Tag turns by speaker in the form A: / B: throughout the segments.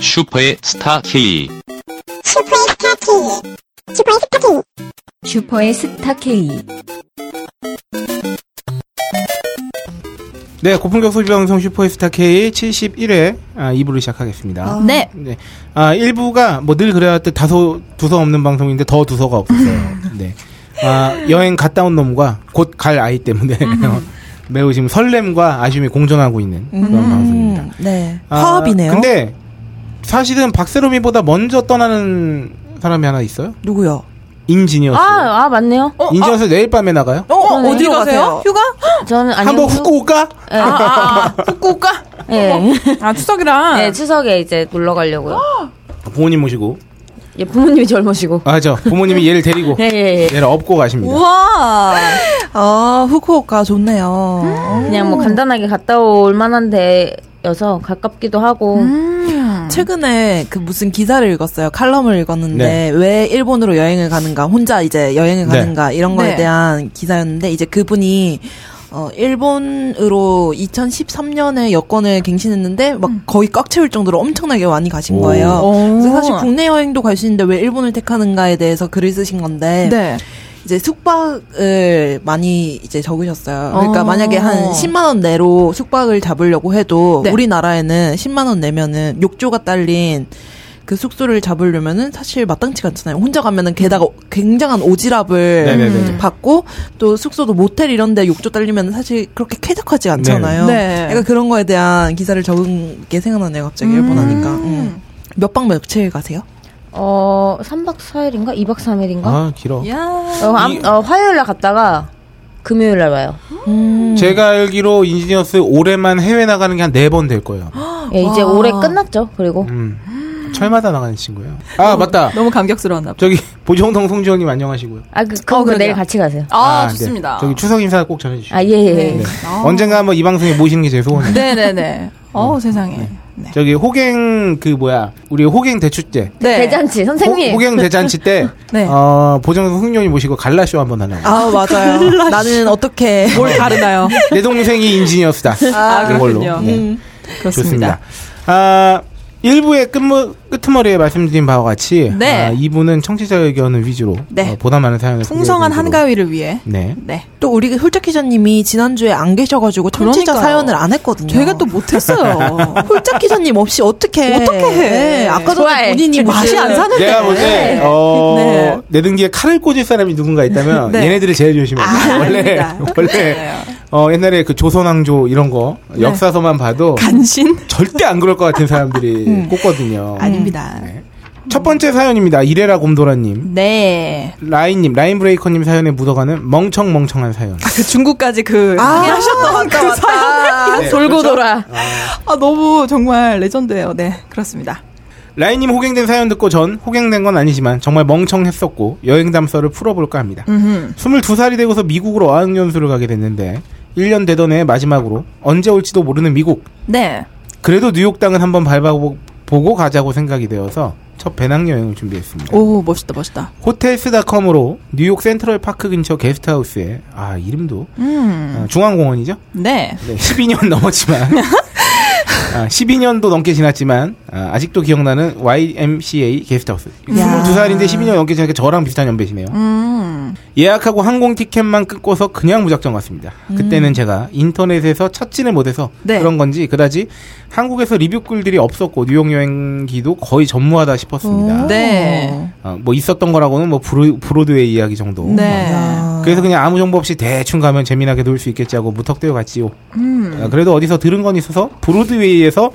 A: 슈퍼의 스타 K.
B: 슈퍼의 스타 K. 슈퍼의 스타 K.
C: 슈퍼의 스타 K.
D: 네, 고품격 소비방송 슈퍼스타 K 71회 아, 2부를 시작하겠습니다.
C: 네.
D: 네. 아, 1부가 뭐 늘 그래왔듯 다소 두서 없는 방송인데 더 두서가 없었어요.
E: 음.
D: 네. 아, 여행 갔다 온 놈과 곧 갈 아이 때문에
E: 음.
D: 매우 지금 설렘과 아쉬움이 공존하고 있는 그런 방송입니다.
E: 네.
D: 아,
E: 화합이네요.
D: 근데 사실은 박세롬이보다 먼저 떠나는 사람이 하나 있어요.
E: 누구요?
D: 인지니어스.
F: 아, 아 맞네요.
D: 인지니어스 내일 밤에 나가요?
E: 어,
F: 그러네.
E: 어디로 가세요? 휴가?
F: 저는 아니요.
D: 한번 후쿠오카?
F: 예.
E: 아, 아, 아. 후쿠오카?
F: 예.
E: 아, 추석이랑.
G: 네,
F: 예, 추석에 이제 놀러 가려고요.
D: 부모님 모시고.
F: 예, 부모님이 젊으시고.
D: 아, 저 부모님이 얘를 데리고
E: 네,
F: 예, 예, 예.
D: 얘를 업고 가십니다.
E: 우와. 아, 후쿠오카 좋네요.
G: 음.
F: 그냥 뭐 간단하게 갔다 올 만한 데여서 가깝기도 하고.
D: 음.
E: 최근에 그 무슨 기사를 읽었어요. 칼럼을
D: 네.
E: 읽었는데 왜 일본으로 여행을 가는가, 혼자 이제 여행을
D: 네.
E: 가는가 이런 거에
G: 네.
E: 대한 기사였는데 이제 그분이 어 일본으로 2013년에 여권을 갱신했는데 막
G: 음.
E: 거의 꽉 채울 정도로 엄청나게 많이 가신
D: 오.
E: 거예요.
G: 오.
E: 그래서 사실 국내 여행도 갈 수 있는데 왜 일본을 택하는가에 대해서 글을 쓰신 건데
G: 네.
E: 이제 숙박을 많이 이제 적으셨어요. 그러니까
G: 어.
E: 만약에 한 10만 원 내로 숙박을 잡으려고 해도
G: 네.
E: 우리나라에는 10만 원 내면은 욕조가 딸린 그 숙소를 잡으려면은 사실 마땅치가 않잖아요. 혼자 가면은 게다가 굉장한 오지랖을 음.
D: 네네네.
E: 받고 또 숙소도 모텔 이런데 욕조 딸리면 사실 그렇게 쾌적하지 않잖아요.
G: 네.
E: 약간 그런 거에 대한 기사를 적은 게 생각나네요. 갑자기 일본 하니까. 음. 몇박 며칠 가세요?
F: 어, 3박 4일인가? 2박 3일인가?
D: 아, 길어.
G: 예.
F: 어, 암- 어, 화요일 날 갔다가 금요일 날 와요. 음.
D: 제가 알기로 인지니어스 올해만 해외 나가는 게 한 네 번 될 거예요.
F: 예, 이제 올해 끝났죠. 그리고
D: 아. 음. 철마다 나가는 친구예요.
G: 어.
D: 아, 맞다.
G: 너무 감격스러웠나 봐.
D: 저기 보정동 송지원님 안녕하시고요.
F: 아, 그, 그럼
G: 어,
F: 그
G: 그러게요.
F: 내일 같이 가세요.
G: 아,
D: 네.
G: 좋습니다.
D: 저기 추석 인사 꼭 전해주시고.
F: 아, 예, 예. 예.
D: 네. 언젠가 한번 이 방송에 모시는 게 제 소원이에요.
G: 네네네. 어우, 세상에. 네.
D: 저기 호갱 그 뭐야 우리 호갱 대축제.
E: 네.
F: 대잔치 선생님.
D: 호, 갱 대잔치 때
G: 네.
D: 어, 보정동 송지원이 모시고 갈라쇼 한번 하려고.
E: 아, 맞아요. 나는 어떻게
G: 뭘 다르나요?
D: 내 동생이 인지니어스다.
G: 아,
D: 그걸로.
G: 그렇군요.
F: 음.
D: 네.
G: 그렇습니다.
D: 아, 1부의 끝머, 끝머리에 말씀드린 바와 같이
G: 네.
D: 아, 2부는 청취자 의견을 위주로
G: 네.
D: 어, 보다 많은 사연을
G: 풍성한
D: 소개해드리도록-
G: 한가위를 위해.
D: 네.
G: 네.
E: 또 우리 홀짝 기자님이 지난주에 안 계셔가지고 청취자
G: 그러니까요.
E: 사연을 안 했거든요.
G: 저희가 또 못했어요.
E: 홀짝 기자님 없이 어떻게 네,
G: 어떻게 해? 네.
E: 아까 전에
F: 좋아해.
E: 본인이 무슨-
G: 맛이 안 사는데.
D: 내가 볼 때, 어,
G: 네.
D: 내 등기에 칼을 꽂을 사람이 누군가 있다면,
G: 네.
D: 얘네들을 제일 조심해야 돼.
G: 아,
D: 원래,
G: 아닙니다.
D: 원래, 어, 옛날에 그 조선왕조 이런 거, 역사서만 봐도,
G: 네.
E: 네.
G: 간신? 음.
D: 절대 안 그럴 것 같은 사람들이 꽂거든요.
G: 아닙니다.
D: 네. 첫 번째 사연입니다. 이래라 곰돌아님.
G: 네.
D: 라인님, 라인브레이커님 사연에 묻어가는 멍청멍청한 사연.
G: 그 중국까지
E: 아.
G: 그.
E: 하셨다 왔다
G: 그
E: 왔다.
F: 아,
G: 사연을
D: 네,
G: 돌고
D: 그렇죠?
G: 돌아. 아, 너무 정말 레전드예요. 네, 그렇습니다.
D: 라인님 호갱된 사연 듣고 전 호갱된 건 아니지만 정말 멍청했었고 여행 담서를 풀어볼까 합니다.
G: 음.
D: 22살이 되고서 미국으로 어학연수를 가게 됐는데 1년 되던 해 마지막으로 언제 올지도 모르는 미국
G: 네.
D: 그래도 뉴욕 땅은 한번 밟아보고 가자고 생각이 되어서 첫 배낭여행을 준비했습니다.
G: 오, 멋있다, 멋있다.
D: 호텔스닷컴으로 뉴욕 센트럴 파크 근처 게스트하우스에 아 이름도 아, 중앙공원이죠?
G: 음, 네.
D: 네, 12년 넘었지만 아, 12년도 넘게 지났지만 아, 직도 기억나는 YMCA 게스트하우스 22살인데 12년 넘게 지나니까 저랑 비슷한 연배시네요
G: 음.
D: 예약하고 항공 티켓만 끊고서 그냥 무작정 갔습니다 그때는 제가 인터넷에서 찾지를 못해서
G: 음. 네.
D: 그런 건지 그다지 한국에서 리뷰글들이 없었고 뉴욕 여행기도 거의 전무하다
E: 음.
D: 싶었습니다
G: 네.
D: 아, 뭐 있었던 거라고는 뭐 브로, 브로드웨이 이야기 정도
G: 네.
D: 그래서 그냥 아무 정보 없이 대충 가면 재미나게 놀 수 있겠지 하고 무턱대고 갔지요. 아, 그래도 어디서 들은 건 있어서 브로드웨이에서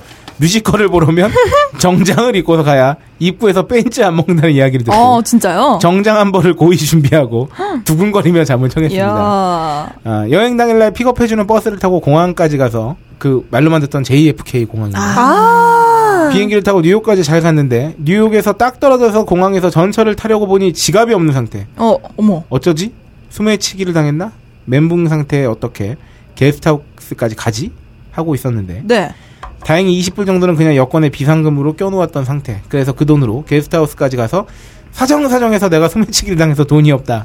D: 뮤지컬을 보려면 정장을 입고서 가야 입구에서 벤츠 안 먹는다는 이야기를 듣고
G: 어, 진짜요?
D: 정장 한 벌을 고이 준비하고 두근거리며 잠을 청했습니다.
G: 이야.
D: 아, 여행 당일날 픽업해주는 버스를 타고 공항까지 가서 그 말로만 듣던 JFK
G: 아.
D: 공항입니다. 비행기를 타고 뉴욕까지 잘 갔는데 뉴욕에서 딱 떨어져서 공항에서 전철을 타려고 보니 지갑이 없는 상태.
G: 어, 어머.
D: 어쩌지? 소매치기를 당했나? 멘붕 상태에 어떻게 게스트하우스까지 가지? 하고 있었는데
G: 네.
D: 다행히 20불 정도는 그냥 여권에 비상금으로 껴놓았던 상태 그래서 그 돈으로 게스트하우스까지 가서 사정사정해서 내가 소매치기를 당해서 돈이 없다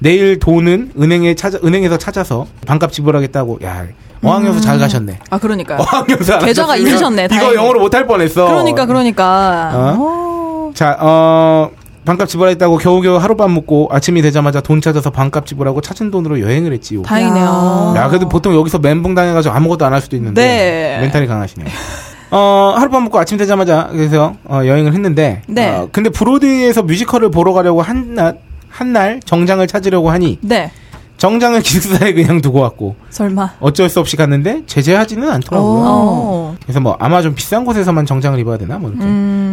D: 내일 돈은 은행에 찾아 은행에서 찾아서 반값 지불하겠다고 야 어학연수 잘 가셨네.
G: 아 그러니까.
D: 어학연수 안
G: 계좌가
D: 하셨으면
G: 있으셨네,
D: 이거
G: 다행히.
D: 영어로 못할 뻔했어.
G: 그러니까 그러니까. 어?
D: 자, 어, 반값 지불했다고 겨우겨우 하룻밤 묵고 아침이 되자마자 돈 찾아서 반값 지불하고 찾은 돈으로 여행을 했지요.
G: 다행이네요.
D: 야, 그래도 보통 여기서 멘붕 당해가지고 아무것도 안 할 수도 있는데
G: 네.
D: 멘탈이 강하시네요. 어, 하룻밤 묵고 아침 되자마자 그래서 어, 여행을 했는데
G: 네.
D: 어, 근데 브로드웨이에서 뮤지컬을 보러 가려고 한낮 한날 정장을 찾으려고 하니
G: 네.
D: 정장을 기숙사에 그냥 두고 왔고
G: 설마.
D: 어쩔 수 없이 갔는데 제재하지는 않더라고요.
G: 어.
D: 그래서 뭐 아마 좀 비싼 곳에서만 정장을 입어야 되나 뭐 이렇게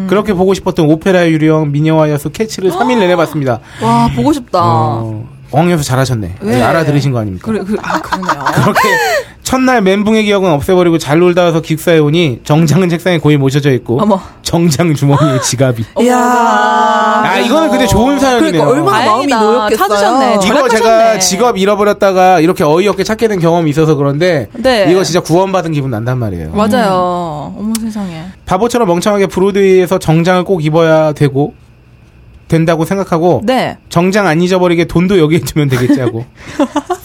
D: 그렇게 보고 싶었던 오페라의 유령 미녀와 여수 캐치를 3일 내내 봤습니다.
G: 와 보고 싶다.
D: 어, 어학연수 잘하셨네.
G: 예.
D: 알아들으신 거 아닙니까?
G: 그래 그, 아 그러네요.
D: 그렇게 첫날 멘붕의 기억은 없애버리고 잘 놀다 와서 기숙사에 오니 정장은 책상에 고이 모셔져 있고
G: 어머. 어.
D: 정장 주머니에 지갑이.
E: 이야.
D: 아 이거는 근데 좋은 사연이네요. 아,
E: 그러니까 얼마나 마음이
G: 다행이다.
E: 놓였겠어요.
G: 찾으셨네.
E: 이거-
D: 이거
G: 절약하셨네.
D: 제가 직업 잃어버렸다가 이렇게 어이없게 찾게 된 경험이 있어서 그런데
G: 네.
D: 이거 진짜 구원받은 기분 난단 말이에요. 음.
G: 맞아요. 어머 세상에.
D: 바보처럼 멍청하게 브로드웨이에서 정장을 꼭 입어야 되고 된다고 생각하고
G: 네.
D: 정장 안 잊어버리게 돈도 여기에 두면 되겠지 하고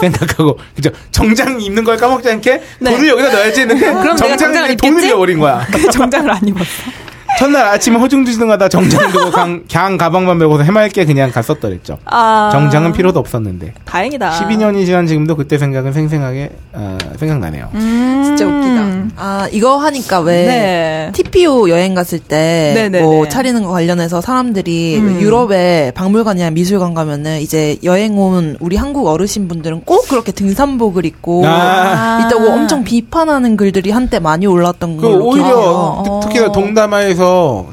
D: 생각하고 그죠 정장 입는 걸 까먹지 않게
G: 네.
D: 돈을 여기다 넣어야지 했는데
G: 그럼 내가 정장을
D: 정장에 돈을
G: 입겠지?
D: 잃어버린 거야
G: 그 정장을 안 입었어. 첫날
D: 첫날 아침에 허둥지둥하다 정장 들고 강, 냥 가방만 메고서 해맑게 그냥 갔었더랬죠
G: 아.
D: 정장은 필요도 없었는데
G: 다행이다.
D: 12년이 지난 지금도 그때 생각은 생생하게 어, 생각나네요
E: 진짜
D: 음.
E: 웃기다. 아, 이거 하니까 왜
G: 음. 네.
E: TPO 여행 갔을
G: 네,
E: 때
G: 네,
E: 뭐
G: 네.
E: 차리는 거 관련해서 사람들이
G: 음.
E: 유럽에 박물관이나 미술관 가면은 이제 여행 온 우리 한국 어르신분들은 꼭 그렇게 등산복을 입고
D: 아.
E: 있다고 엄청 비판하는 글들이 한때 뭐 많이 올라왔던
D: 그
E: 걸로
D: 오히려
E: 기억해요.
D: 특-
G: 어.
D: 특히나 동남아에서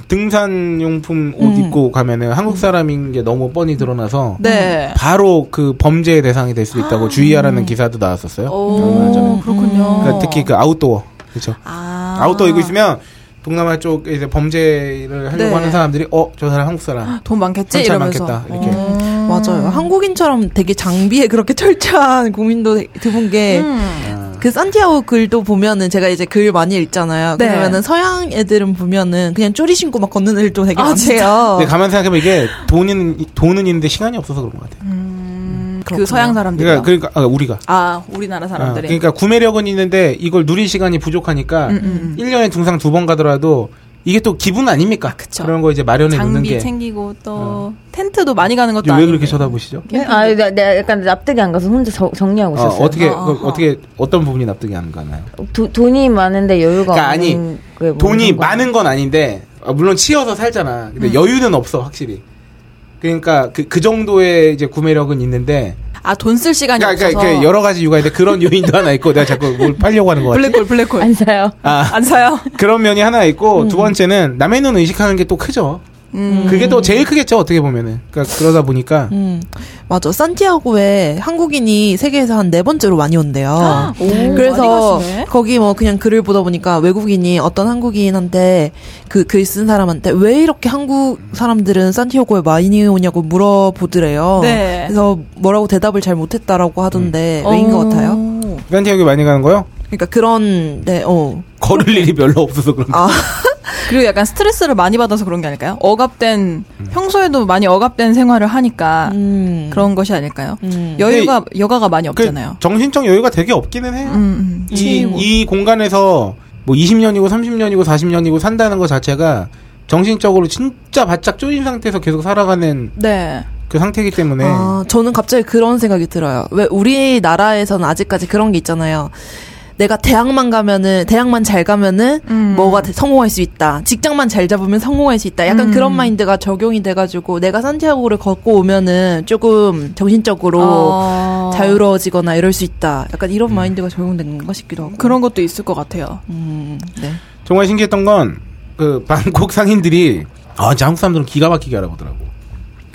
D: 등산 용품 옷
E: 음.
D: 입고 가면은 한국 사람인 게 너무 뻔히 드러나서
G: 네.
D: 바로 그 범죄의 대상이 될 수도 있다고 주의하라는 기사도 나왔었어요. 얼마 전에.
G: 네. 오 그렇군요.
D: 그러니까 특히 그 아웃도어 그렇죠.
G: 아.
D: 아. 웃웃도어 입고 있으면 동남아 쪽에 이제 범죄를 하려고
G: 네. 아.
D: 하는 사람들이 어 저 사람 한국 사람
G: 돈 많겠지
D: 한참
G: 이러면서. 음.
D: 많겠다 이렇게
E: 맞아요. 한국인처럼 되게 장비에 그렇게 철저한 고민도 드문
G: 네.
E: 게.
G: 음.
E: 그 산티아고 글도 보면은 제가 이제 글 많이 읽잖아요.
G: 네.
E: 그러면은 서양 애들은 보면은 그냥 쪼리 신고 막 걷는 애들도 되게
G: 아,
E: 많대요.
D: 근데 가만 생각해보면 이게 돈은 돈은 있는데 시간이 없어서 그런 것 같아요.
G: 그 서양 사람들.
D: 그러니까 그러니까 아, 우리가
G: 아 우리나라
D: 아,
G: 사람들이.
D: 그러니까 구매력은 있는데 이걸 누릴 시간이 부족하니까
G: 음, 음, 음.
D: 1년에 등산 두 번 가더라도 이게 또 기분 아닙니까?
G: 그쵸.
D: 런거 이제 마련해 놓는
G: 장비
D: 게. 어.
G: 챙기고 또 텐트도 많이 가는 것도
D: 왜
G: 아니고.
D: 그렇게 쳐다보시죠?
F: 아, 내가, 내가 약간 납득이 안 가서 혼자 저- 정리하고
D: 어,
F: 있었어요.
D: 어떻게
G: 아,
D: 그,
G: 아.
D: 어떻게 어떤 부분이 납득이 안 가나요?
F: 도- 돈이 많은데 여유가
D: 그러니까 아니,
F: 없는 게 뭔가.
D: 돈이 많은 건 아닌데 아, 물론 치여서 살잖아. 근데
G: 음.
D: 여유는 없어 확실히. 그러니까 그 그 정도의 이제 구매력은 있는데
G: 아돈 쓸 시간이
D: 그러니까,
G: 없어서.
D: 그러니까 이렇게 여러 가지 이유가 있는데 그런 요인도 하나 있고 내가 자꾸 뭘 팔려고 하는 것 같아.
G: 블랙홀 블랙홀.
F: 안 사요.
D: 아
G: 안 사요.
D: 그런 면이 하나 있고 두 번째는 남의 눈 의식하는 게 또 크죠.
G: 음.
D: 그게 또 제일 크겠죠 어떻게 보면은. 그러니까 그러다 보니까
E: 음, 맞아. 산티아고에 한국인이 세계에서 한 네 번째로 많이 온대요. 그래서
G: 아, 많이 가시네.
E: 거기 뭐 그냥 글을 보다 보니까 외국인이 어떤 한국인한테 그 글 쓴 사람한테 왜 이렇게 한국 사람들은 산티아고에 많이 오냐고 물어보더래요.
G: 네. 음.
E: 그래서 뭐라고 대답을 잘 못했다라고 하던데
G: 어.
E: 왜인 것 같아요?
D: 산티아고 많이 가는 거요?
E: 그러니까 그런 네, 어.
D: 걸을 일이 별로 없어서 그런 거.
E: 아,
G: 그리고 약간 스트레스를 많이 받아서 그런 게 아닐까요? 억압된
D: 음.
G: 평소에도 많이 억압된 생활을 하니까
E: 음.
G: 아, 그런 것이 아닐까요?
E: 음.
G: 여유가 여가가 많이
D: 그
G: 없잖아요.
D: 정신적 여유가 되게 없기는 해요.
G: 음, 음.
D: 그 이, 이 공간에서 뭐 20년이고 30년이고 40년이고 산다는 것 자체가 정신적으로 진짜 바짝 쪼인 상태에서 계속 살아가는
G: 네.
D: 그 상태이기 때문에
E: 아, 저는 갑자기 그런 생각이 들어요. 왜 우리나라에서는 아직까지 그런 게 있잖아요. 내가 대학만 가면은 대학만 잘 가면은
G: 음.
E: 뭐가 대- 성공할 수 있다. 직장만 잘 잡으면 성공할 수 있다. 약간
G: 음.
E: 그런 마인드가 적용이 돼가지고 내가 산티아고를 걷고 오면은 조금 정신적으로
G: 어.
E: 자유로워지거나 이럴 수 있다. 약간 이런 마인드가 적용된 건가 싶기도 하고.
G: 그런 것도 있을 것 같아요.
E: 음, 네.
D: 정말 신기했던 건 그 방콕 상인들이 아 진짜 한국 사람들은 기가 막히게 알아보더라고.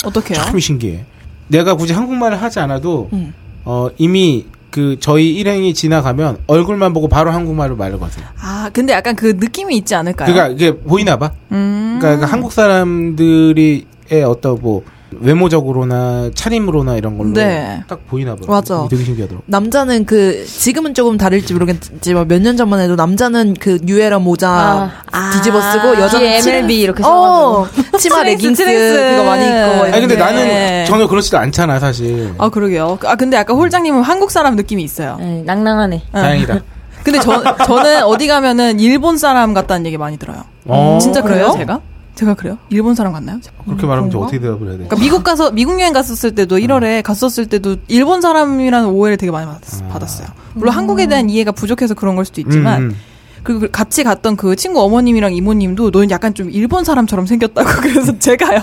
G: 어떻게요?
D: 참 신기해. 내가 굳이 한국말을 하지 않아도
E: 음.
D: 어 이미 그 저희 일행이 지나가면 얼굴만 보고 바로 한국말로 말을 거세요.
G: 아, 근데 약간 그 느낌이 있지 않을까요?
D: 그러니까 이게 보이나 봐.
G: 음.
D: 그러니까 한국 사람들이의 어떤 뭐 외모적으로나 차림으로나 이런 걸로
G: 네.
D: 딱 보이나 봐요.
E: 맞아.
D: 되게 신기하더라고.
E: 남자는 그 지금은 조금 다를지 모르겠지만 뭐 몇 년 전만 해도 남자는 그 뉴에라 모자
F: 아.
E: 뒤집어 쓰고
F: 아.
E: 여자는
F: 뒤에
E: 치마-
F: MLB 이렇게
E: 어, 치마
G: 트레이스,
E: 레깅스
G: 트레이스.
E: 그거 많이 입고
D: 아니 근데
G: 네.
D: 나는 전혀 그렇지도 않잖아 사실.
G: 아 그러게요. 아 근데 아까 홀장님은 한국 사람 느낌이 있어요.
F: 네, 낭낭하네.
G: 음.
D: 다행이다.
G: 근데 저 저는 어디 가면은 일본 사람 같다는 얘기 많이 들어요. 음,
D: 어,
G: 진짜 그래요?
E: 그래요?
G: 제가? 제가 그래요? 일본 사람 같나요? 제가?
D: 그렇게 말하면 저 어떻게 대답을 해야 돼?
G: 그러니까 미국 가서 미국 여행 갔었을 때도 1월에 갔었을 때도 일본 사람이라는 오해를 되게 많이 받았, 받았어요. 물론 한국에 대한 이해가 부족해서 그런 걸 수도 있지만
D: 음, 음.
G: 그리고 그 같이 갔던 그 친구 어머님이랑 이모님도 너는 약간 좀 일본 사람처럼 생겼다고 그래서 제가요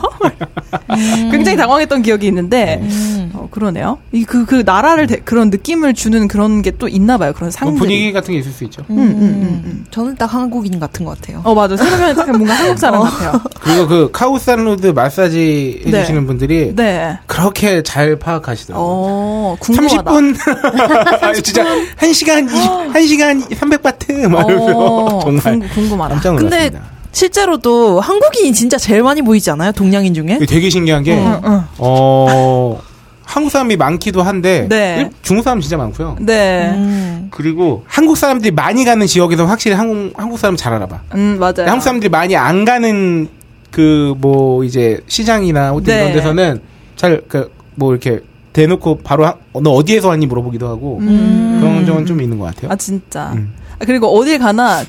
G: 굉장히 당황했던 기억이 있는데 어, 그러네요. 이 그 그 나라를 대- 그런 느낌을 주는 그런 게 또 있나 봐요. 그런
D: 뭐
G: 상들
D: 분위기 같은 게 있을 수 있죠.
E: 음, 음, 음, 음. 저는 딱 한국인 같은 것 같아요.
G: 어 맞아. 생각하면 약간 뭔가 한국 사람 같아요.
D: 그리고 그 카우산로드 마사지
G: 네.
D: 해주시는 분들이
G: 네.
D: 그렇게 잘 파악하시더라고요.
G: 어 궁금하다.
D: 30분 아니, 진짜 1시간 20, 1시간 300바트 막 이러면서
G: 어,
D: 정말
G: 궁- 궁금하다. 예?
D: 깜짝
E: 근데
D: 놀랐습니다.
E: 실제로도 한국인이 진짜 제일 많이 보이지 않아요? 동양인 중에?
D: 이게 되게 신기한 게
G: 응.
D: 어, 한국 사람이 많기도 한데
G: 네.
D: 일- 중국 사람 진짜 많고요.
G: 네.
E: 음.
D: 그리고 한국 사람들이 많이 가는 지역에서 확실히 한국 한국 사람 잘 알아봐.
G: 음 맞아요.
D: 한국 사람들이 많이 안 가는 그 뭐 이제 시장이나 호텔
G: 네.
D: 이런 데서는 잘 그 뭐 이렇게 대놓고 바로 하- 어, 너 어디에서 왔니 물어보기도 하고
G: 음.
D: 그런 점은 좀 있는 것 같아요.
G: 아 진짜.
D: 음.
G: 아, 그리고 어딜 가나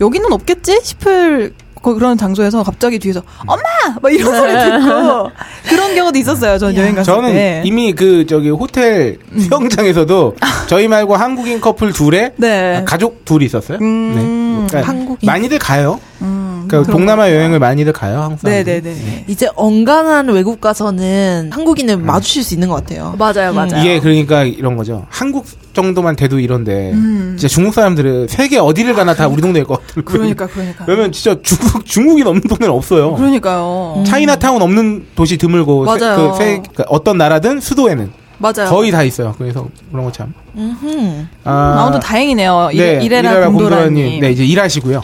G: 여기는 없겠지 싶을 거- 그런 장소에서 갑자기 뒤에서 엄마 막 이런 소리 듣고 그런 경우도 있었어요. 전 여행 갔을
D: 저는
G: 때.
D: 이미 그 저기 호텔
G: 음.
D: 수영장에서도 저희 말고 한국인 커플 둘에
G: 아.
D: 아,
G: 네.
D: 가족 둘이 있었어요. 네. 그러니까
G: 음,
E: 한국인.
D: 많이들 가요.
G: 음,
D: 그러니까
G: 그런
D: 동남아 여행을 많이들 가요. 한국 사람.
G: 네네네. 네.
E: 이제 언짢은 외국 가서는 한국인은 마주칠 수 있는 것 같아요.
G: 맞아요, 맞아요.
D: 이게 그러니까 이런 거죠. 한국 정도만 돼도 이런데 진짜 중국 사람들은 세계 어디를 가나 다 우리 동네일 것 같아요.
G: 음. 그러니까 그러니까.
D: 그러면 음. 진짜 중국 중국인 없는 동네는 없어요.
G: 그러니까요.
D: 차이나타운 없는 도시 드물고 세-
G: 맞아요.
D: 그 세- 그러니까 어떤 나라든 수도에는
G: 맞아요.
D: 거의 다 있어요. 그래서 그런 거 참.
E: 음흠.
G: 아, 무튼 다행이네요. 이래, 이래라 공도라님.
D: 네 이제 일하시고요.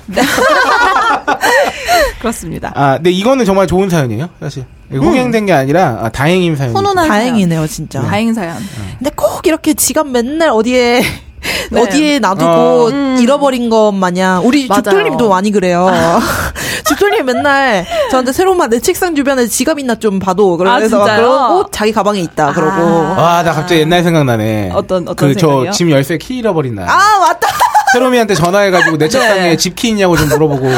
G: 그렇습니다.
D: 아, 근데 이거는 정말 좋은 사연이에요, 사실. 이거 호갱된 게 아니라 아, 다행인 사연.
G: 음. 훈훈한
E: 아, 다행이네요, 진짜.
G: 사연. 다행 사연.
E: 근데 꼭 이렇게 지갑 맨날 어디에
G: 네.
E: 어디에 놔두고
D: 어.
E: 잃어버린 것 마냥 우리
G: 맞아요.
E: 죽돌님도 많이 그래요. 죽돌님 맨날 저한테 새로만 내 책상 주변에 지갑 있나 좀 봐도 그래서
G: 아,
E: 막
G: 진짜요?
E: 그러고 자기 가방에 있다 그러고 아,
D: 와, 나 갑자기 옛날 생각나네.
G: 어떤- 어떤 생각이요? 아,
D: 그저집 열쇠 키 잃어버린 날.
E: 아, 맞다
D: 세롬이한테 전화해가지고 내
E: 네.
D: 책상에 집 키 있냐고 좀 물어보고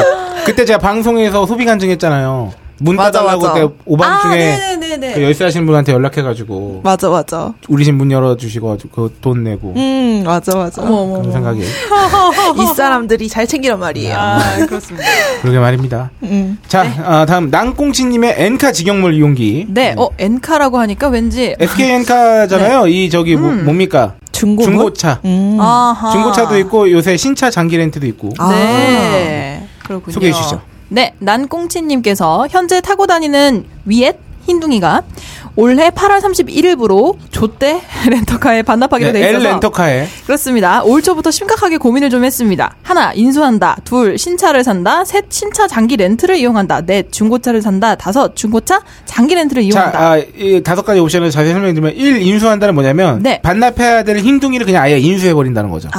D: 그때 제가 방송에서 소비 간증했잖아요. 문
E: 맞아,
D: 따달라고
E: 맞아.
D: 그때 오밤중에
G: 네네네.
D: 그 열쇠 하시는 분한테 연락해가지고
E: 맞아 맞아
D: 우리 집 문 열어주시고 그 돈 내고
E: 음 맞아 맞아
G: 어머 어머.
D: 그런 생각이
E: 이 사람들이 잘 챙기란 말이에요
G: 아 그렇습니다.
D: 그러게 말입니다.
E: 음.
D: 자 아, 다음 낭꽁치님의 엔카 직영물 이용기
E: 음.
G: 네, 어 엔카라고 하니까 왠지
D: SK 엔카잖아요. 이 저기 뭐- 뭡니까
E: 네. 음. 중고
D: 중고차
E: 음.
G: 아하.
D: 중고차도 있고 요새 신차 장기 렌트도 있고
E: 아.
G: 네. 그렇군요.
D: 소개해 주시죠.
G: 네, 난꽁치님께서 현재 타고 다니는 위엣 흰둥이가 올해 8월 31일부로 조대 렌터카에 반납하기로 돼 있어서
D: 네, L 렌터카에
G: 그렇습니다. 올 초부터 심각하게 고민을 좀 했습니다. 하나, 인수한다. 둘, 신차를 산다. 셋, 신차 장기 렌트를 이용한다. 넷, 중고차를 산다. 다섯, 중고차 장기 렌트를
D: 자,
G: 이용한다.
D: 아, 이 다섯 가지 옵션을 자세히 설명드리면 1. 인수한다는 뭐냐면
G: 네.
D: 반납해야 될 흰둥이를 그냥 아예 인수해버린다는 거죠.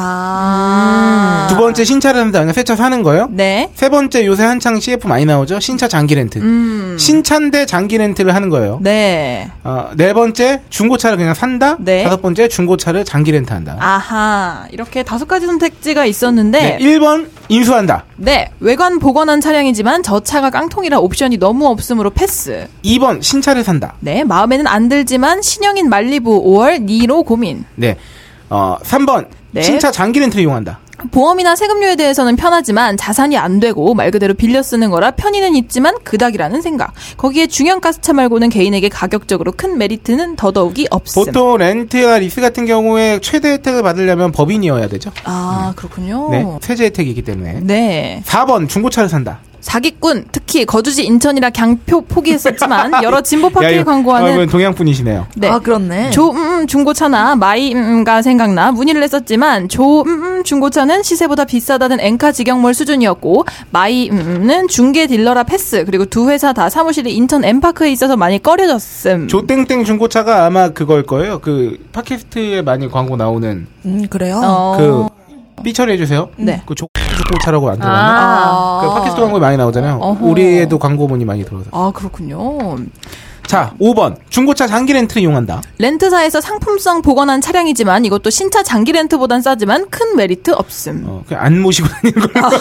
G: 아.
D: 두 번째 신차를 산다. 그냥 새 차 사는 거예요.
G: 네.
D: 세 번째 요새 한창 CF 많이 나오죠. 신차 장기 렌트. 신차인데 장기 렌트를 하는 거예요.
G: 음. 네.
D: 어, 네 번째 중고차를 그냥 산다.
G: 네.
D: 다섯 번째 중고차를 장기 렌트한다.
G: 아하. 이렇게 다섯 가지 선택지가 있었는데
D: 네. 1번 인수한다.
G: 네, 외관 복원한 차량이지만 저 차가 깡통이라 옵션이 너무 없으므로 패스.
D: 2번 신차를 산다.
G: 네, 마음에는 안 들지만 신형인 말리부 5월 니로 고민.
D: 네. 어, 3번
G: 네.
D: 신차 장기 렌트를 이용한다.
G: 보험이나 세금료에 대해서는 편하지만 자산이 안 되고 말 그대로 빌려 쓰는 거라 편의는 있지만 그닥이라는 생각. 거기에 중형 가스차 말고는 개인에게 가격적으로 큰 메리트는 더더욱이 없음.
D: 보통 렌트와 리스 같은 경우에 최대 혜택을 받으려면 법인이어야 되죠.
G: 아, 그렇군요.
D: 네. 세제 혜택이기 네, 때문에.
G: 네.
D: 4번 중고차를 산다.
G: 사기꾼 특히 거주지 인천이라 강표 포기했었지만 여러 진보
D: 야,
G: 파트에
D: 이거- 아,
G: 광고하는
D: 이건 동양 분이시네요.
G: 네.
E: 아 그렇네.
G: 조, 음, 음, 중고차나 마이, 음, 가 생각나 문의를 했었지만, 조, 음, 음, 중고차는 시세보다 비싸다는 엔카 직영몰 수준이었고, 마이, 음, 는 중개 딜러라 패스, 그리고 두 회사 다 사무실이 인천 엠파크에 있어서 많이 꺼려졌음.
D: 조땡땡 중고차가 아마 그걸 거예요. 그 팟캐스트에 많이 광고 나오는
E: 음 그래요.
G: 어,
D: 그 삐처리 해주세요.
G: 네.
D: 그 조, 중고차라고 안 들어갔나?
F: 아,
D: 그 팟캐스트 광고에 많이 나오잖아요.
G: 어허.
D: 우리에도 광고문이 많이 들어가서.
G: 아, 그렇군요.
D: 자, 5번. 중고차 장기 렌트를 이용한다.
G: 렌트사에서 상품성 복원한 차량이지만 이것도 신차 장기 렌트보단 싸지만 큰 메리트 없음.
D: 어, 그냥 안 모시고 다니는 걸로.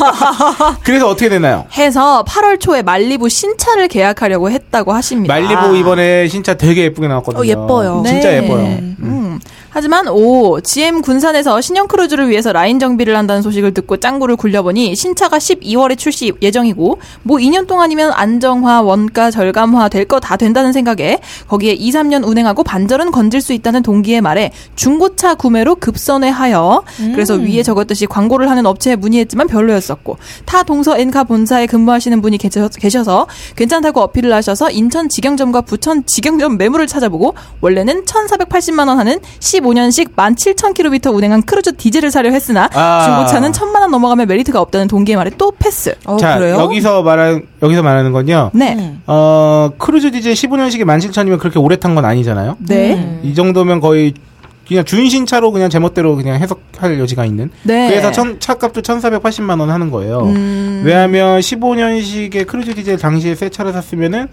D: 그래서 어떻게 되나요?
G: 해서 8월 초에 말리부 신차를 계약하려고 했다고 하십니다.
D: 말리부 이번에 신차 되게 예쁘게 나왔거든요.
E: 어, 예뻐요.
D: 진짜
G: 네.
D: 예뻐요.
G: 음. 하지만 오 GM 군산에서 신형 크루즈를 위해서 라인 정비를 한다는 소식을 듣고 짱구를 굴려보니 신차가 12월에 출시 예정이고 뭐 2년 동안이면 안정화 원가 절감화 될 거 다 된다는 생각에 거기에 2, 3년 운행하고 반절은 건질 수 있다는 동기의 말에 중고차 구매로 급선회하여
E: 음.
G: 그래서 위에 적었듯이 광고를 하는 업체에 문의했지만 별로였었고 타 동서 엔카 본사에 근무하시는 분이 계셔- 계셔서 괜찮다고 어필을 하셔서 인천 직영점과 부천 직영점 매물을 찾아보고 원래는 1,480만 원 하는 15년식 17,000km 운행한 크루즈 디젤을 사려 했으나
D: 아.
G: 중고차는 1,000만 원 넘어가면 메리트가 없다는 동기의 말에 또 패스.
E: 어,
D: 자,
E: 그래요? 음.
D: 여기서 말한, 여기서 말하는 건요.
G: 네.
D: 어, 크루즈 디젤 15년식이 17,000이면 그렇게 오래 탄 건 아니잖아요.
G: 네.
E: 음.
D: 이 정도면 거의 그냥 준신차로 그냥 제멋대로 그냥 해석할 여지가 있는.
G: 네. 음.
D: 그래서 천, 차값도 1,480만 원 하는 거예요. 왜냐하면 15년식의 크루즈 디젤 당시에 새 차를 샀으면은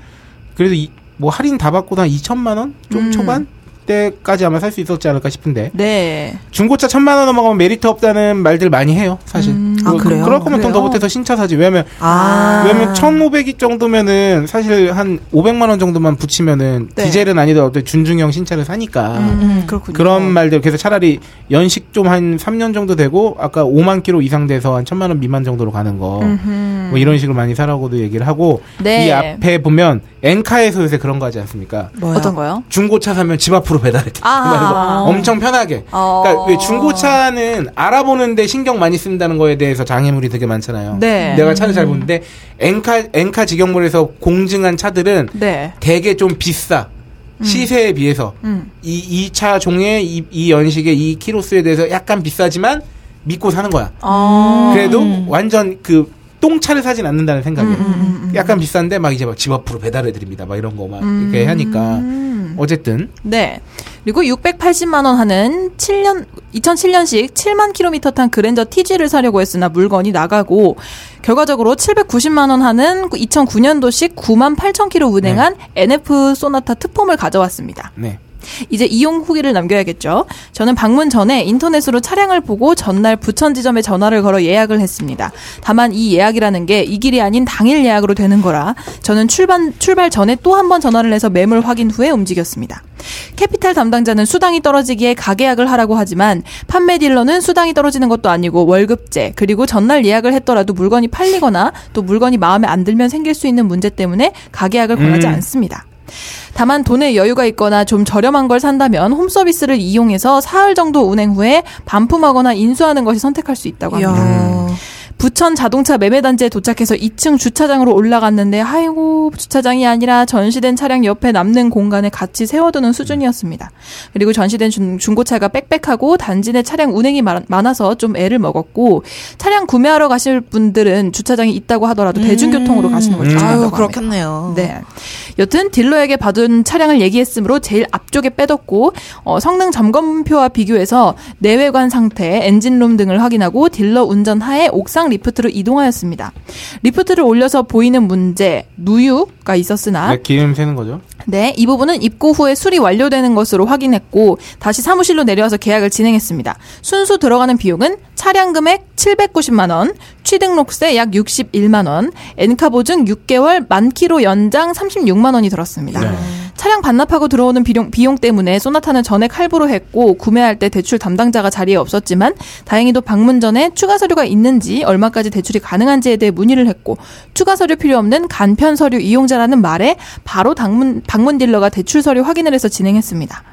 D: 그래도 이- 뭐 할인 다 받고 한 2천만 원? 좀
G: 음.
D: 초반? 때까지 아마 살 수 있었지 않을까 싶은데
G: 네.
D: 중고차 천만 원 넘어가면 메리트 없다는 말들 많이 해요 사실
E: 아,
D: 뭐,
E: 그래요?
D: 그럴 거면 돈 더
G: 음. 그래요?
D: 보태서 신차 사지 왜냐면
E: 아.
D: 왜냐면 1,500이 정도면은 사실 한 500만 원 정도만 붙이면은
G: 네.
D: 디젤은 아니더라도 어떤 준중형 신차를 사니까
G: 음, 그렇군요.
D: 그런 말들 그래서 차라리 연식 좀 한 3년 정도 되고 아까 5만 킬로 이상 돼서 한 천만 원 미만 정도로 가는 거.
G: 음흠.
D: 뭐 이런 식으로 많이 사라고도 얘기를 하고
G: 네.
D: 이 앞에 보면 엔카에서 요새 그런 거 하지 않습니까?
E: 뭐야?
G: 어떤 거요?
D: 중고차 사면 집 앞으로 배달해.
G: 아.
D: 엄청 편하게.
G: 어.
D: 그러니까 왜 중고차는 알아보는데 신경 많이 쓴다는 거에 대해서 장애물이 되게 많잖아요.
G: 네.
D: 내가 차를 잘 보는데 엔카 엔카 직영몰에서 공증한 차들은
G: 네.
D: 되게 좀 비싸. 시세에 비해서
G: 음.
D: 이 이 차 종에 이, 이 연식에 이 키로수에 대해서 약간 비싸지만 믿고 사는 거야.
G: 아.
D: 그래도 완전 그 똥차를 사진 않는다는 생각이에요. 약간 비싼데 막 이제 막 집 앞으로 배달해 드립니다. 막 이런 거 막 이렇게 하니까 어쨌든
G: 네. 그리고 680만 원 하는 7년 2007년식 7만 킬로미터 탄 그랜저 TG를 사려고 했으나 물건이 나가고 결과적으로 790만 원 하는 2009년도식 9만 8천 킬로 운행한 NF 소나타 특폼을 가져왔습니다.
D: 네.
G: 이제 이용 후기를 남겨야겠죠. 저는 방문 전에 인터넷으로 차량을 보고 전날 부천 지점에 전화를 걸어 예약을 했습니다. 다만 이 예약이라는 게 이 길이 아닌 당일 예약으로 되는 거라 저는 출발 출발 전에 또 한 번 전화를 해서 매물 확인 후에 움직였습니다. 캐피탈 담당자는 수당이 떨어지기에 가계약을 하라고 하지만 판매 딜러는 수당이 떨어지는 것도 아니고 월급제 그리고 전날 예약을 했더라도 물건이 팔리거나 또 물건이 마음에 안 들면 생길 수 있는 문제 때문에 가계약을 권하지
D: 음.
G: 않습니다. 다만 돈에 여유가 있거나 좀 저렴한 걸 산다면 홈서비스를 이용해서 사흘 정도 운행 후에 반품하거나 인수하는 것이 선택할 수 있다고
E: 이야.
G: 합니다. 음. 부천 자동차 매매단지에 도착해서 2층 주차장으로 올라갔는데 아이고 주차장이 아니라 전시된 차량 옆에 남는 공간에 같이 세워두는 수준이었습니다. 그리고 전시된 중, 중고차가 빽빽하고 단지 내 차량 운행이 많- 많아서 좀 애를 먹었고 차량 구매하러 가실 분들은 주차장이 있다고 하더라도 대중교통으로 가시는 걸 추천한다고
E: 음. 아유
G: 합니다.
E: 그렇겠네요.
G: 음. 네. 여튼 딜러에게 받은 차량을 얘기했으므로 제일 앞쪽에 빼뒀고 어, 성능 점검표와 비교해서 내외관 상태, 엔진룸 등을 확인하고 딜러 운전 하에 옥상 리프트로 이동하였습니다. 리프트를 올려서 보이는 문제 누유가 있었으나
D: 네, 기름 새는 거죠.
G: 네, 이 부분은 입고 후에 수리 완료되는 것으로 확인했고 다시 사무실로 내려와서 계약을 진행했습니다. 순수 들어가는 비용은 차량 금액 790만 원, 취등록세 약 61만 원, 엔카 보증 6개월 만키로 연장 36만 원이 들었습니다.
D: 네.
G: 차량 반납하고 들어오는 비용, 비용 때문에 소나타는 전액 할부로 했고 구매할 때 대출 담당자가 자리에 없었지만 다행히도 방문 전에 추가 서류가 있는지 얼마까지 대출이 가능한지에 대해 문의를 했고 추가 서류 필요 없는 간편 서류 이용자라는 말에 바로 방문 방문 딜러가 대출 서류 확인을 해서 진행했습니다.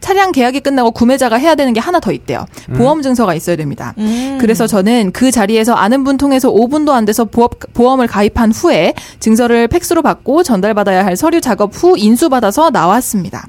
G: 차량 계약이 끝나고 구매자가 해야 되는 게 하나 더 있대요.
D: 음.
G: 보험 증서가 있어야 됩니다.
E: 음.
G: 그래서 저는 그 자리에서 아는 분 통해서 5분도 안 돼서 보험, 보험을 가입한 후에 증서를 팩스로 받고 전달받아야 할 서류 작업 후 인수받아서 나왔습니다.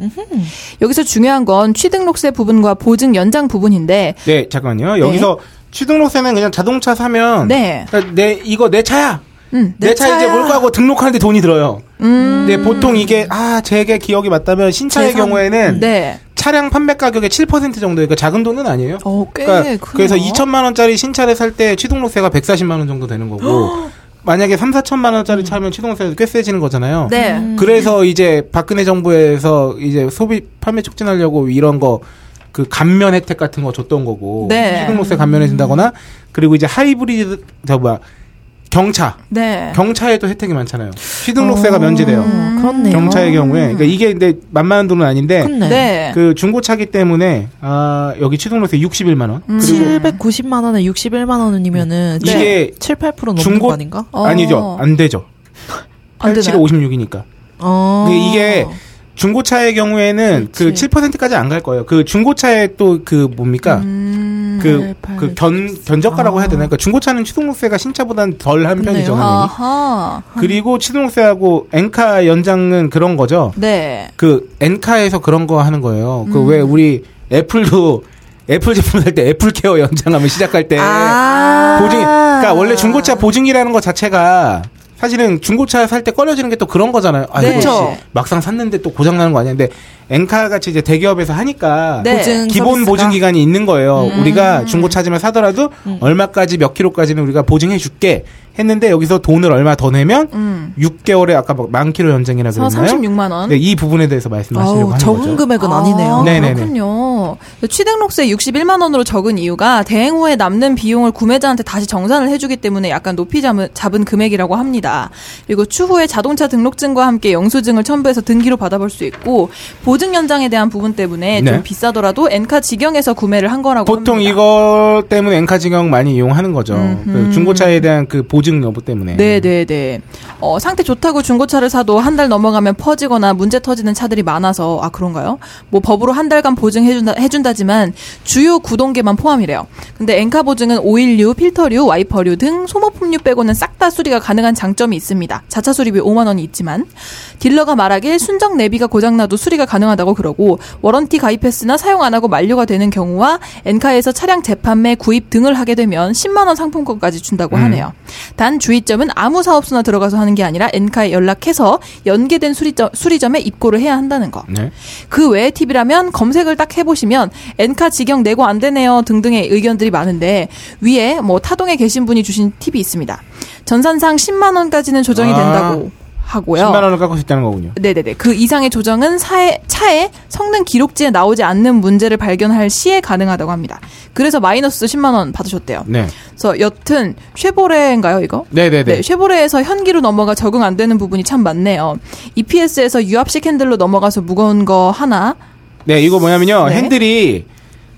G: 여기서 중요한 건 취등록세 부분과 보증 연장 부분인데
D: 네, 잠깐만요. 여기서 취등록세는 그냥 자동차 사면
G: 네.
D: 그러니까 내 이거 내 차야.
G: 음,
D: 내,
E: 내
D: 차 이제
E: 차야.
D: 몰고 하고 등록하는데 돈이 들어요. 근데 보통 이게 아 제게 기억이 맞다면 신차의
G: 재산-
D: 경우에는
G: 네.
D: 차량 판매 가격의 7% 정도 그러니까 작은 돈은 아니에요.
G: 어, 꽤
D: 그러니까
G: 크네요.
D: 그래서 2천만 원짜리 신차를 살 때 취등록세가 140만 원 정도 되는 거고 만약에 3, 4천만 원짜리 차면 취등록세가 꽤 세지는 거잖아요.
G: 네.
E: 음.
D: 그래서 이제 박근혜 정부에서 이제 소비 판매 촉진하려고 이런 거 그 감면 혜택 같은 거 줬던 거고
G: 네.
D: 취등록세 감면해준다거나 그리고 이제 하이브리드 저 뭐야 경차
G: 네.
D: 경차에도 혜택이 많잖아요. 취등록세가 면제돼요.
G: 음.
E: 어, 그렇네요.
D: 경차의 경우에 그러니까 이게 근데 만만한 돈은 아닌데
E: 그렇네.
G: 네.
D: 그 중고차기 때문에 아 여기 취등록세 61만 원
E: 음.
D: 그리고 네.
E: 790만 원에 61만 원이면은
D: 이게
E: 7, 8% 넘는
D: 중고-
E: 거 아닌가?
G: 어.
D: 아니죠 안 되죠.
G: 안
D: 87에
G: 되나요?
D: 56이니까.
E: 어.
D: 근데 이게 중고차의 경우에는 그
E: 그치.
D: 7%까지 안 갈 거예요. 그 중고차에 또 그 뭡니까? 그, 그 견, 견적가라고 해야 되나? 그러니까 중고차는 취등록세가 신차보다는 덜한
E: 그렇네요.
D: 편이죠. 당연히.
G: 아하.
D: 그리고 취등록세하고 엔카 연장은 그런 거죠.
G: 네.
D: 그 엔카에서 그런 거 하는 거예요. 그 왜
E: 음.
D: 우리 애플도 애플 제품 살 때 애플 케어 연장하면 시작할 때
E: 아.
D: 보증 그러니까 원래 중고차 보증이라는 것 자체가 사실은 중고차 살 때 꺼려지는 게 또 그런 거잖아요. 아,
G: 네.
D: 이거
G: 그쵸.
D: 막상 샀는데 또 고장 나는 거 아니야. 근데 엔카 같이 이제 대기업에서 하니까
G: 네.
E: 보증
D: 기본
E: 서비스가- 음.
D: 보증 기간이 있는 거예요. 우리가 중고차지만 사더라도 얼마까지 몇 킬로까지는 우리가 보증해 줄게 했는데 여기서 돈을 얼마 더 내면
E: 음.
D: 6개월에 아까 막만 킬로 연장이라
G: 그래서
D: 그랬나요?
G: 36만 원.
D: 네, 이 부분에 대해서 말씀하시려고
E: 아우,
D: 하는
E: 적은
D: 거죠.
E: 금액은
G: 아,
E: 아니네요.
D: 네. 네네네.
G: 그렇군요. 취등록세 61만 원으로 적은 이유가 대행 후에 남는 비용을 구매자한테 다시 정산을 해주기 때문에 약간 높이 잡은, 잡은 금액이라고 합니다. 그리고 추후에 자동차 등록증과 함께 영수증을 첨부해서 등기로 받아볼 수 있고 보증 연장에 대한 부분 때문에
D: 네.
G: 좀 비싸더라도 엔카 직영에서 구매를 한 거라고
D: 보통
G: 합니다. 음,
D: 이거 때문에 엔카 직영 많이 이용하는 거죠. 그 중고차에 대한 그 보증 여부 때문에.
G: 네네네. 어, 상태 좋다고 중고차를 사도 한 달 넘어가면 퍼지거나 문제 터지는 차들이 많아서, 아, 그런가요? 뭐 법으로 한 달간 보증해준다, 해준다지만 주요 구동계만 포함이래요. 근데 엔카 보증은 오일류, 필터류, 와이퍼류 등 소모품류 빼고는 싹 다 수리가 가능한 장점이 있습니다. 자차 수리비 5만원이 있지만, 딜러가 말하길 순정 내비가 고장나도 수리가 가능하다고 그러고, 워런티 가입했으나 사용 안 하고 만료가 되는 경우와 엔카에서 차량 재판매, 구입 등을 하게 되면 10만원 상품권까지 준다고
D: 음.
G: 하네요. 단 주의점은 아무 사업소나 들어가서 하는 게 아니라 엔카에 연락해서 연계된 수리점, 수리점에 입고를 해야 한다는 거.
D: 네.
G: 그 외에 팁이라면 검색을 딱 해보시면 엔카 직영 내고 안 되네요 등등의 의견들이 많은데 위에 뭐 타동에 계신 분이 주신 팁이 있습니다. 전산상 10만 원까지는 조정이
D: 아,
G: 된다고 하고요.
D: 10만 원을 깎을 수 있다는 거군요.
G: 네네네. 그 이상의 조정은 사에, 차에 성능 기록지에 나오지 않는 문제를 발견할 시에 가능하다고 합니다. 그래서 마이너스 10만 원 받으셨대요.
D: 네.
G: 그래서 여튼 쉐보레인가요 이거?
D: 네네네.
G: 네, 쉐보레에서 현기로 넘어가 적응 안 되는 부분이 참 많네요. EPS에서 유압식 핸들로 넘어가서 무거운 거 하나.
D: 네, 이거 뭐냐면요.
G: 네.
D: 핸들이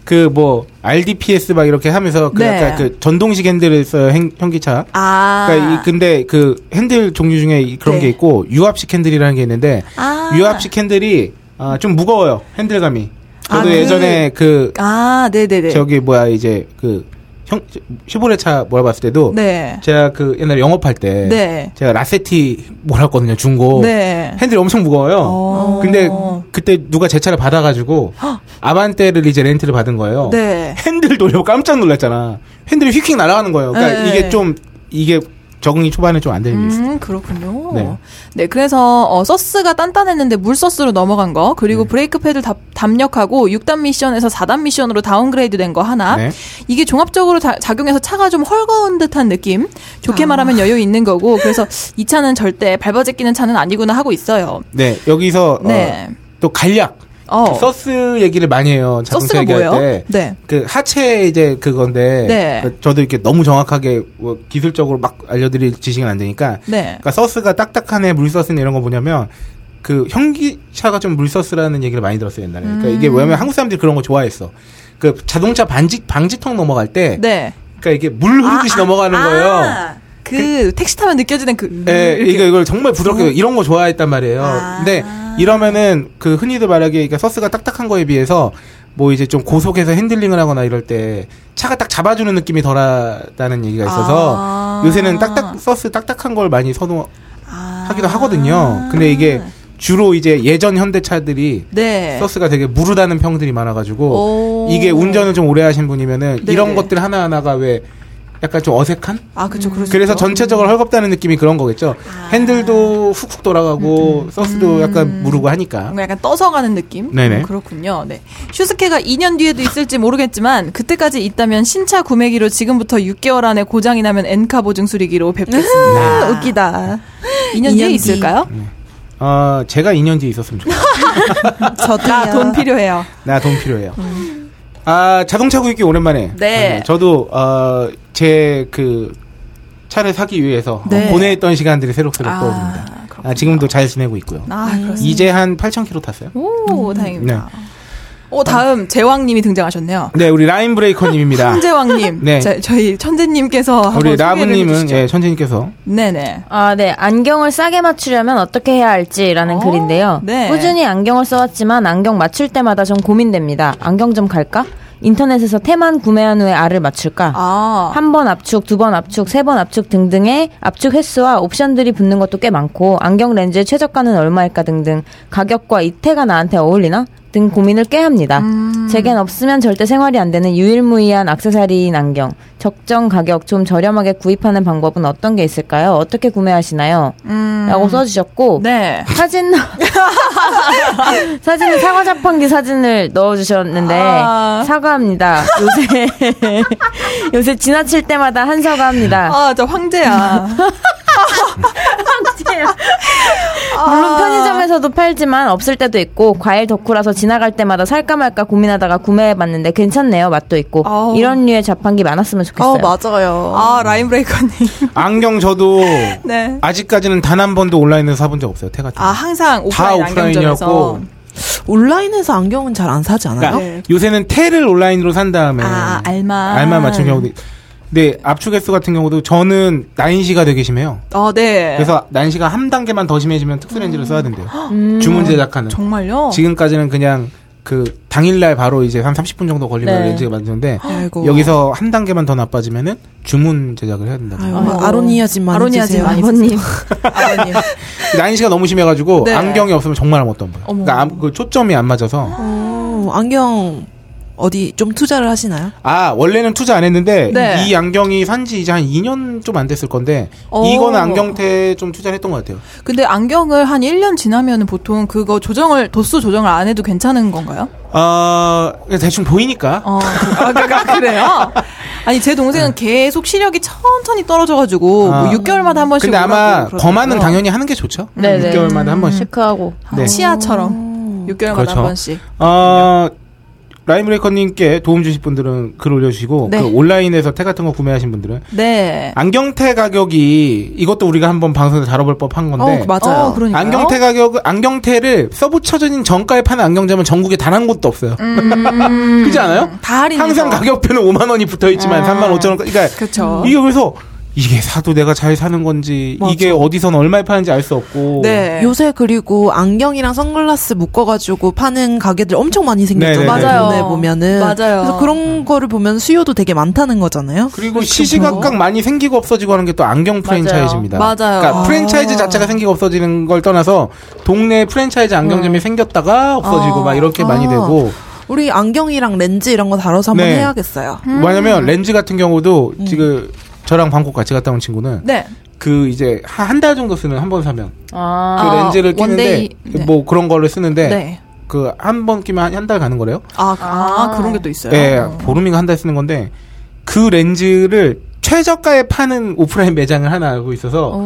D: 그 뭐 RDPS 막 이렇게 하면서 그
G: 네.
D: 약간 그 전동식 핸들을 써요. 행, 현기차.
G: 아.
D: 그러니까 이, 근데 그 핸들 종류 중에 이- 그런
G: 네.
D: 게 있고 유압식 핸들이라는 게 있는데
G: 아.
D: 유압식 핸들이 아, 좀 무거워요. 핸들감이. 저도
G: 아, 그-
D: 예전에 그
G: 아, 네네네.
D: 저기 뭐야 이제 그 형, 쉐보레 차 몰아봤을 때도
G: 네.
D: 제가 그 옛날에 영업할 때
G: 네.
D: 제가 라세티 몰았거든요. 중고.
G: 네.
D: 핸들이 엄청 무거워요.
G: 어.
D: 근데 그때 누가 제 차를 받아가지고 아반떼를 이제 렌트를 받은 거예요.
G: 네.
D: 핸들 돌려고 깜짝 놀랐잖아. 핸들이 휙휙 날아가는 거예요. 그러니까
G: 네.
D: 이게 좀 이게 적응이 초반에 좀 안 되는 게 있어요.
G: 음, 그렇군요.
D: 네.
G: 네. 그래서 어, 서스가 단단했는데 물 서스로 넘어간 거,
D: 네.
G: 그리고 브레이크 패드 답, 담력하고 6단 미션에서 4단 미션으로 다운그레이드 된 거 하나.
D: 네.
G: 이게 종합적으로 자- 작용해서 차가 좀 헐거운 듯한 느낌. 좋게 말하면 여유 있는 거고. 그래서 이 차는 절대 밟아 제끼는 차는 아니구나 하고 있어요.
D: 네 여기서 어,
G: 네.
D: 또 간략
G: 어.
D: 서스 얘기를 많이 해요. 자동차
G: 서스가
D: 얘기할
G: 뭐예요?
D: 때.
G: 네.
D: 그 하체 이제 그건데
G: 네.
D: 그 저도 이렇게 너무 정확하게 뭐 기술적으로 막 알려드릴 지식은 안 되니까
G: 네.
D: 그러니까 서스가 딱딱하네 물서스네 이런 거 뭐냐면 그 현기차가 좀 물서스라는 얘기를 많이 들었어요 옛날에 그러니까 이게
G: 음.
D: 뭐냐면 한국 사람들이 그런 거 좋아했어 그 자동차 반지 방지턱 넘어갈 때
G: 네.
D: 그러니까 이게 물 흐르듯이 넘어가는 거예요 네,
G: 아, 그, 택시 타면 느껴지는 그 어.
D: 예 이거 이걸 정말 부드럽게 이런 거 좋아했단 말이에요 근데 이러면은 그 흔히들 말하기에 그러니까 서스가 딱딱한 거에 비해서 뭐 이제 좀 고속해서 핸들링을 하거나 이럴 때 차가 딱 잡아주는 느낌이 덜하다는 얘기가 있어서
G: 아.
D: 요새는 딱딱 서스 딱딱한 걸 많이 선호하기도
G: 아.
D: 하거든요. 근데 이게 주로 이제 예전 현대차들이
G: 네.
D: 서스가 되게 무르다는 평들이 많아가지고
G: 오.
D: 이게 운전을 좀 오래 하신 분이면은 이런
G: 네네.
D: 것들 하나하나가 왜 약간 좀 어색한?
G: 아 그렇죠. 그렇죠. 아.
D: 그래서 전체적으로 헐겁다는 느낌이 그런 거겠죠. 핸들도 훅훅 돌아가고
G: 음,
D: 서스도 약간 무르고 하니까.
G: 뭔가 약간 떠서 가는 느낌?
D: 네네.
G: 음, 그렇군요. 네. 슈스케가 2년 뒤에도 있을지 모르겠지만 그때까지 있다면 신차 구매기로 지금부터 6개월 안에 고장이 나면 엔카 보증 수리기로 뵙겠습니다. 웃기다. 음. 2년, 뒤에 음.
E: 2년 뒤.
G: 있을까요?
D: 어, 제가 2년 뒤에 있었으면 좋겠어요.
E: 저도
G: 나 아, 돈 필요해요.
D: 나 돈 필요해요. 아, 자동차 구입기 오랜만에.
G: 음. 네.
D: 저도, 어, 제 그, 차를 사기 위해서
G: 네.
D: 보내했던 시간들이 새록새록
G: 아,
D: 떠오릅니다. 아,
G: 그렇군요.
D: 지금도 잘 지내고 있고요.
G: 아, 그렇습니다.
D: 이제 한 8,000km 탔어요.
G: 오, 다행입니다. 어, 다음 제왕님이 등장하셨네요.
D: 네, 우리 라인 브레이커님입니다.
G: 천재왕님.
D: 네.
G: 자, 저희 천재님께서 한번
D: 우리
G: 소개를
D: 라브님은,
G: 해주시죠.
D: 예, 천재님께서
G: 네네.
F: 아, 네. 안경을 싸게 맞추려면 어떻게 해야 할지라는
G: 어,
F: 글인데요.
G: 네.
F: 꾸준히 안경을 써왔지만 안경 맞출 때마다 좀 고민됩니다. 안경 좀 갈까? 인터넷에서 테만 구매한 후에 알을 맞출까?
G: 아,
F: 한 번 압축, 두 번 압축, 세 번 압축 등등의 압축 횟수와 옵션들이 붙는 것도 꽤 많고 안경 렌즈의 최저가는 얼마일까 등등 가격과 이태가 나한테 어울리나 등 고민을 꽤 합니다. 제겐 없으면 절대 생활이 안 되는 유일무이한 악세사리인 안경. 적정 가격 좀 저렴하게 구입하는 방법은 어떤 게 있을까요? 어떻게 구매하시나요? 라고
D: 아.
F: 써주셨고
G: 네.
F: 사진 사진은 사과 자판기 사진을 넣어주셨는데
G: 아.
F: 사과합니다. 요새 요새 지나칠 때마다 한사과합니다.
G: 아, 저 황제야.
F: 물론 편의점에서도 팔지만 없을 때도 있고 과일 덕후라서 지나갈 때마다 살까 말까 고민하다가 구매해봤는데 괜찮네요. 맛도 있고
G: 아우.
F: 이런 류의 자판기 많았으면 좋겠어요.
E: 맞아요.
G: 아, 라인브레이커님.
D: 안경 저도
G: 네.
D: 아직까지는 단 한 번도 온라인에서 사본 적 없어요. 태가
G: 아, 항상
D: 다
G: 오프라인 안경점에서.
D: 오프라인이었고 네.
E: 온라인에서 안경은 잘 안 사지 않아요?
D: 그러니까
G: 네.
D: 요새는 테를 온라인으로 산 다음에
G: 아, 알만.
D: 네. 알만 맞춘 경우도 있- 근데 압축 횟수 같은 경우도 저는 난시가 되게 심해요.
G: 아, 네.
D: 그래서 난시가 한 단계만 더 심해지면 특수렌즈를 써야 된대요. 주문 제작하는.
G: 음, 정말요?
D: 지금까지는 그냥 그 당일날 바로 이제 한 30분 정도 걸리는
F: 네.
D: 렌즈가 만드는데 어.
E: 아이고.
D: 여기서 한 단계만 더 나빠지면은 주문 제작을 해야 된다.
E: 뭐 아이고, 아로니아진 많이
G: 아로니아진
E: 드세요.
G: 많이
E: 아버님.
G: 아버님.
D: 난시가 너무 심해가지고
G: 네.
D: 안경이 없으면 정말 아무것도 안 보여.
G: 어머.
D: 그러니까 암- 그 초점이 안 맞아서
E: 어, 안경 어디 좀 투자를 하시나요?
D: 아 원래는 투자 안 했는데
G: 네.
D: 이 안경이 산지 이제 한 2년 좀 안 됐을 건데
G: 어.
D: 이거는 안경테 좀 투자를 했던 것 같아요.
G: 근데 안경을 한 1년 지나면 보통 그거 조정을, 도수 조정을 안 해도 괜찮은 건가요?
D: 아 그냥 대충 보이니까
G: 어, 아, 그- 아, 그래요? 아니, 제 동생은 계속 시력이 천천히 떨어져가지고,
D: 네. 아.
G: 뭐 6개월마다 한 번씩.
D: 근데 아마
G: 오라고 그러더라고요.
D: 검안은 당연히 하는 게 좋죠.
F: 네네.
D: 6개월마다 한 번씩.
F: 체크하고
D: 네.
G: 아, 치아처럼. 6개월마다
D: 그렇죠.
G: 한 번씩.
D: 어, 라임브레이커님께 도움 주실 분들은 글 올려주시고
G: 네.
D: 그 온라인에서 테 같은 거 구매하신 분들은
G: 네.
D: 안경테 가격이 이것도 우리가 한번 방송에서 다뤄볼 법한 건데
E: 어, 맞아요.
G: 어, 그러니까요.
D: 안경테 가격 안경테를 서브쳐진 정가에 파는 안경점은 전국에 단 한 곳도 없어요.
G: 음.
D: 그렇지 않아요?
G: 다 할인.
D: 항상 가격표는 5만 원이 붙어 있지만 3만 5천 원. 그러니까
G: 네. 그쵸.
D: 이게 그래서 이게 사도 내가 잘 사는 건지
E: 맞아.
D: 이게 어디선 얼마에 파는지 알 수 없고.
G: 네.
E: 요새 그리고 안경이랑 선글라스 묶어가지고 파는 가게들 엄청 많이 생겼잖아요.
D: 네네네.
G: 맞아요.
E: 돈에 보면은
G: 맞아요.
E: 그래서 그런 거를 보면 수요도 되게 많다는 거잖아요.
D: 그리고 시시각각 많이 생기고 없어지고 하는 게 또 안경 프랜차이즈입니다.
G: 맞아요.
D: 그러니까
G: 아.
D: 프랜차이즈 자체가 생기고 없어지는 걸 떠나서 동네 프랜차이즈 안경점이 생겼다가 없어지고
G: 어.
D: 막 이렇게 많이
E: 아.
D: 되고
E: 우리 안경이랑 렌즈 이런 거 다뤄서 한번
D: 네.
E: 해야겠어요.
G: 음.
D: 왜냐면 렌즈 같은 경우도 지금 저랑 방콕 같이 갔다 온 친구는
G: 네.
D: 그 이제 한 달 정도 쓰는 한 번 사면 그
F: 아,
G: 아,
D: 렌즈를 끼는데
G: 원데이, 네.
D: 뭐 그런 걸로 쓰는데
G: 네.
D: 그 한 번 끼면 한 달 가는 거래요.
G: 아, 아, 그런 게 또 있어요.
D: 예, 보름인가 한 달 쓰는 건데 그 렌즈를 최저가에 파는 오프라인 매장을 하나 알고 있어서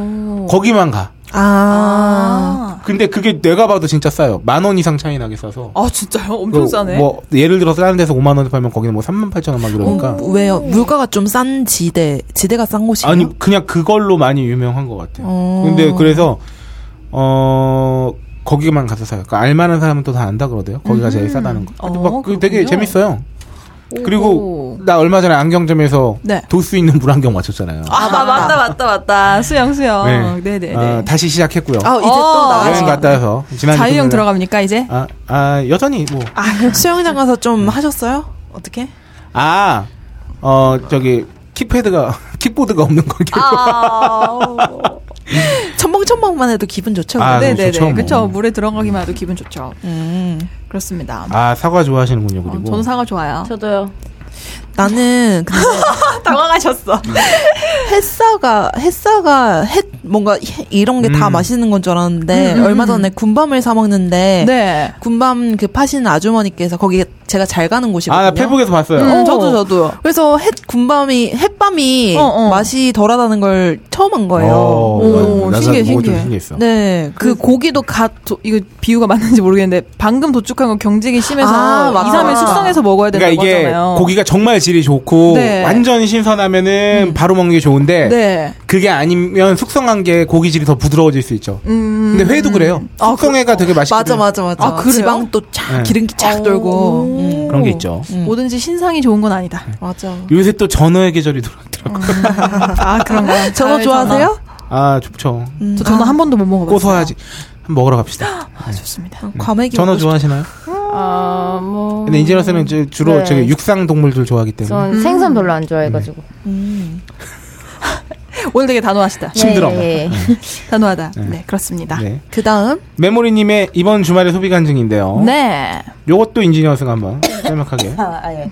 D: 거기만 가.
E: 아,
G: 아,
D: 근데 그게 내가 봐도 진짜 싸요. 만 원 이상 차이 나게 싸서.
G: 아, 진짜요? 엄청
D: 그
G: 싸네.
D: 뭐 예를 들어서 다른 데서 5만 원에 팔면 거기는 뭐 3만 8천 원 막 그러니까.
E: 어, 왜요? 물가가 좀 싼 지대, 지대가 싼 곳이에요.
D: 아니 그냥 그걸로 많이 유명한 것 같아요.
E: 어.
D: 근데 그래서 어 거기만 가서 사요. 그러니까 알만한 사람은 또 다 안다 그러대요. 거기가 제일 싸다는 거. 근데
G: 음. 어,
D: 막그 되게
G: 그렇군요.
D: 재밌어요. 그리고 나 얼마 전에 안경점에서
G: 네.
D: 도수 있는 물안경 맞췄잖아요.
G: 아, 맞다, 맞다, 맞다. 아, 수영, 수영. 네, 네,
D: 아,
G: 네.
D: 다시 시작했고요.
E: 아, 이제
G: 어,
E: 또 나가.
D: 여행 갔다 와서 지난
G: 자유형
D: 금요일날-
G: 들어갑니까, 이제?
D: 아, 아 여전히 뭐
E: 수영장 가서 좀 하셨어요? 어떻게?
D: 아, 어, 저기, 킥패드가, 킥보드가 없는 걸 결국.
G: 아,
E: 첨벙첨벙만 해도 기분 좋죠.
D: 아,
G: 네,
D: 너무
G: 네,
D: 좋죠,
G: 네.
D: 뭐.
G: 그쵸. 물에 들어가기만 해도 기분 좋죠.
E: 음.
G: 그렇습니다.
D: 아, 사과 좋아하시는군요,
G: 어,
D: 그리고.
G: 저는 사과 좋아요.
F: 저도요.
E: 나는 근데
G: 당황하셨어.
D: 네.
E: 햇사가 햇사가 햇 뭔가 해- 이런 게 다
D: 음.
E: 맛있는 건 줄 알았는데
G: 음, 음,
E: 얼마
G: 음.
E: 전에 군밤을 사 먹는데
G: 네.
E: 군밤 그 파시는 아주머니께서 거기 제가 잘 가는 곳이거든요.
D: 아, 나 페북에서 봤어요.
G: 음,
E: 어.
G: 저도, 저도.
E: 그래서 햇 군밤이 햇밤이
G: 어, 어.
E: 맛이 덜하다는 걸 처음 한 거예요.
D: 어.
G: 오,
D: 나도
G: 신기해,
D: 그거 좀
G: 신기해.
D: 신기했어.
E: 네,
G: 그 고기도 갓, 도- 이거 비유가 맞는지 모르겠는데, 방금 도축한 건 경직이 심해서
E: 아, 맞아.
G: 2, 3일 숙성해서 먹어야 된다고
D: 그러니까 이게
G: 하잖아요.
D: 고기가 정말 질이 좋고
G: 네. 음.
D: 완전 신선하면은 바로 먹는 게 좋은데
G: 네.
D: 그게 아니면 숙성한 게 고기 질이 더 부드러워질 수 있죠.
G: 음.
D: 근데 회도 그래요.
G: 아,
D: 숙성회가 되게 맛있고
E: 맞아 맞아 맞아.
G: 아, 그래요? 어.
E: 지방도 쫙
D: 네.
E: 기름기 쫙
G: 오.
E: 돌고. 음,
D: 그런 게 있죠.
E: 음.
G: 뭐든지 신상이 좋은 건 아니다.
E: 맞아.
D: 요새 또 전어의 계절이 들어왔더라고.
G: 아, 그런가요?
E: 전어
G: 잘 전어.
E: 좋아하세요?
D: 아 좋죠.
E: 음.
G: 저 전어 한 번도 못 먹어봤어요.
D: 고소하지. 한번 먹으러 갑시다.
G: 아, 좋습니다.
E: 과메기
D: 전어
E: 먹고 싶-
D: 좋아하시나요?
F: 아, 뭐.
D: 근데 이재현 씨는 이제 주로
F: 네.
D: 저기 육상 동물들 좋아하기 때문에.
F: 전 생선 별로 안 좋아해가지고.
E: 음.
G: 오늘 되게 단호하시다.
D: 힘들어.
F: 예, 예.
G: 단호하다. 네,
D: 네.
G: 그렇습니다. 네.
D: 네.
E: 그다음
D: 메모리님의 이번 주말의 소비 간증인데요.
G: 네.
D: 요것도 인지니어 승 한번 짤막하게.
F: 아, 아, 예.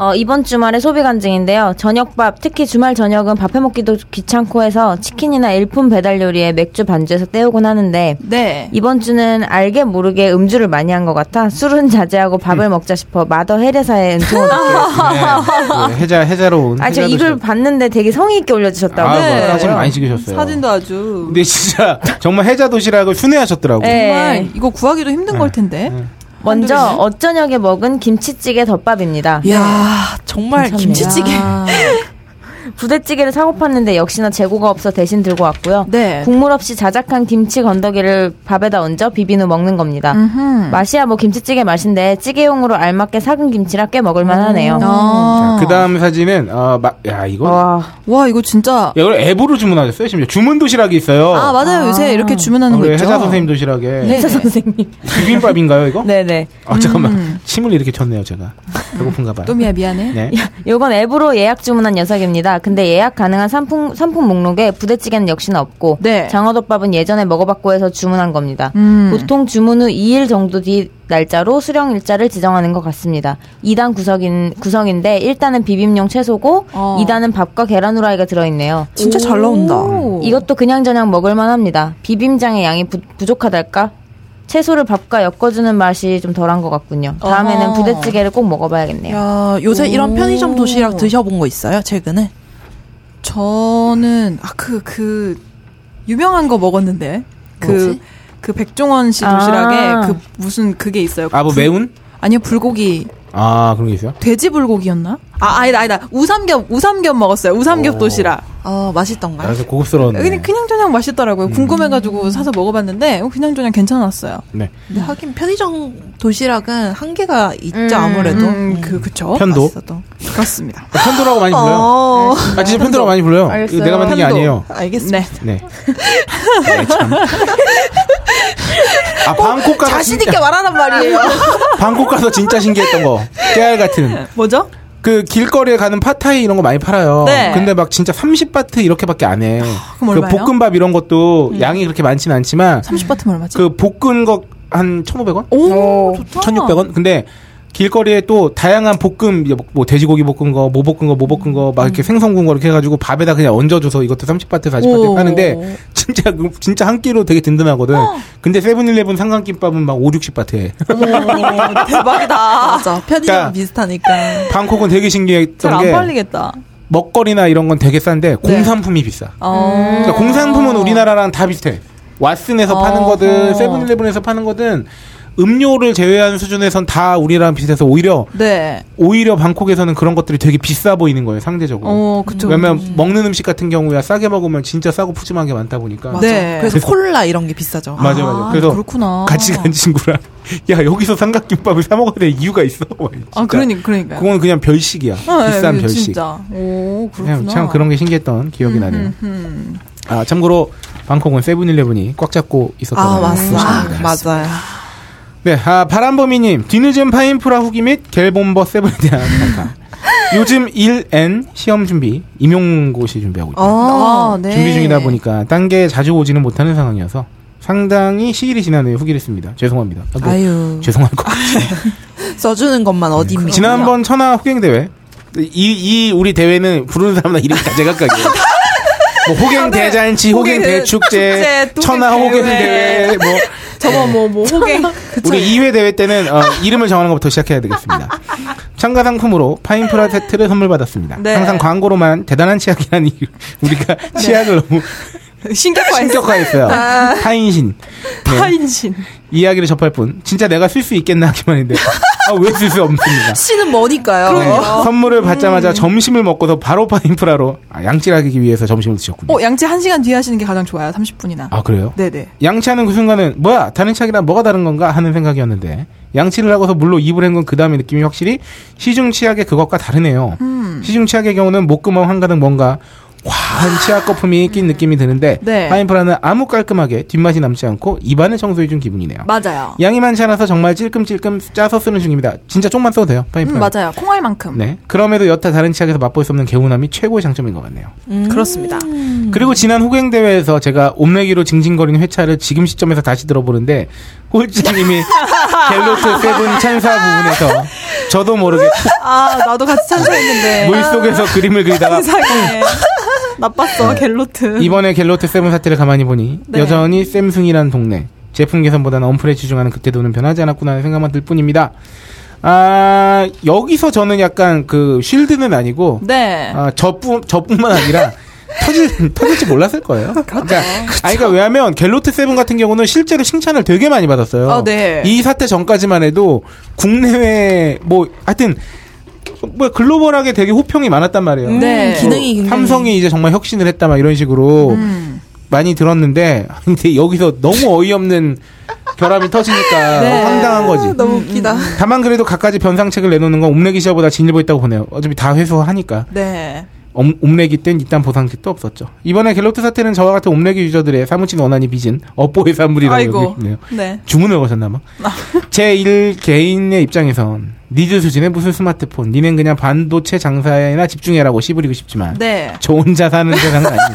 F: 어, 이번 주말에 소비 간증인데요. 저녁밥, 특히 주말 저녁은 밥 해먹기도 귀찮고 해서 치킨이나 일품 배달 요리에 맥주 반주에서 때우곤 하는데
G: 네.
F: 이번 주는 알게 모르게 음주를 많이 한 것 같아 술은 자제하고 밥을 먹자 싶어 마더 해례사의 은총을
D: 네, 해자 해자로 온.
F: 아저
D: 해자도
F: 이걸
D: 시-
F: 봤는데 되게 성의 있게 올려주셨다고
D: 아,
G: 네.
D: 뭐 사진 많이 찍으셨어요.
G: 사진도 아주.
D: 근데 진짜 정말 해자 도시락을 순회하셨더라고.
F: 네.
G: 정말 이거 구하기도 힘든
D: 네.
G: 걸 텐데.
F: 먼저 어쩌녁에 먹은 김치찌개 덮밥입니다
G: 네.
E: 야 아, 정말
F: 괜찮네요.
E: 김치찌개
F: 부대찌개를 사고 팠는데 역시나 재고가 없어 대신 들고 왔고요
G: 네.
F: 국물 없이 자작한 김치 건더기를 밥에다 얹어 비빈 후 먹는 겁니다
G: 음.
F: 맛이야 뭐 김치찌개 맛인데 찌개용으로 알맞게 삭은 김치라 꽤 먹을만
G: 음.
F: 하네요
D: 그 다음 사진은 어, 마, 야 이거 야,
F: 와
G: 아. 와 이거 진짜.
D: 이걸 앱으로 주문하셨어요. 심지어 주문 도시락이 있어요.
G: 아 맞아요 요새 이렇게 주문하는 거
D: 우리
G: 있죠. 네.
D: 해자 선생님 도시락에
F: 회사 선생님
D: 비빔밥인가요 이거?
F: 네네
D: 아 잠깐만 침을 이렇게 쳤네요 제가 배고픈가 봐요.
G: 음. 또미야 미안해.
D: 네.
F: 요건 앱으로 예약 주문한 녀석입니다. 근데 예약 가능한 상품, 상품 목록에 부대찌개는 역시나 없고
G: 네. 음.
F: 장어덮밥은 예전에 먹어봤고 해서 주문한 겁니다. 보통 주문 후 2일 정도 뒤 날짜로 수령 일자를 지정하는 것 같습니다. 2단 구성인, 구성인데 1단은 비빔용 채소고
G: 어.
F: 2단은 밥과 계란 후라이가 들어있네요.
E: 진짜 잘 나온다.
F: 이것도 그냥저냥 먹을만 합니다. 비빔장의 양이 부, 부족하달까? 채소를 밥과 엮어주는 맛이 좀 덜한 것 같군요. 다음에는
G: 어허.
F: 부대찌개를 꼭 먹어봐야겠네요.
E: 야 요새 이런 편의점 도시락 드셔본 거 있어요 최근에?
G: 저는 아 그 그 유명한 거 먹었는데
E: 뭐지?
G: 그 그 백종원 씨 도시락에
F: 아.
G: 그 무슨 그게 있어요.
D: 아 뭐
G: 불-
D: 매운?
G: 아니요 불고기
D: 아 그런 게 있어요?
G: 돼지 불고기였나? 아 아니다 아니다 우삼겹 우삼겹 먹었어요. 우삼겹
D: 오. 네.
G: 도시락.
E: 어 맛있던가요?
D: 아, 그래서 고급스러운데.
G: 그냥 그냥 저냥 맛있더라고요.
D: 음.
G: 궁금해가지고 사서 먹어봤는데 어, 그냥 저냥 괜찮았어요.
D: 네.
E: 근데 하긴 편의점 도시락은 한계가 있죠
F: 음,
E: 아무래도.
G: 음, 그 그쵸.
D: 편도.
G: 맛있어도. 그렇습니다. 네,
D: 편도라고 많이 불러요.
E: 어
D: 아 진짜 편도라고 많이 불러요. 이거 내가 만든 게
G: 편도.
D: 아니에요.
E: 알겠습니다.
G: 네.
D: 네. 네, 참. 아 방콕 가서
E: 자신
D: 진짜-
E: 있게 말하란 말이에요.
D: 방콕 가서 진짜 신기했던 거 깨알 같은
G: 뭐죠?
D: 그 길거리에 가는 파타이 이런 거 많이 팔아요.
G: 네.
D: 근데 막 진짜 30바트 이렇게밖에 안 해.
G: 그럼
D: 그
G: 얼마예요?
D: 볶음밥 이런 것도 양이 그렇게 많진 않지만
G: 30바트면 얼마지?
D: 그 볶은 거 한 1,500원?
G: 오, 좋다.
D: 1,600원? 근데 길거리에 또 다양한 볶음 이제 뭐 돼지고기 볶은 거, 뭐 볶은 거, 뭐 볶은 거
G: 음.
D: 막 이렇게 생선 구운 거 이렇게 해 가지고 밥에다 그냥 얹어 줘서 이것도 30바트, 40바트
G: 오.
D: 파는데 진짜 그- 진짜 한 끼로 되게 든든하거든.
G: 어.
D: 근데 세븐일레븐 삼각김밥은 막 5, 60바트 해.
G: 아, 대박이다.
E: 맞아 편의점
D: 그러니까-
E: 은 비슷하니까.
D: 방콕은 되게
G: 잘
D: 신기했던
G: 안
D: 게
G: 팔리겠다. 네.
D: 먹거리나 이런 건 되게 싼데 공산품이 비싸.
G: 어.
D: 그러니까 공산품은 우리나라랑 다 비슷해. 왓슨에서 파는 거든
G: 어.
D: 세븐일레븐에서 파는 거든 음료를 제외한 수준에선 다 우리랑 비슷해서 오히려
G: 네.
D: 오히려 방콕에서는 그런 것들이 되게 비싸 보이는 거예요 상대적으로.
G: 어, 그쵸.
D: 왜냐면 먹는 음식 같은 경우야 싸게 먹으면 진짜 싸고 푸짐한 게 많다 보니까.
E: 맞아.
G: 네.
E: 그래서 콜라 이런 게 비싸죠.
D: 맞아 맞아. 그래서
G: 그렇구나.
D: 같이 간 친구랑 야 여기서 삼각김밥을 사 먹어야 될 이유가 있어? 막 진짜.
G: 아, 그러니까, 그러니까요.
D: 그건 그냥 별식이야.
G: 아, 예,
D: 비싼
G: 예,
D: 별식.
G: 진짜. 오,
D: 그냥
G: 그렇구나. 음,
D: 참 그런 게 신기했던 기억이 나네요. 아 참고로 방콕은 세븐일레븐이 꽉 잡고 있었던
E: 아,
D: 곳입니다.
E: 맞아. 맞아요.
D: 네, 아, 바람범이님, 뒤늦은 파인프라 후기 및 갤본버 세븐에 대한 감사. 요즘 1N 시험 준비, 임용고시 준비하고 있다.
E: 어,
G: 아, 네.
D: 준비 중이다 보니까 단계에 자주 오지는 못하는 상황이어서 상당히 시일이 지난 후에 후기를 씁니다. 죄송합니다. 아, 뭐,
E: 아유.
D: 죄송할 것 같아요.
E: 써주는 것만 어딥니까?
D: 지난번 천하 호갱 대회 이, 이 우리 대회는 부르는 사람마다 이름이 다 제각각이에요. 뭐 호갱
G: 다들
D: 대잔치, 호갱
G: 호갱
D: 대축제,
G: 축제, 또
D: 천하 호갱
G: 호갱
D: 대회,
G: 대회.
D: 뭐
G: 저거 뭐, 뭐, 호갱.
D: 우리 2회 대회 때는 어, 이름을 정하는 것부터 시작해야 되겠습니다. 참가 상품으로 파인프라 세트를 선물 받았습니다.
G: 네.
D: 항상 광고로만 대단한 치약이라는 이유, 우리가 치약을 너무
G: 신격화했어.
D: 신격화했어요.
G: 아.
D: 파인신. 네.
G: 파인신.
D: 이야기를 접할 뿐 진짜 내가 쓸 수 있겠나 하기만 했는데 아, 왜 쓸 수 없습니다.
E: 씨는 뭐니까요?
D: 네, 선물을
G: 음.
D: 받자마자 점심을 먹고서 바로 파인프라로 아, 양치하기 위해서 점심을 드셨군요.
G: 어, 양치 1시간 뒤에 하시는 게 가장 좋아요. 30분이나.
D: 아 그래요?
G: 네네.
D: 양치하는 그 순간은 뭐야 다른 치약이랑 뭐가 다른 건가 하는 생각이었는데 양치를 하고서 물로 입을 헹군 그 다음의 느낌이 확실히 시중 치약의 그것과 다르네요.
G: 음.
D: 시중 치약의 경우는 목구멍 한가득 뭔가 화한 치약 거품이 낀 느낌이 드는데
G: 아. 네.
D: 파인프라는 아무 깔끔하게 뒷맛이 남지 않고 입안을 청소해준 기분이네요.
G: 맞아요.
D: 양이 많지 않아서 정말 찔끔찔끔 짜서 쓰는 중입니다. 진짜 조금만 써도 돼요. 파인프라.
G: 음, 맞아요. 콩알만큼.
D: 네. 그럼에도 여타 다른 치약에서 맛볼 수 없는 개운함이 최고의 장점인 것 같네요.
G: 음. 그렇습니다.
D: 그리고 지난 호갱 대회에서 제가 옴내기로 징징거리는 회차를 지금 시점에서 다시 들어보는데 홀찌님이 갤로트 세븐 찬사 부분에서 저도 모르게 푹
G: 아, 나도 같이 찬성했는데.
D: 물속에서 그림을 그리다가
G: 이상해. 나빴어, 갤로트.
D: 이번에 갤로트 세븐 사태를 가만히 보니
G: 네.
D: 여전히 샘승이라는 동네 제품 개선보다는 엄플에 치중하는 그때 도는 변하지 않았구나 하는 생각만 들 뿐입니다. 아 여기서 저는 약간 그 쉴드는 아니고
G: 네.
D: 아, 저뿐, 저뿐만 아니라 터질, 터질지 몰랐을 거예요.
G: 그렇죠.
D: 그러니까, 아니, 그러니까 왜냐면 갤로트 세븐 같은 경우는 실제로 칭찬을 되게 많이 받았어요.
G: 아, 네.
D: 이 사태 전까지만 해도 국내외 뭐 하여튼 뭐 글로벌하게 되게 호평이 많았단 말이에요.
G: 네.
D: 뭐
E: 음, 기능이 굉장히- 음.
D: 삼성이 이제 정말 혁신을 했다 막 이런 식으로
G: 음.
D: 많이 들었는데 아, 근데 여기서 너무 어이없는 결함이 터지니까
G: 네.
D: 황당한 거지.
E: 너무 웃기다.
D: 다만 그래도 갖가지 변상책을 내놓는 건 옴내기 시절보다 진일보 있다고 보네요. 어차피 다 회수하니까.
G: 네.
D: 옴- 옴내기 땐 일단 보상책도 없었죠. 이번에 갤럭트 사태는 저와 같은 옴내기 유저들의 사무친 원한이 빚은 업보의 산물이라고
G: 아이고. 아.
D: 여기네요.
G: 네.
D: 주문을 거셨나봐. 제1 개인의 입장에선 니즈 수준의 무슨 스마트폰, 니넨 그냥 반도체 장사에나 집중해라고 씨부리고 싶지만
G: 네.
D: 저 혼자 사는 세상은 아닙니다.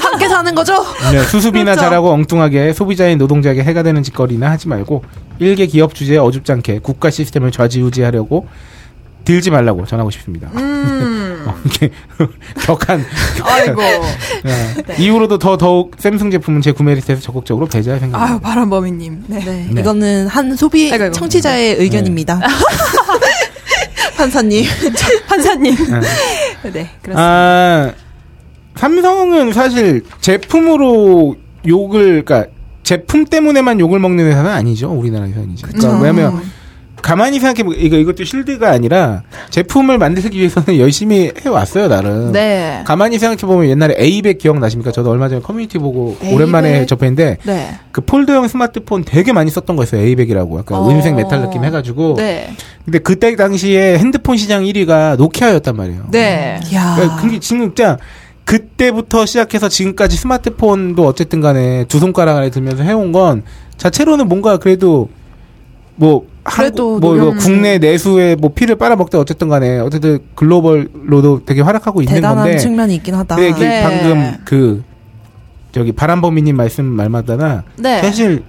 E: 함께 사는 거죠?
D: 네, 수습이나
G: 그렇죠.
D: 잘하고 엉뚱하게 소비자인 노동자에게 해가 되는 짓거리나 하지 말고 일개 기업 주제에 어줍지 않게 국가 시스템을 좌지우지하려고 들지 말라고 전하고 싶습니다. 어, 이렇게 격한
G: 음. 아이고.
D: 네. 이후로도 더 더욱 샘승 제품은 제 구매 리스트에서 적극적으로 배제할
G: 아유,
D: 생각입니다.
G: 바람범이님. 네.
D: 네.
E: 이거는 한 소비
G: 아이고, 아이고.
E: 청취자의 의견입니다. 판사님.
G: 판사님. 네. 그렇습니다.
D: 아, 삼성은 사실 제품으로 욕을 그러니까 제품 때문에만 욕을 먹는 회사는 아니죠 우리나라 회사는 이제.
G: 음.
D: 그러니까 왜냐면 가만히 생각해 보 이거 이것도 실드가 아니라 제품을 만들기 위해서는 열심히 해 왔어요 나름.
G: 네.
D: 가만히 생각해 보면 옛날에 에이백 기억 나십니까? 저도 얼마 전에 커뮤니티 보고
E: 에이백?
D: 오랜만에 접했는데
G: 네.
D: 그 폴더형 스마트폰 되게 많이 썼던 거였어요 에이백이라고 약간
G: 어.
D: 은색 메탈 느낌 해가지고
G: 네.
D: 근데 그때 당시에 핸드폰 시장 1위가 노키아였단 말이에요.
G: 네.
E: 야.
D: 그러니까 그게 지금 진짜 그때부터 시작해서 지금까지 스마트폰도 어쨌든 간에 두 손가락 안에 들면서 해온 건 자체로는 뭔가 그래도 뭐 한국,
E: 그래도
D: 뭐 이거
E: 노력-
D: 국내 내수에 뭐 피를 빨아먹든 어쨌든 간에 어쨌든 글로벌로도 되게 활약하고 있는
E: 대단한
D: 건데
E: 측면이 있긴 하다.
D: 근데 이게
G: 네.
D: 방금 그 저기 바람범이님 말씀 말마다나
G: 네.
D: 사실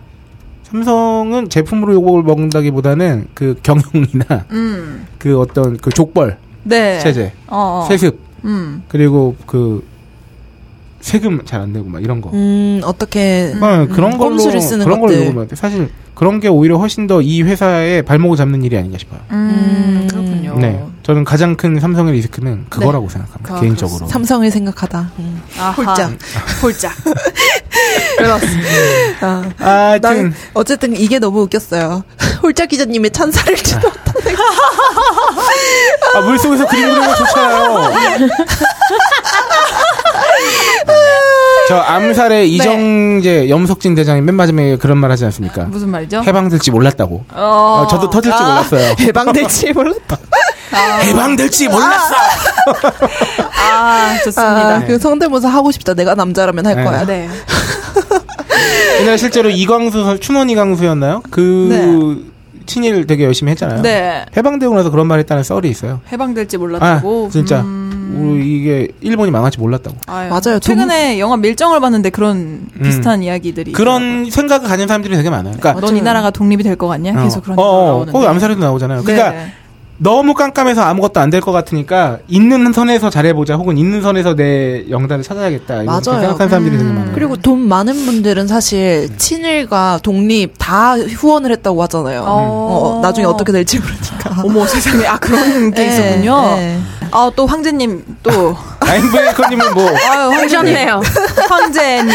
D: 삼성은 제품으로 욕을 먹는다기보다는 그 경영이나
G: 음.
D: 그 어떤 그 족벌
G: 네.
D: 체제
G: 어. 어.
D: 세습
G: 음.
D: 그리고 그 세금 잘 안 내고 막 이런 거
E: 음, 어떻게.
D: 어, 그런
E: 음,
D: 걸로
E: 꼼수를 쓰는
D: 그런 걸로
E: 것들.
D: 욕을 먹는데 사실 그런 게 오히려 훨씬 더 이 회사의 발목을 잡는 일이 아닌가 싶어요.
G: 음. 그렇군요.
D: 네, 저는 가장 큰 삼성의 리스크는 그거라고 생각합니다.
G: 아,
D: 개인적으로.
E: 삼성을 생각하다. 음.
G: 아하.
E: 홀짝.
G: 홀짝. 그렇습니다.
E: 아,
D: 아튼
E: 난 어쨌든 이게 너무 웃겼어요. 홀짝 기자님의 찬사를 듣고
D: 아, 물속에서 그림 그리는 거 좋잖아요. 저 암살의 이정재 염석진 대장이 맨 마지막에 그런 말 하지 않습니까?
G: 무슨 말이죠?
D: 해방될지 몰랐다고.
G: 어.
D: 아, 저도 터질지 몰랐어요.
E: 해방될지 몰랐다.
D: 해방될지 몰랐어.
G: 아, 좋습니다.
E: 아, 그 성대모사 하고 싶다. 내가 남자라면 할
D: 네.
E: 거야.
G: 네.
D: 옛날 실제로 이광수 선- 춘원 이광수였나요? 그 친일 되게 열심히 했잖아요.
G: 네.
D: 해방되고 나서 그런 말 했다는 썰이 있어요.
G: 해방될지
D: 아,
G: 몰랐다고.
D: 진짜
G: 음.
D: 우리 이게 일본이 망할지 몰랐다고.
G: 아유,
E: 맞아요.
G: 최근에 영화 밀정을 봤는데 그런
D: 음.
G: 비슷한 이야기들이
D: 그런 생각을 가진 사람들이 되게 많아요. 그러니까
G: 넌이 나라가 독립이 될 것 같냐? 어, 계속 그런
D: 어,
G: 얘기가
D: 어,
G: 나오는데.
D: 거기 암살에도 나오잖아요. 그러니까
G: 네.
D: 너무 깜깜해서 아무것도 안 될 것 같으니까 있는 선에서 잘해보자 혹은 있는 선에서 내 영단을 찾아야겠다 이렇게
E: 맞아요.
D: 생각하는 사람들이 되게
G: 음.
D: 많아요.
E: 그리고 돈 많은 분들은 사실 친일과 독립 다 후원을 했다고 하잖아요.
G: 어.
E: 어, 나중에 어떻게 될지 모르니까.
G: 어머 세상에 아 그런 게
E: 네,
G: 있었군요.
E: 네.
G: 아 또 황제님 또
D: 라인브레이커님은 뭐
G: 아유 황제님
F: 오셨네요.
G: 황제님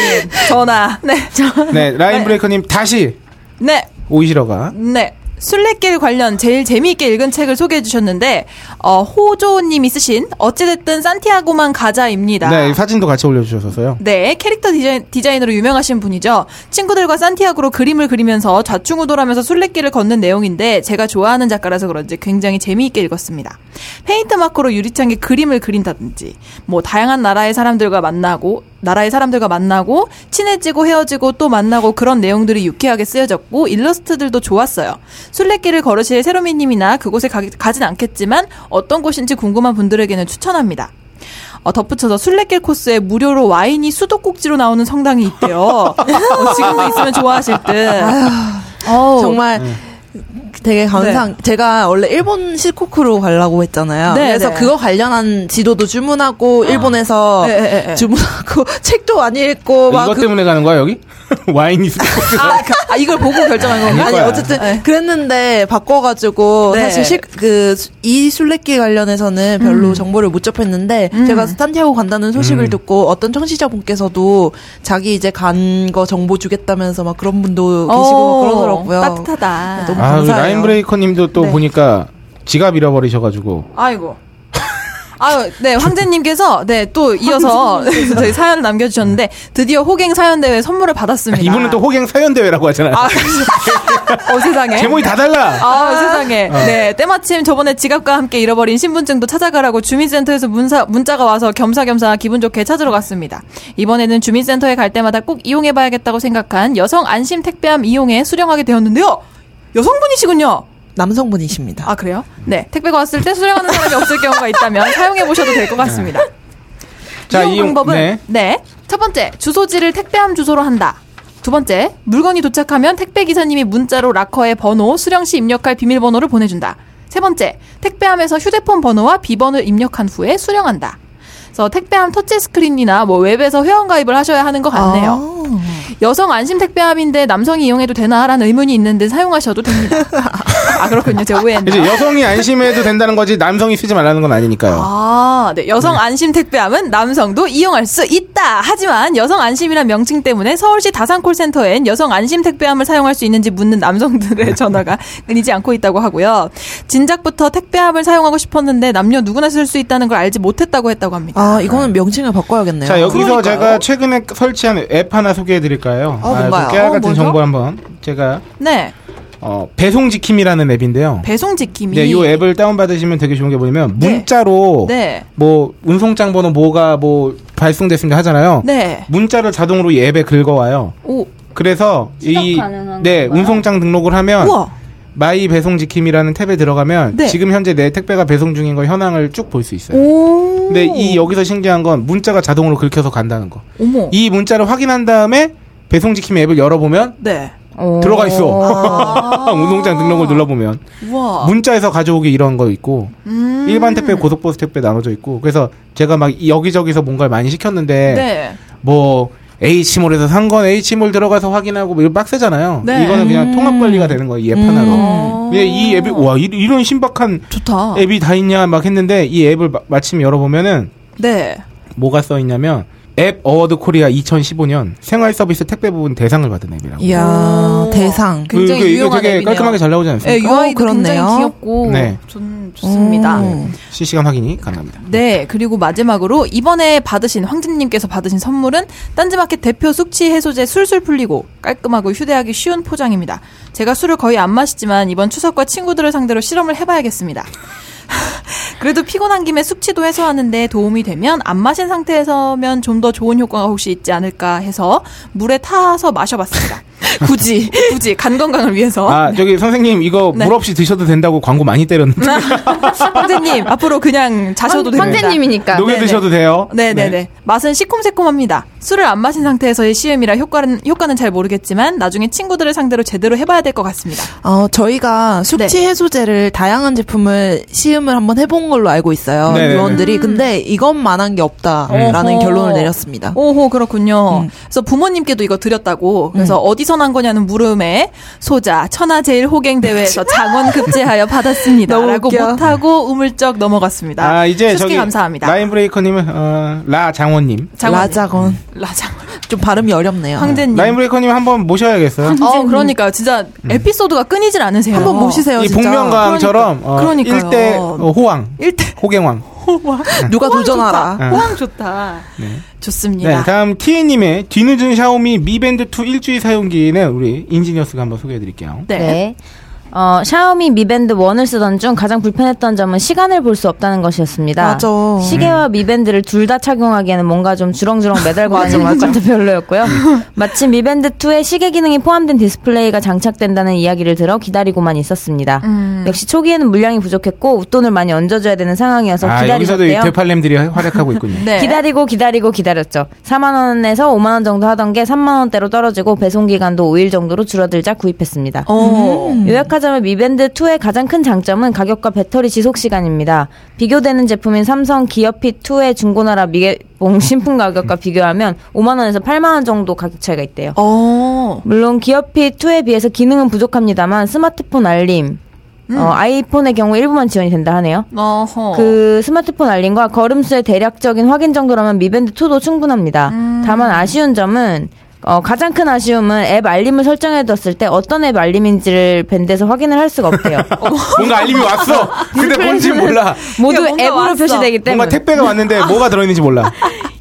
G: 전화
D: 네, 라인브레이커님 다시
G: 네네
D: 오이시러가
G: 네. 술래길 관련 제일 재미있게 읽은 책을 소개해 주셨는데 어, 호조님이 쓰신 어찌됐든 산티아고만 가자입니다.
D: 네 사진도 같이 올려주셨었어요.
G: 네, 캐릭터 디자인, 디자이너로 유명하신 분이죠. 친구들과 산티아고로 그림을 그리면서 좌충우돌하면서 술래길을 걷는 내용인데 제가 좋아하는 작가라서 그런지 굉장히 재미있게 읽었습니다. 페인트 마커로 유리창에 그림을 그린다든지 뭐 다양한 나라의 사람들과 만나고 나라의 사람들과 만나고 친해지고 헤어지고 또 만나고 그런 내용들이 유쾌하게 쓰여졌고 일러스트들도 좋았어요. 술래길을 걸으실 세로미님이나 그곳에 가, 가진 않겠지만 어떤 곳인지 궁금한 분들에게는 추천합니다. 어, 덧붙여서 술래길 코스에 무료로 와인이 수도꼭지로 나오는 성당이 있대요. 어, 지금도 있으면 좋아하실 듯. 어우,
E: 정말
D: 네.
E: 되게 감상. 제가 원래 일본 시코쿠로 가려고 했잖아요.
G: 네,
E: 그래서
G: 네.
E: 그거 관련한 지도도 주문하고 일본에서
G: 네, 네, 네.
E: 주문하고 책도 많이 읽고 막
D: 이것
E: 그-
D: 때문에 가는 거야 여기? 와인이 있을 것 같아.
G: 어, 아, 그- 아, 이걸 보고 결정한
D: 아닐
G: 건가요?
E: 아니
D: 거야.
E: 어쨌든
G: 네.
E: 그랬는데 바꿔가지고
G: 네.
E: 사실 그이 술래길 관련해서는 별로
G: 음.
E: 정보를 못 접했는데 제가 산티아고 간다는
D: 음.
E: 소식을 듣고 어떤 청취자분께서도 자기 이제 간 거 정보 주겠다면서 막 그런 분도 계시고 뭐
G: 오,
E: 그러더라고요.
G: 어. 따뜻하다.
E: 너무
D: 아, 그
E: 감사해요.
D: 라인브레이커님도 또
G: 네.
D: 보니까 지갑 잃어버리셔가지고
G: 아이고. 아유, 네, 황제님께서, 네, 또 이어서 저희 사연을 남겨주셨는데, 드디어 호갱 사연대회 선물을 받았습니다.
D: 이분은 또 호갱 사연 대회라고 하잖아요.
G: 아, 어, 세상에.
D: 제목이 다 달라.
G: 아, 세상에. 네, 때마침 저번에 지갑과 함께 잃어버린 신분증도 찾아가라고 주민센터에서 문사, 문자가 와서 겸사겸사 기분 좋게 찾으러 갔습니다. 이번에는 주민센터에 갈 때마다 꼭 이용해봐야겠다고 생각한 여성 안심 택배함 이용해 수령하게 되었는데요. 여성분이시군요.
E: 남성분이십니다.
G: 아, 그래요? 네. 택배가 왔을 때 수령하는 사람이 없을 경우가 있다면 사용해보셔도 될 것 같습니다. 이용, 방법은
D: 네.
G: 네. 첫 번째, 주소지를 택배함 주소로 한다. 두 번째, 물건이 도착하면 택배 기사님이 문자로 락커의 번호, 수령 시 입력할 비밀번호를 보내준다. 세 번째, 택배함에서 휴대폰 번호와 비번을 입력한 후에 수령한다. 그래서 택배함 터치 스크린이나 뭐 웹에서 회원가입을 하셔야 하는 것 같네요. 여성 안심 택배함인데 남성이 이용해도 되나라는 의문이 있는데 사용하셔도 됩니다. 아 그렇군요, 제가
D: 이제
G: 오해했네요.
D: 여성이 안심해도 된다는 거지 남성이 쓰지 말라는 건 아니니까요.
G: 아, 네. 여성 안심 택배함은 남성도 이용할 수 있다. 하지만 여성 안심이란 명칭 때문에 서울시 다산콜센터엔 여성 안심 택배함을 사용할 수 있는지 묻는
D: 네.
G: 남성들의 전화가 끊이지 않고 있다고 하고요. 진작부터 택배함을 사용하고 싶었는데 남녀 누구나 쓸 수 있다는 걸 알지 못했다고 했다고 합니다.
E: 아 이거는 명칭을 바꿔야겠네요.
D: 자 여기서
G: 아, 그러니까요.
D: 제가 최근에 설치한 앱 하나 소개해드릴까요?
E: 어, 뭔가요?
D: 그 깨알
G: 어,
D: 같은
G: 뭐죠?
D: 정보 한번 제가
G: 네.
D: 어, 배송 지킴이라는 앱인데요.
G: 배송 지킴이.
D: 네, 이 앱을 다운 받으시면 되게 좋은 게 뭐냐면 문자로
G: 네.
D: 뭐 운송장 번호 뭐가 뭐 발송됐습니다 하잖아요.
G: 네.
D: 문자를 자동으로 이 앱에 긁어와요.
G: 오.
D: 그래서 이
F: 가능한
D: 네,
F: 건가요?
D: 운송장 등록을 하면
G: 우와.
D: 마이 배송 지킴이라는 탭에 들어가면
G: 네.
D: 지금 현재 내 택배가 배송 중인 걸 현황을 쭉 볼 수 있어요.
G: 오.
D: 근데 이 여기서 신기한 건 문자가 자동으로 긁혀서 간다는 거.
G: 어머.
D: 이 문자를 확인한 다음에 배송 지킴이 앱을 열어보면
G: 네.
F: 오. 아.
D: 들어가 있어. 운송장 등록을 눌러보면
G: 우와.
D: 문자에서 가져오기 이런 거 있고
G: 어. 음.
D: 일반 택배, 고속버스 택배 나눠져 있고 그래서 제가 막 이- 여기저기서 뭔가를 많이 시켰는데
G: 네.
D: 뭐 H몰에서 산 건 H몰 들어가서 확인하고 뭐 이거 빡세잖아요.
G: 네. 음.
D: 이거는 그냥 통합 관리가 되는 거예요. 이 앱 하나로. 근데 음. 예, 이 앱이 와 이- 이런 신박한
G: 어. 좋다.
D: 앱이 다 있냐 막 했는데 이 앱을 마, 침 열어보면은
G: 네.
D: 뭐가 써 있냐면 앱 어워드 코리아 2015년 생활 서비스 택배 부분 대상을 받은 앱이라고.
E: 이야, 되상.
D: 그,
G: 예, 굉장히
D: 그, 이거
G: 유용한
D: 되게
G: 앱이네요.
D: 깔끔하게 잘 나오지 않습니까?
G: 네, UI도
E: 그렇네요.
G: 굉장히 귀엽고
D: 네.
G: 좋, 좋습니다.
E: 음.
D: 예, 실시간 확인이 가능합니다.
G: 네, 그리고 마지막으로 이번에 받으신 황진님께서 받으신 선물은 딴지마켓 대표 숙취 해소제 술술 풀리고 깔끔하고 휴대하기 쉬운 포장입니다. 제가 술을 거의 안 마시지만 이번 추석과 친구들을 상대로 실험을 해봐야겠습니다. 그래도 피곤한 김에 숙취도 해소하는데 도움이 되면 안 마신 상태에서면 좀 더 좋은 효과가 혹시 있지 않을까 해서 물에 타서 마셔봤습니다. 굳이 굳이 간 건강을 위해서
D: 아, 저기 선생님 이거
G: 어? 네.
D: 물 없이 드셔도 된다고 광고 많이 때렸는데
G: 황제님 앞으로 그냥 자셔도
A: 황-
G: 됩니다.
A: 황제님이니까.
D: 녹여 드셔도 돼요.
G: 그러니까, 네, 네네네. 맛은 시콤새콤합니다. 술을 안 마신 상태에서의 CM이라 효과는, 효과는 잘 모르겠지만 나중에 친구들을 상대로 제대로 해봐야 될 것 같습니다.
E: 어, 저희가 숙취
D: 네.
E: 해소제를 다양한 제품을 시음을 한번 해본 걸로 알고 있어요.
D: 네, 네, 네.
E: 요원들이. 근데 이것만한 게 없다라는
G: 음.
E: 결론을 내렸습니다.
G: 오호, 그렇군요.
E: 음.
G: 그래서 부모님께도 이거 드렸다고. 그래서 어디서 난 거냐는 물음에 소자, 천하제일 호갱대회에서 장원 급제하여 받았습니다.
E: 그렇죠. 너무
G: 라고
E: 웃겨.
G: 못하고 우물쩍 넘어갔습니다.
D: 아, 이제
G: 수수께
D: 저기
G: 감사합니다.
D: 라인 브레이커 님은 어, 라 장원 님.
G: 장원-
E: 라자건.
G: 라장.
E: 좀 발음이 어렵네요.
G: 황제님.
D: 라인 음. 브레이커 님 한번 모셔야겠어요.
G: 어, 그러니까요. 진짜 에피소드가 끊이질 않으세요.
E: 한번 모시세요,
D: 이
E: 진짜.
D: 복면가왕처럼
G: 그러니까- 그러니까요.
D: 일대 어, 호황,
G: 일대
D: 호갱왕.
E: 누가
G: 호황
E: 도전하라.
G: 좋다. 호황 좋다. 좋습니다.
D: 네, 다음 티에님의 뒤늦은 샤오미 미밴드 2 일주일 사용기는 우리 인지니어스가 한번 소개해드릴게요.
G: 네.
F: 네. 어, 샤오미 미밴드 1을 쓰던 중 가장 불편했던 점은 시간을 볼 수 없다는 것이었습니다.
E: 맞아.
F: 시계와
D: 네.
F: 미밴드를 둘 다 착용하기에는 뭔가 좀 주렁주렁 매달고 앉은 것 같아 별로였고요. 마침 미밴드 2에 시계 기능이 포함된 디스플레이가 장착된다는 이야기를 들어 기다리고만 있었습니다. 역시 초기에는 물량이 부족했고 웃돈을 많이 얹어줘야 되는 상황이어서
D: 아, 여기서도 이
F: 기다리셨대요.
D: 되팔렘들이 활약하고 있군요.
G: 네.
F: 기다리고 기다리고 기다렸죠. 4만 원에서 5만 원 정도 하던 게 3만 원대로 떨어지고 배송 기간도 5일 정도로 줄어들자 구입했습니다.
G: 어.
F: 요약하자면 미밴드 2의 가장 큰 장점은 가격과 배터리 지속 시간입니다. 비교되는 제품인 삼성 기어핏 2의 중고나라 미개봉 뭐, 신품 가격과 비교하면 5만 원에서 8만 원 정도 가격 차이가 있대요.
G: 어.
F: 물론 기어핏 2에 비해서 기능은 부족합니다만 스마트폰 알림,
G: 음.
F: 어, 아이폰의 경우 일부만 지원이 된다 하네요.
G: 어허.
F: 그 스마트폰 알림과 걸음수의 대략적인 확인 정도라면 미밴드 2도 충분합니다.
G: 음.
F: 다만 아쉬운 점은 어, 가장 큰 아쉬움은 앱 알림을 설정해뒀을 때 어떤 앱 알림인지를 밴드에서 확인을 할 수가 없대요.
G: 어,
D: 뭔가 알림이 왔어. 근데 뭔지 몰라.
F: 모두
G: 그러니까 뭔가
F: 앱으로
G: 왔어.
F: 표시되기 때문에
D: 뭔가 택배가 왔는데 뭐가 들어있는지 몰라.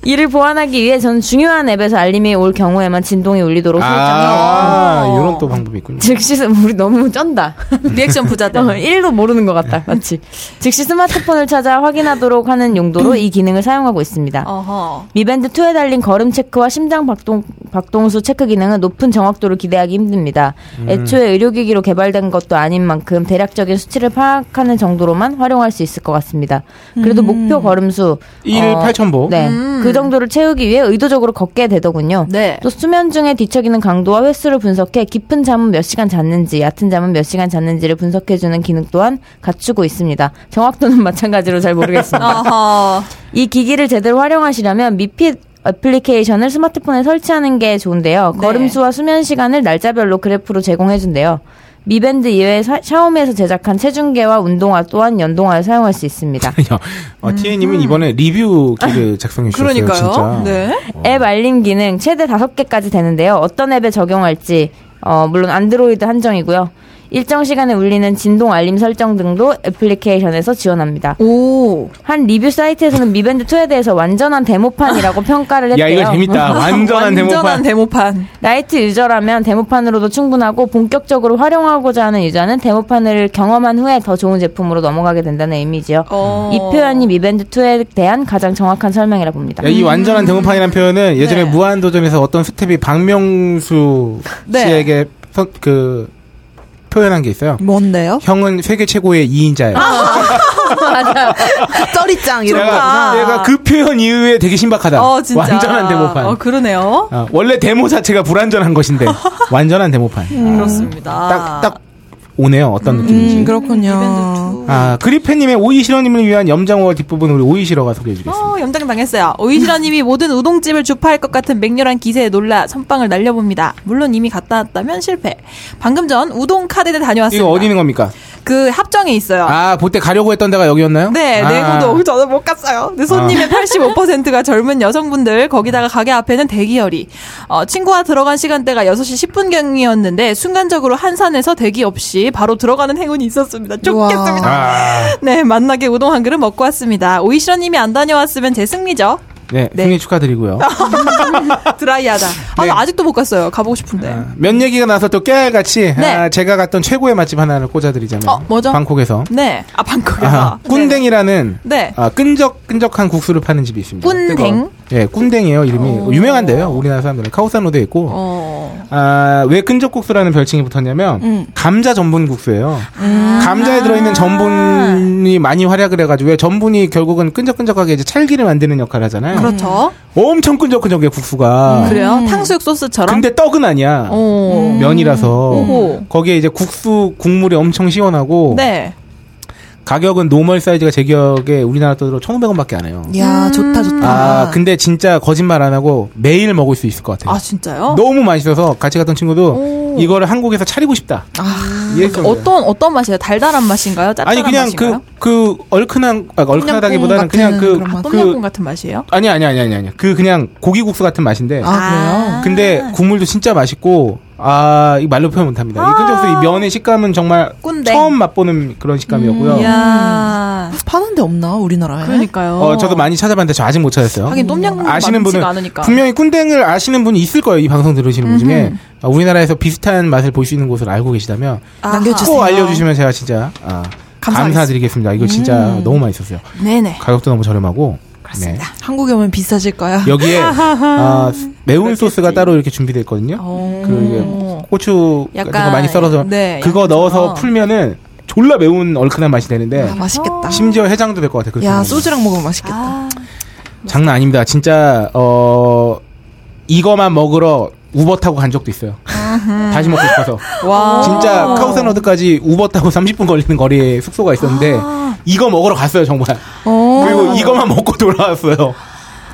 F: 이를 보완하기 위해 저는 중요한 앱에서 알림이 올 경우에만 진동이 울리도록
G: 어,
F: 설정해요.
D: 아, 이런 또 방법이 있군요.
F: 즉시 스- 우리 너무 쩐다.
G: 리액션 부자다.
F: 어, 1도 모르는 것 같다. 마치 즉시 스마트폰을 찾아 확인하도록 하는 용도로 이 기능을 사용하고 있습니다.
G: 어허.
F: 미밴드 2에 달린 걸음 체크와 심장 박동, 박동수 체크 기능은 높은 정확도를 기대하기 힘듭니다. 애초에 의료기기로 개발된 것도 아닌 만큼 대략적인 수치를 파악하는 정도로만 활용할 수 있을 것 같습니다. 그래도 목표 걸음수
D: 1
F: 어,
D: 8000보.
F: 네, 그 정도를 채우기 위해 의도적으로 걷게 되더군요.
G: 음. 네.
F: 또 수면 중에 뒤척이는 강도와 횟수를 분석해 깊은 잠은 몇 시간 잤는지, 얕은 잠은 몇 시간 잤는지를 분석해주는 기능 또한 갖추고 있습니다. 정확도는 마찬가지로 잘 모르겠습니다.
G: 어허.
F: 이 기기를 제대로 활용하시려면 미핏 애플리케이션을 스마트폰에 설치하는 게 좋은데요.
G: 네.
F: 걸음수와 수면 시간을 날짜별로 그래프로 제공해준대요. 미밴드 이외에 사- 샤오미에서 제작한 체중계와 운동화 또한 연동하여 사용할 수 있습니다.
D: 어, 티에님은 이번에 리뷰 기를 작성해 주셨어요.
G: 음. 아, 그러니까요.
D: 진짜.
G: 네.
F: 앱 알림 기능 최대 5개까지 되는데요. 어떤 앱에 적용할지, 어, 물론 안드로이드 한정이고요. 일정 시간에 울리는 진동 알림 설정 등도 애플리케이션에서 지원합니다.
G: 오.
F: 한 리뷰 사이트에서는 미밴드 2에 대해서 완전한 데모판이라고 평가를 했대요.
D: 야, 이거 재밌다. 아, 완전한
G: 완전한
D: 데모판.
G: 데모판.
F: 라이트 유저라면 데모판으로도 충분하고 본격적으로 활용하고자 하는 유저는 데모판을 경험한 후에 더 좋은 제품으로 넘어가게 된다는 의미지요.
G: 어.
F: 이 표현이 미밴드 2에 대한 가장 정확한 설명이라 봅니다.
D: 야, 이 완전한 데모판이라는 표현은 예전에
G: 음. 네.
D: 무한도전에서 어떤 스텝이 박명수
G: 네.
D: 씨에게 선- 그 표현한 게 있어요.
E: 뭔데요?
D: 형은 세계 최고의 2인자예요.
G: 아,
E: 쩌리짱 이런 거.
D: 내가, 내가 그 표현 이후에 되게 신박하다.
G: 어, 진짜.
D: 완전한 데모판.
G: 어, 그러네요.
D: 아, 원래 데모 자체가 불완전한 것인데 완전한 데모판.
G: 음, 그렇습니다.
D: 딱, 딱 오네요. 어떤 느낌인지.
E: 음, 그렇군요.
G: 이벤트 2.
D: 아, 그리팬님의 오이시러님을 위한 염장호가 뒷부분 우리 오이시러가 소개해주겠습니다.
G: 어, 염장 당했어요. 오이시라님이 모든 우동집을 주파할 것 같은 맹렬한 기세에 놀라 선빵을 날려봅니다. 물론 이미 갔다 왔다면 실패. 방금 전 우동 카드에 다녀왔습니다.
D: 이거 어디 있는 겁니까?
G: 그 합정에 있어요.
D: 아, 볼 때 가려고 했던 데가 여기였나요?
G: 네,
D: 아,
G: 내고도 저는 못 갔어요. 근데 손님의 85%가 젊은 여성분들, 거기다가 가게 앞에는 대기열이. 어, 친구와 들어간 시간대가 6시 10분경이었는데, 순간적으로 한산해서 대기 없이 바로 들어가는 행운이 있었습니다. 좋겠습니다.
D: 아,
G: 네, 만나게 우동 한 그릇 먹고 왔습니다. 오이시러님이 안 다녀왔으면 제 승리죠.
D: 네,
G: 네.
D: 승리 축하드리고요.
G: 드라이하다. 아,
D: 네. 아.
G: 아직도 못 갔어요. 가보고 싶은데.
D: 몇 얘기가 나서 또 깨알같이
G: 네.
D: 아, 제가 갔던 최고의 맛집 하나를 꽂아드리자면
G: 어, 뭐죠?
D: 방콕에서
G: 네. 아, 방콕에서.
D: 아, 꾼댕이라는
G: 네.
D: 아, 끈적끈적한 국수를 파는 집이 있습니다.
G: 꾼댕?
D: 뜨거운. 예, 꾼댕이에요. 이름이 유명한데요. 우리나라 사람들은 카오산로드에 있고
G: 어.
D: 아, 왜 끈적국수라는 별칭이 붙었냐면
G: 음.
D: 감자 전분 국수예요.
G: 아.
D: 감자에 들어있는 전분이 많이 활약을 해가지고 왜 전분이 결국은 끈적끈적하게 이제 찰기를 만드는 역할을 하잖아요.
G: 그렇죠. 음.
D: 엄청 끈적끈적해 국수가.
G: 그래요? 탕수육 소스처럼?
D: 아. 근데 음. 떡은 아니야.
G: 어.
D: 면이라서
G: 오호.
D: 거기에 이제 국수 국물이 엄청 시원하고
G: 네.
D: 가격은 노멀 사이즈가 제 기억에 우리나라 돈으로 1,500원밖에 안 해요.
G: 예. 음.
E: 야, 좋다, 좋다.
D: 아, 근데 진짜 거짓말 안 하고 매일 먹을 수 있을 것 같아요.
G: 아, 진짜요?
D: 너무 맛있어서 같이 갔던 친구도 이거를 한국에서 차리고 싶다.
G: 아, 그러니까
D: 이해했어요.
G: 어떤 어떤 맛이에요? 달달한 맛인가요? 짭짤한
D: 그러니까 아니 그냥
G: 맛인가요?
D: 그 그 얼큰한 아, 얼큰하다기보다는 그냥 그,
E: 그런
G: 아,
D: 그
G: 똠양꿍 같은 맛이에요?
D: 아니 아니 아니 아니 아니 그 그냥 고기 국수 같은 맛인데
E: 아,
D: 근데 국물도 진짜 맛있고 아, 이 말로 표현 못합니다. 이 근접수 이 면의 식감은 정말
G: 꼰대. 음,
D: 처음 맛보는 그런 식감이었고요.
G: 이야.
E: 파는 데 없나, 우리나라에?
G: 그러니까요.
D: 어, 저도 많이 찾아봤는데 저 아직 못 찾았어요.
G: 하긴 똠양꿍
D: 아시는 분은
G: 많지가 않으니까.
D: 분명히 꾼댕을 아시는 분이 있을 거예요. 이 방송 들으시는 분 중에 아, 우리나라에서 비슷한 맛을 볼 수 있는 곳을 알고 계시다면
E: 남겨주세요.
D: 꼭 알려주시면 제가 진짜
G: 아.
D: 아,
G: 감사하겠습니다. 음.
D: 감사드리겠습니다. 이거 진짜 너무 맛있었어요.
G: 네네.
D: 가격도 너무 저렴하고 네.
G: 아.
E: 한국에 오면 비싸질 거야.
D: 여기에 아, 매운 소스가 따로 이렇게 준비되어 있거든요. 그 이게 고추 같은 거
G: 약간,
D: 많이 썰어서
G: 네,
D: 그거 넣어서
G: 양념처럼.
D: 풀면은 졸라 매운 얼큰한 맛이 되는데
E: 아, 맛있겠다.
D: 심지어 해장도 될 것 같아요. 그렇게
E: 야,
D: 먹으면.
E: 소주랑 먹으면 맛있겠다.
D: 아. 장난 아닙니다. 진짜 어 이거만 먹으러 우버 타고 간 적도 있어요. 다시 먹고 싶어서.
G: 와.
D: 진짜 카우산 로드까지 우버 타고 30분 걸리는 거리에 숙소가 있었는데 이거 먹으러 갔어요 정말. 그리고 이거만 먹고 돌아왔어요.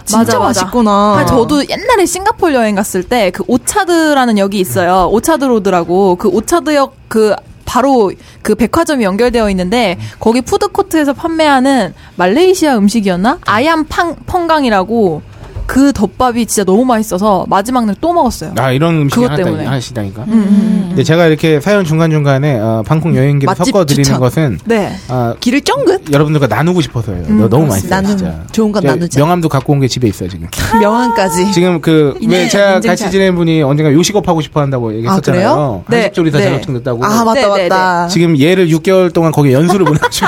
E: 진짜
G: 맞아, 맞아.
E: 맛있구나.
G: 아, 저도 옛날에 싱가포르 여행 갔을 때 그 오차드라는 역이 있어요. 오차드 로드라고 그 오차드역 그 바로 그 백화점이 연결되어 있는데 거기 푸드코트에서 판매하는 말레이시아 음식이었나? 아얌 팡 펑강이라고 그 덮밥이 진짜 너무 맛있어서 마지막 날 또 먹었어요.
D: 아 이런 음식
G: 그것
D: 하나
G: 때문에.
D: 딱 하시다니까. 근데 제가 이렇게 사연 중간 중간에 어, 방콕 여행기를
E: 맛집
D: 섞어 드리는
E: 추천.
D: 것은
G: 네.
D: 아,
E: 길을 쫑긋?
D: 여러분들과 나누고 싶어서요. 너무 맛있어요.
E: 나눔.
D: 진짜.
E: 좋은 건
D: 제가
E: 나누자.
D: 명함도 갖고 온 게 집에 있어요 지금.
E: 아. 명함까지.
D: 지금 그 왜 제가
G: 인증샷.
D: 같이 지낸 분이 언젠가 요식업 하고 싶어 한다고 얘기했었잖아요.
E: 그래요?
G: 네.
D: 한식 조리사
G: 네.
D: 자격증 됐다고.
E: 아, 맞다,
G: 네, 네,
E: 맞다.
D: 지금 얘를 6개월 동안 거기에 연수를 보내주고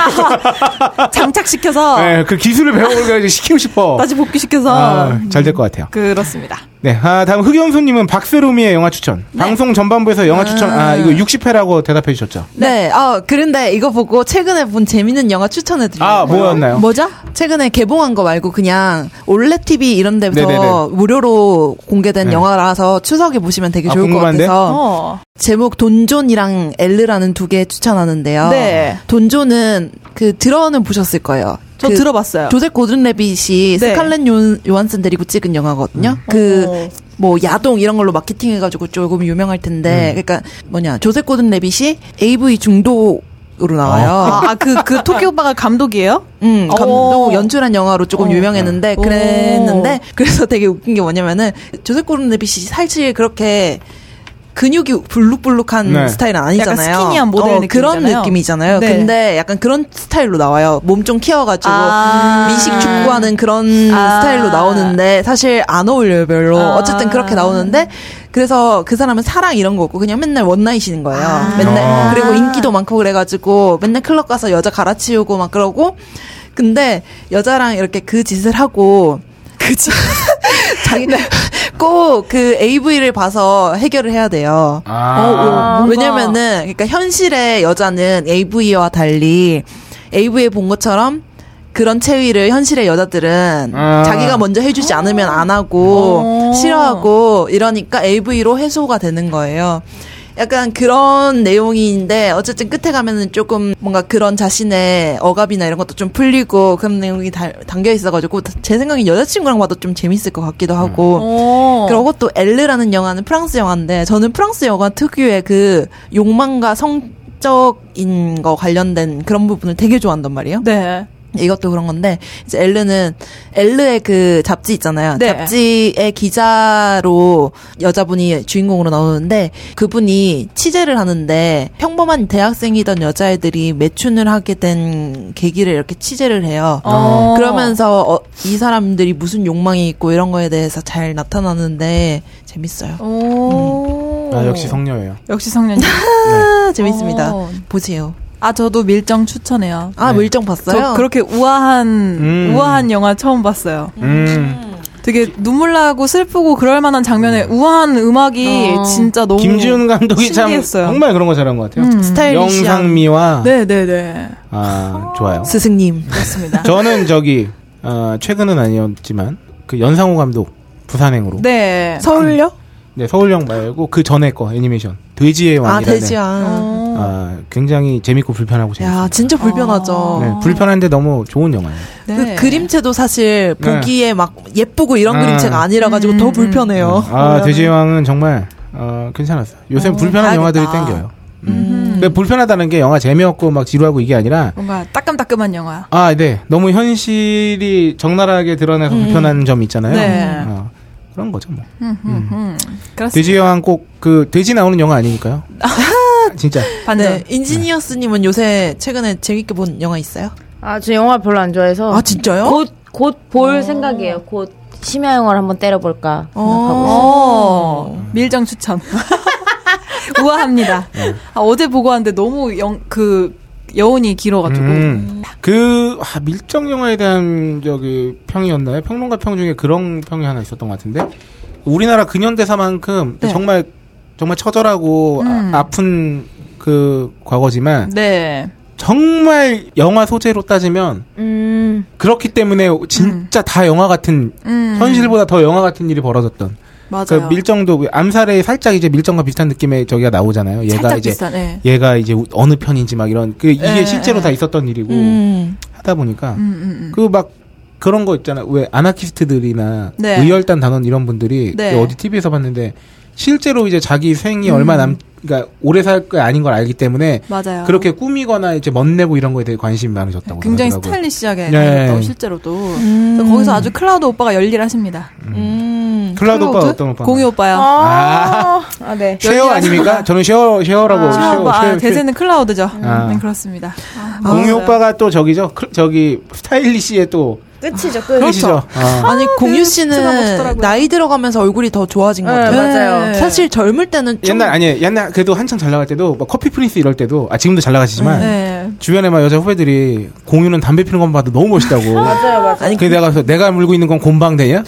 G: 장착시켜서
D: 네, 그 기술을 배워보니까 이제 시키고 싶어.
G: 다시 복귀시켜서
D: 아, 잘 될 것 같아요.
G: 그렇습니다.
D: 네, 아, 다음 흑영수님은 박세롬이의 영화 추천. 방송 전반부에서 영화 추천. 아, 이거 60회라고 대답해 주셨죠.
E: 네, 아, 그런데 이거 보고 최근에 본 재밌는 영화 추천해드려요.
D: 아, 뭐였나요?
E: 뭐죠? 최근에 개봉한 거 말고 그냥 올레 TV 이런 데서
D: 네네네.
E: 무료로 공개된
D: 네.
E: 영화라서 추석에 보시면 되게
D: 아,
E: 좋을
D: 궁금한데?
E: 것 같아서
G: 어.
E: 제목 돈존이랑 엘르라는 두 개 추천하는데요.
G: 네.
E: 돈존은 그 들어는 보셨을 거예요.
G: 저
E: 그
G: 들어봤어요.
E: 조셉 고든
G: 네.
E: 레빗이 스칼렛 요, 요한슨 데리고 찍은 영화거든요.
G: 어.
E: 그 뭐 야동 이런 걸로 마케팅해가지고 조금 유명할
G: 음.
E: 텐데, 그러니까 뭐냐 조셉 고든 레빗이 AV 중독으로 나와요.
G: 아, 그, 그 토끼 오빠가 감독이에요?
E: 음,
G: 오.
E: 감독 연출한 영화로
G: 어.
E: 조금 유명했는데 그랬는데
G: 오.
E: 그래서 되게 웃긴 게 뭐냐면은 조셉 고든 레빗이 사실 그렇게 근육이 불룩불룩한
D: 네.
E: 스타일은 아니잖아요.
G: 약간 스키니한 모델
E: 어, 그런
G: 느낌이잖아요.
E: 느낌이잖아요.
G: 네.
E: 근데 약간 그런 스타일로 나와요. 몸 좀 키워가지고
G: 아.
E: 미식 축구하는 그런
G: 아.
E: 스타일로 나오는데 사실 안 어울려요 별로.
G: 아.
E: 어쨌든 그렇게 나오는데 그래서 그 사람은 사랑 이런 거 없고 그냥 맨날 원나잇인 거예요. 맨날
D: 아.
E: 그리고 인기도 많고 그래가지고 맨날 클럽 가서 여자 갈아치우고 막 그러고 근데 여자랑 이렇게 그 짓을 하고 그짓 자기 꼭 그 AV를 봐서 해결을 해야 돼요. 어,
D: 아,
G: 뭔가-
E: 왜냐면은 그러니까 현실의 여자는 AV와 달리 AV에 본 것처럼 그런 체위를 현실의 여자들은
D: 아.
E: 자기가 먼저 해주지 않으면 안 하고
G: 어.
E: 싫어하고 이러니까 AV로 해소가 되는 거예요. 약간 그런 내용인데 어쨌든 끝에 가면은 조금 뭔가 그런 자신의 억압이나 이런 것도 좀 풀리고 그런 내용이 달- 담겨 있어가지고 제 생각엔 여자친구랑 봐도 좀 재밌을 것 같기도 하고
G: 어.
E: 그리고 또 엘르라는 영화는 프랑스 영화인데 저는 프랑스 영화 특유의 그 욕망과 성 정책적인 거 관련된 그런 부분을 되게 좋아한단 말이에요.
G: 네.
E: 이것도 그런 건데 이제 엘르는 엘르의 그 잡지 있잖아요.
G: 네.
E: 잡지의 기자로 여자분이 주인공으로 나오는데 그분이 취재를 하는데 평범한 대학생이던 여자애들이 매춘을 하게 된 계기를 이렇게 취재를 해요.
G: 어.
E: 그러면서 어, 이 사람들이 무슨 욕망이 있고 이런 거에 대해서 잘 나타나는데 재밌어요.
G: 오.
D: 아, 역시 성녀예요.
G: 음. 역시 성년.
E: 아, 재밌습니다.
G: 어.
E: 보세요.
G: 아 저도 밀정 추천해요.
E: 아
D: 네.
E: 물정 봤어요?
G: 저 그렇게 우아한
D: 음.
G: 우아한 영화 처음 봤어요.
D: 음.
G: 되게 눈물 나고 슬프고 그럴 만한 장면에 우아한 음악이 진짜 너무 음.
D: 김지훈 감독이 참
G: 신기했어요.
D: 정말 그런 거 잘한 것 같아요.
E: 음. 스타일리시한
D: 영상미와
G: 네, 네, 네.
D: 아, 좋아요.
E: 스승님.
G: 맞습니다.
D: 저는 저기 어, 최근은 아니었지만 그 연상호 감독 부산행으로 네.
G: 네.
E: 서울요?
D: 서울형 말고 그 전에 거 애니메이션 돼지의
E: 아
D: 왕이라는
E: 대지안.
G: 어.
D: 아, 굉장히 재밌고 불편하고 재밌어요.
E: 야, 진짜 불편하죠.
D: 네, 불편한데 너무 좋은 영화예요.
G: 어. 네.
E: 그 그림체도 사실
D: 네.
E: 보기에 막 예쁘고 이런
D: 음.
E: 그림체가 아니라 가지고
G: 음,
E: 더 불편해요.
D: 아, 돼지의 왕은 정말 어, 괜찮았어요. 요새 불편한
E: 봐야겠다.
D: 영화들이 땡겨요. 음. 근데 불편하다는 게 영화 재미없고 막 지루하고 이게 아니라
G: 뭔가 따끔따끔한 영화.
D: 아, 네. 너무 현실이 적나라하게 드러나서 불편한 점 있잖아요.
G: 네.
D: 어, 그런 거죠, 뭐.
G: 음, 음, 음. 그렇습니다.
D: 돼지 여왕 꼭 그 돼지 나오는 영화 아니니까요. 진짜.
G: 반전.
E: 네, 인지니어스님은 요새 최근에 재밌게 본 영화 있어요?
F: 아, 저 영화 별로 안 좋아해서.
G: 어.
F: 어.
E: 아 진짜요?
F: 곧, 곧 볼 생각이에요. 곧 심야 영화를 한번 때려볼까 생각하고 있어요.
G: 어.
D: 음.
G: 밀정 추천. 우아합니다.
D: 네.
G: 아, 어제 보고 왔는데 너무 영, 그, 여운이 길어가지고.
D: 음. 그 아, 밀정 영화에 대한 저기 평이었나요? 평론가 평 중에 그런 평이 하나 있었던 것 같은데 우리나라 근현대사만큼
G: 네.
D: 정말 정말 처절하고
G: 음.
D: 아, 픈 그 과거지만
G: 네.
D: 정말 영화 소재로 따지면
F: 음,
D: 그렇기 때문에 진짜 다 영화 같은
G: 음.
D: 현실보다 더 영화 같은 일이 벌어졌던
G: 맞아요.
D: 그 밀정도 그 암살에 살짝 이제 밀정과 비슷한 느낌의 저기가 나오잖아요. 얘가
G: 살짝
D: 이제
G: 비슷한, 예.
D: 얘가 이제 우- 어느 편인지 막 이런 그 이게
G: 예,
D: 실제로
G: 예.
D: 다 있었던 일이고
E: 음.
D: 하다 보니까
G: 음, 음, 음.
D: 그 막 그런 거 있잖아 왜 아나키스트들이나
G: 네.
D: 의열단 단원 이런 분들이
G: 네. 음.
D: 그 어디 TV에서 봤는데 실제로 이제 자기 생이 얼마 남 그러니까 오래 살 거 아닌 걸 알기 때문에
G: 맞아요. 네,
D: 그렇게 꾸미거나 이제 멋내고 이런 거에 대해 관심이 많으셨다고
G: 굉장히
D: 그러더라고요. 음.
G: 스타일리시하게
D: 예.
G: 다녔다고 실제로도 그래서 거기서 아주 클라우드 오빠가 열일하십니다.
E: 음.
D: 클라우드 오빠 어떤 오빠
G: 공이 오빠요.
D: 아,
F: 아, 네.
D: 쉐어 아닙니까? 저는 쉐어 쉐어라고
G: 아,
D: 쉐어,
G: 오빠.
D: 쉐어,
G: 아, 대세는 클라우드죠.
D: 아.
G: 네, 그렇습니다. 아,
D: 공유
G: 맞아요.
D: 오빠가 또 저기죠. 클- 저기 스타일리시의 또
F: 끝이죠, 끝.
G: 그렇죠.
D: 끝이죠. 아.
E: 아니
G: 네.
E: 공유
G: 슈트가 멋있더라고요.
E: 씨는 나이 들어가면서 얼굴이 더 좋아진 것
F: 네,
E: 같아요.
F: 맞아요.
E: 사실 젊을 때는 좀
D: 옛날 아니 옛날 그래도 한창 잘 나갈 때도 막 커피 프린스 이럴 때도 아 지금도 잘 나가시지만
G: 네.
D: 주변에 막 여자 후배들이 공유는 담배 피는 것만 봐도 너무 멋있다고.
F: 맞아요, 아. 맞아요.
D: 아니, 근데 내가 그래서 내가 물고 있는 건 곰방대냐?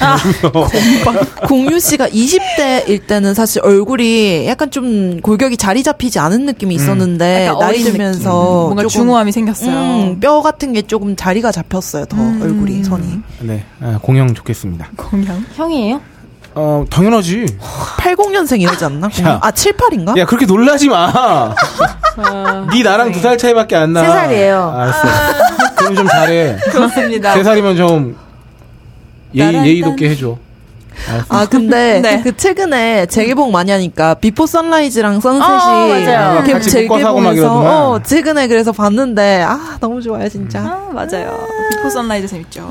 E: 공유 씨가 20대일 때는 사실 얼굴이 약간 좀 골격이 자리 잡히지 않은
D: 음.
E: 느낌이 있었는데
G: 약간
E: 나이
G: 어린 음,
E: 들면서
G: 뭔가
E: 조금,
G: 중후함이 생겼어요. 음.
E: 음, 뼈 같은 게 조금 자리가 잡혔어요. 더 얼굴이 선이.
D: 네, 아, 공영 좋겠습니다.
G: 공양.
F: 형이에요?
D: 어 당연하지.
E: 80년생 이러지 않나?
D: 야.
E: 아, 7, 8인가?
D: 어? 야 그렇게 놀라지 마. 네 나랑 두 살 차이밖에 안 나.
F: 아.
D: 아,
F: 세 살이에요.
D: 알았어. 그럼 좀 잘해.
G: 그렇습니다.
D: 세 살이면 좀 예의 예의롭게 해줘. 알았어.
E: 아, 근데
G: 네.
E: 그 최근에 재개봉 많이 하니까 비포
G: 아,
E: 선라이즈랑
F: 어,
E: 선셋이
F: 맞아요.
E: 이렇게
D: 같이 묶어서 하고 막 이러더만.
E: 재개봉해서 어, 최근에 그래서 봤는데 아, 너무 좋아요, 진짜.
G: 아, 맞아요. 비포 선라이즈 재밌죠.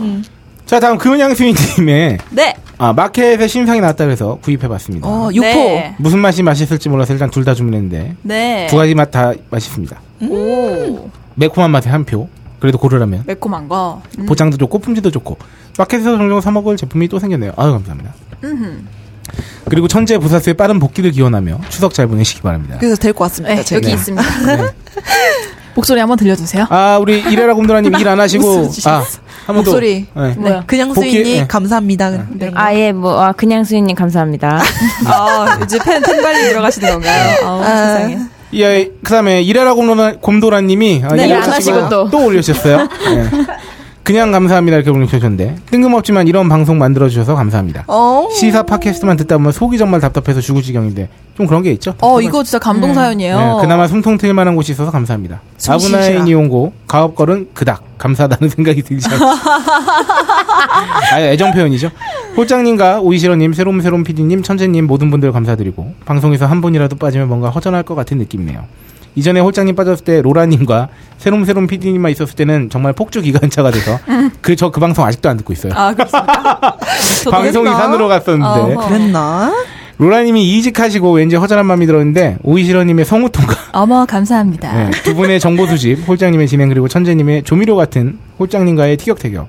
D: 자 다음 금양수인님의
G: 네.
D: 아 마켓에 신상이 나왔다 그래서 구입해봤습니다.
E: 어, 육포.
F: 예.
G: 네.
D: 무슨 맛이 맛있을지 몰라서 일단 둘 다 주문했는데
G: 네.
D: 두 가지 맛 다 맛있습니다.
G: 오.
D: 매콤한 맛에 한 표. 그래도 고르라면
G: 매콤한 거. 음.
D: 보장도 좋고 품질도 좋고 마켓에서 종종 사 먹을 제품이 또 생겼네요. 아유 감사합니다.
G: 음흠.
D: 그리고 천재 부사수의 빠른 복귀를 기원하며 추석 잘 보내시기 바랍니다.
E: 그래서 데리고 왔습니다.
G: 네,
E: 제가.
G: 여기 있습니다. 목소리 한번 들려주세요.
D: 아 우리 일해라 곰돌아님 일 안 하시고
G: 웃으시겠어.
D: 아 한번
E: 목소리.
D: 네.
G: 뭐.
E: 네. 그냥
D: 복귀-
E: 수인이
D: 네.
E: 감사합니다. 네.
F: 아, 예, 뭐, 아, 그냥 수인님 감사합니다.
G: 아, 이제 팬, 팬 관리 들어가시는 건가요?
D: 네.
G: 아, 세상에.
D: 예, 그다음에 일해라 곰돌아, 곰돌아님이 아,
G: 네,
D: 이거
G: 안 하시고
D: 자체가
G: 또.
D: 또 올려주셨어요. 예. 그냥 감사합니다 이렇게 올려주셨는데 뜬금없지만 이런 방송 만들어 주셔서 감사합니다.
E: 어.
D: 시사 팟캐스트만 듣다 보면 속이 정말 답답해서 죽을 지경인데 좀 그런 게 있죠.
G: 어, 이거 진짜 감동 사연이에요.
D: 네, 그나마 숨통 트일 만한 곳이 있어서 감사합니다.
E: 숨
D: 아브나인
E: 쉬시라.
D: 이용고 가업걸은 그닥 감사하다는 생각이 들지 않습니다. 아, 애정 표현이죠. 호장님과 오이시러님, 새롬새롬 PD님, 천재님 모든 분들 감사드리고 방송에서 한 분이라도 빠지면 뭔가 허전할 것 같은 느낌이네요. 이전에 홀장님 빠졌을 때 로라님과 새롬새롬 PD님만 있었을 때는 정말 폭주 기관차가 돼서 그 저 그 방송 아직도 안 듣고 있어요.
G: 아 그렇습니까? 저도
D: 방송이
G: 했나?
D: 산으로 갔었는데
G: 어허.
E: 그랬나?
D: 로라님이 이직하시고 왠지 허전한 마음이 들었는데 오이시러님의 성우통과
G: 어머 감사합니다.
D: 네, 두 분의 정보 수집, 홀장님의 진행 그리고 천재님의 조미료 같은 홀장님과의 티격태격.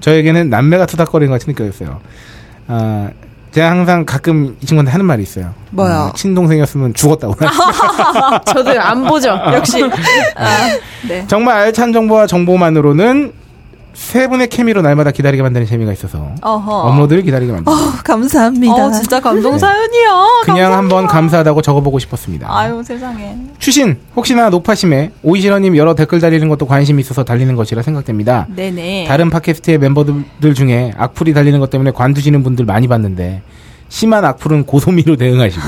D: 저에게는 남매가 투닥거리는 것 같이 느껴졌어요. 아, 제가 항상 가끔 이 친구한테 하는 말이 있어요.
E: 뭐야?
D: 음, 친동생이었으면 죽었다고.
F: 저도 안 보죠. 역시.
G: 네.
D: 정말 알찬 정보와 정보만으로는 세 분의 케미로 날마다 기다리게 만드는 재미가 있어서
G: 어허. 아,
D: 업로드를 기다리게 만듭니다.
E: 감사합니다.
G: 어 진짜 감동 사연이야.
D: 네. 그냥
G: 감사합니다.
D: 한번 감사하다고 적어보고 싶었습니다.
G: 아유 세상에.
D: 추신 혹시나 높아심에 오이시러님 여러 댓글 달리는 것도 관심이 있어서 달리는 것이라 생각됩니다.
G: 네네.
D: 다른 팟캐스트의 멤버들 중에 악플이 달리는 것 때문에 관두시는 분들 많이 봤는데 심한 악플은 고소미로 대응하시고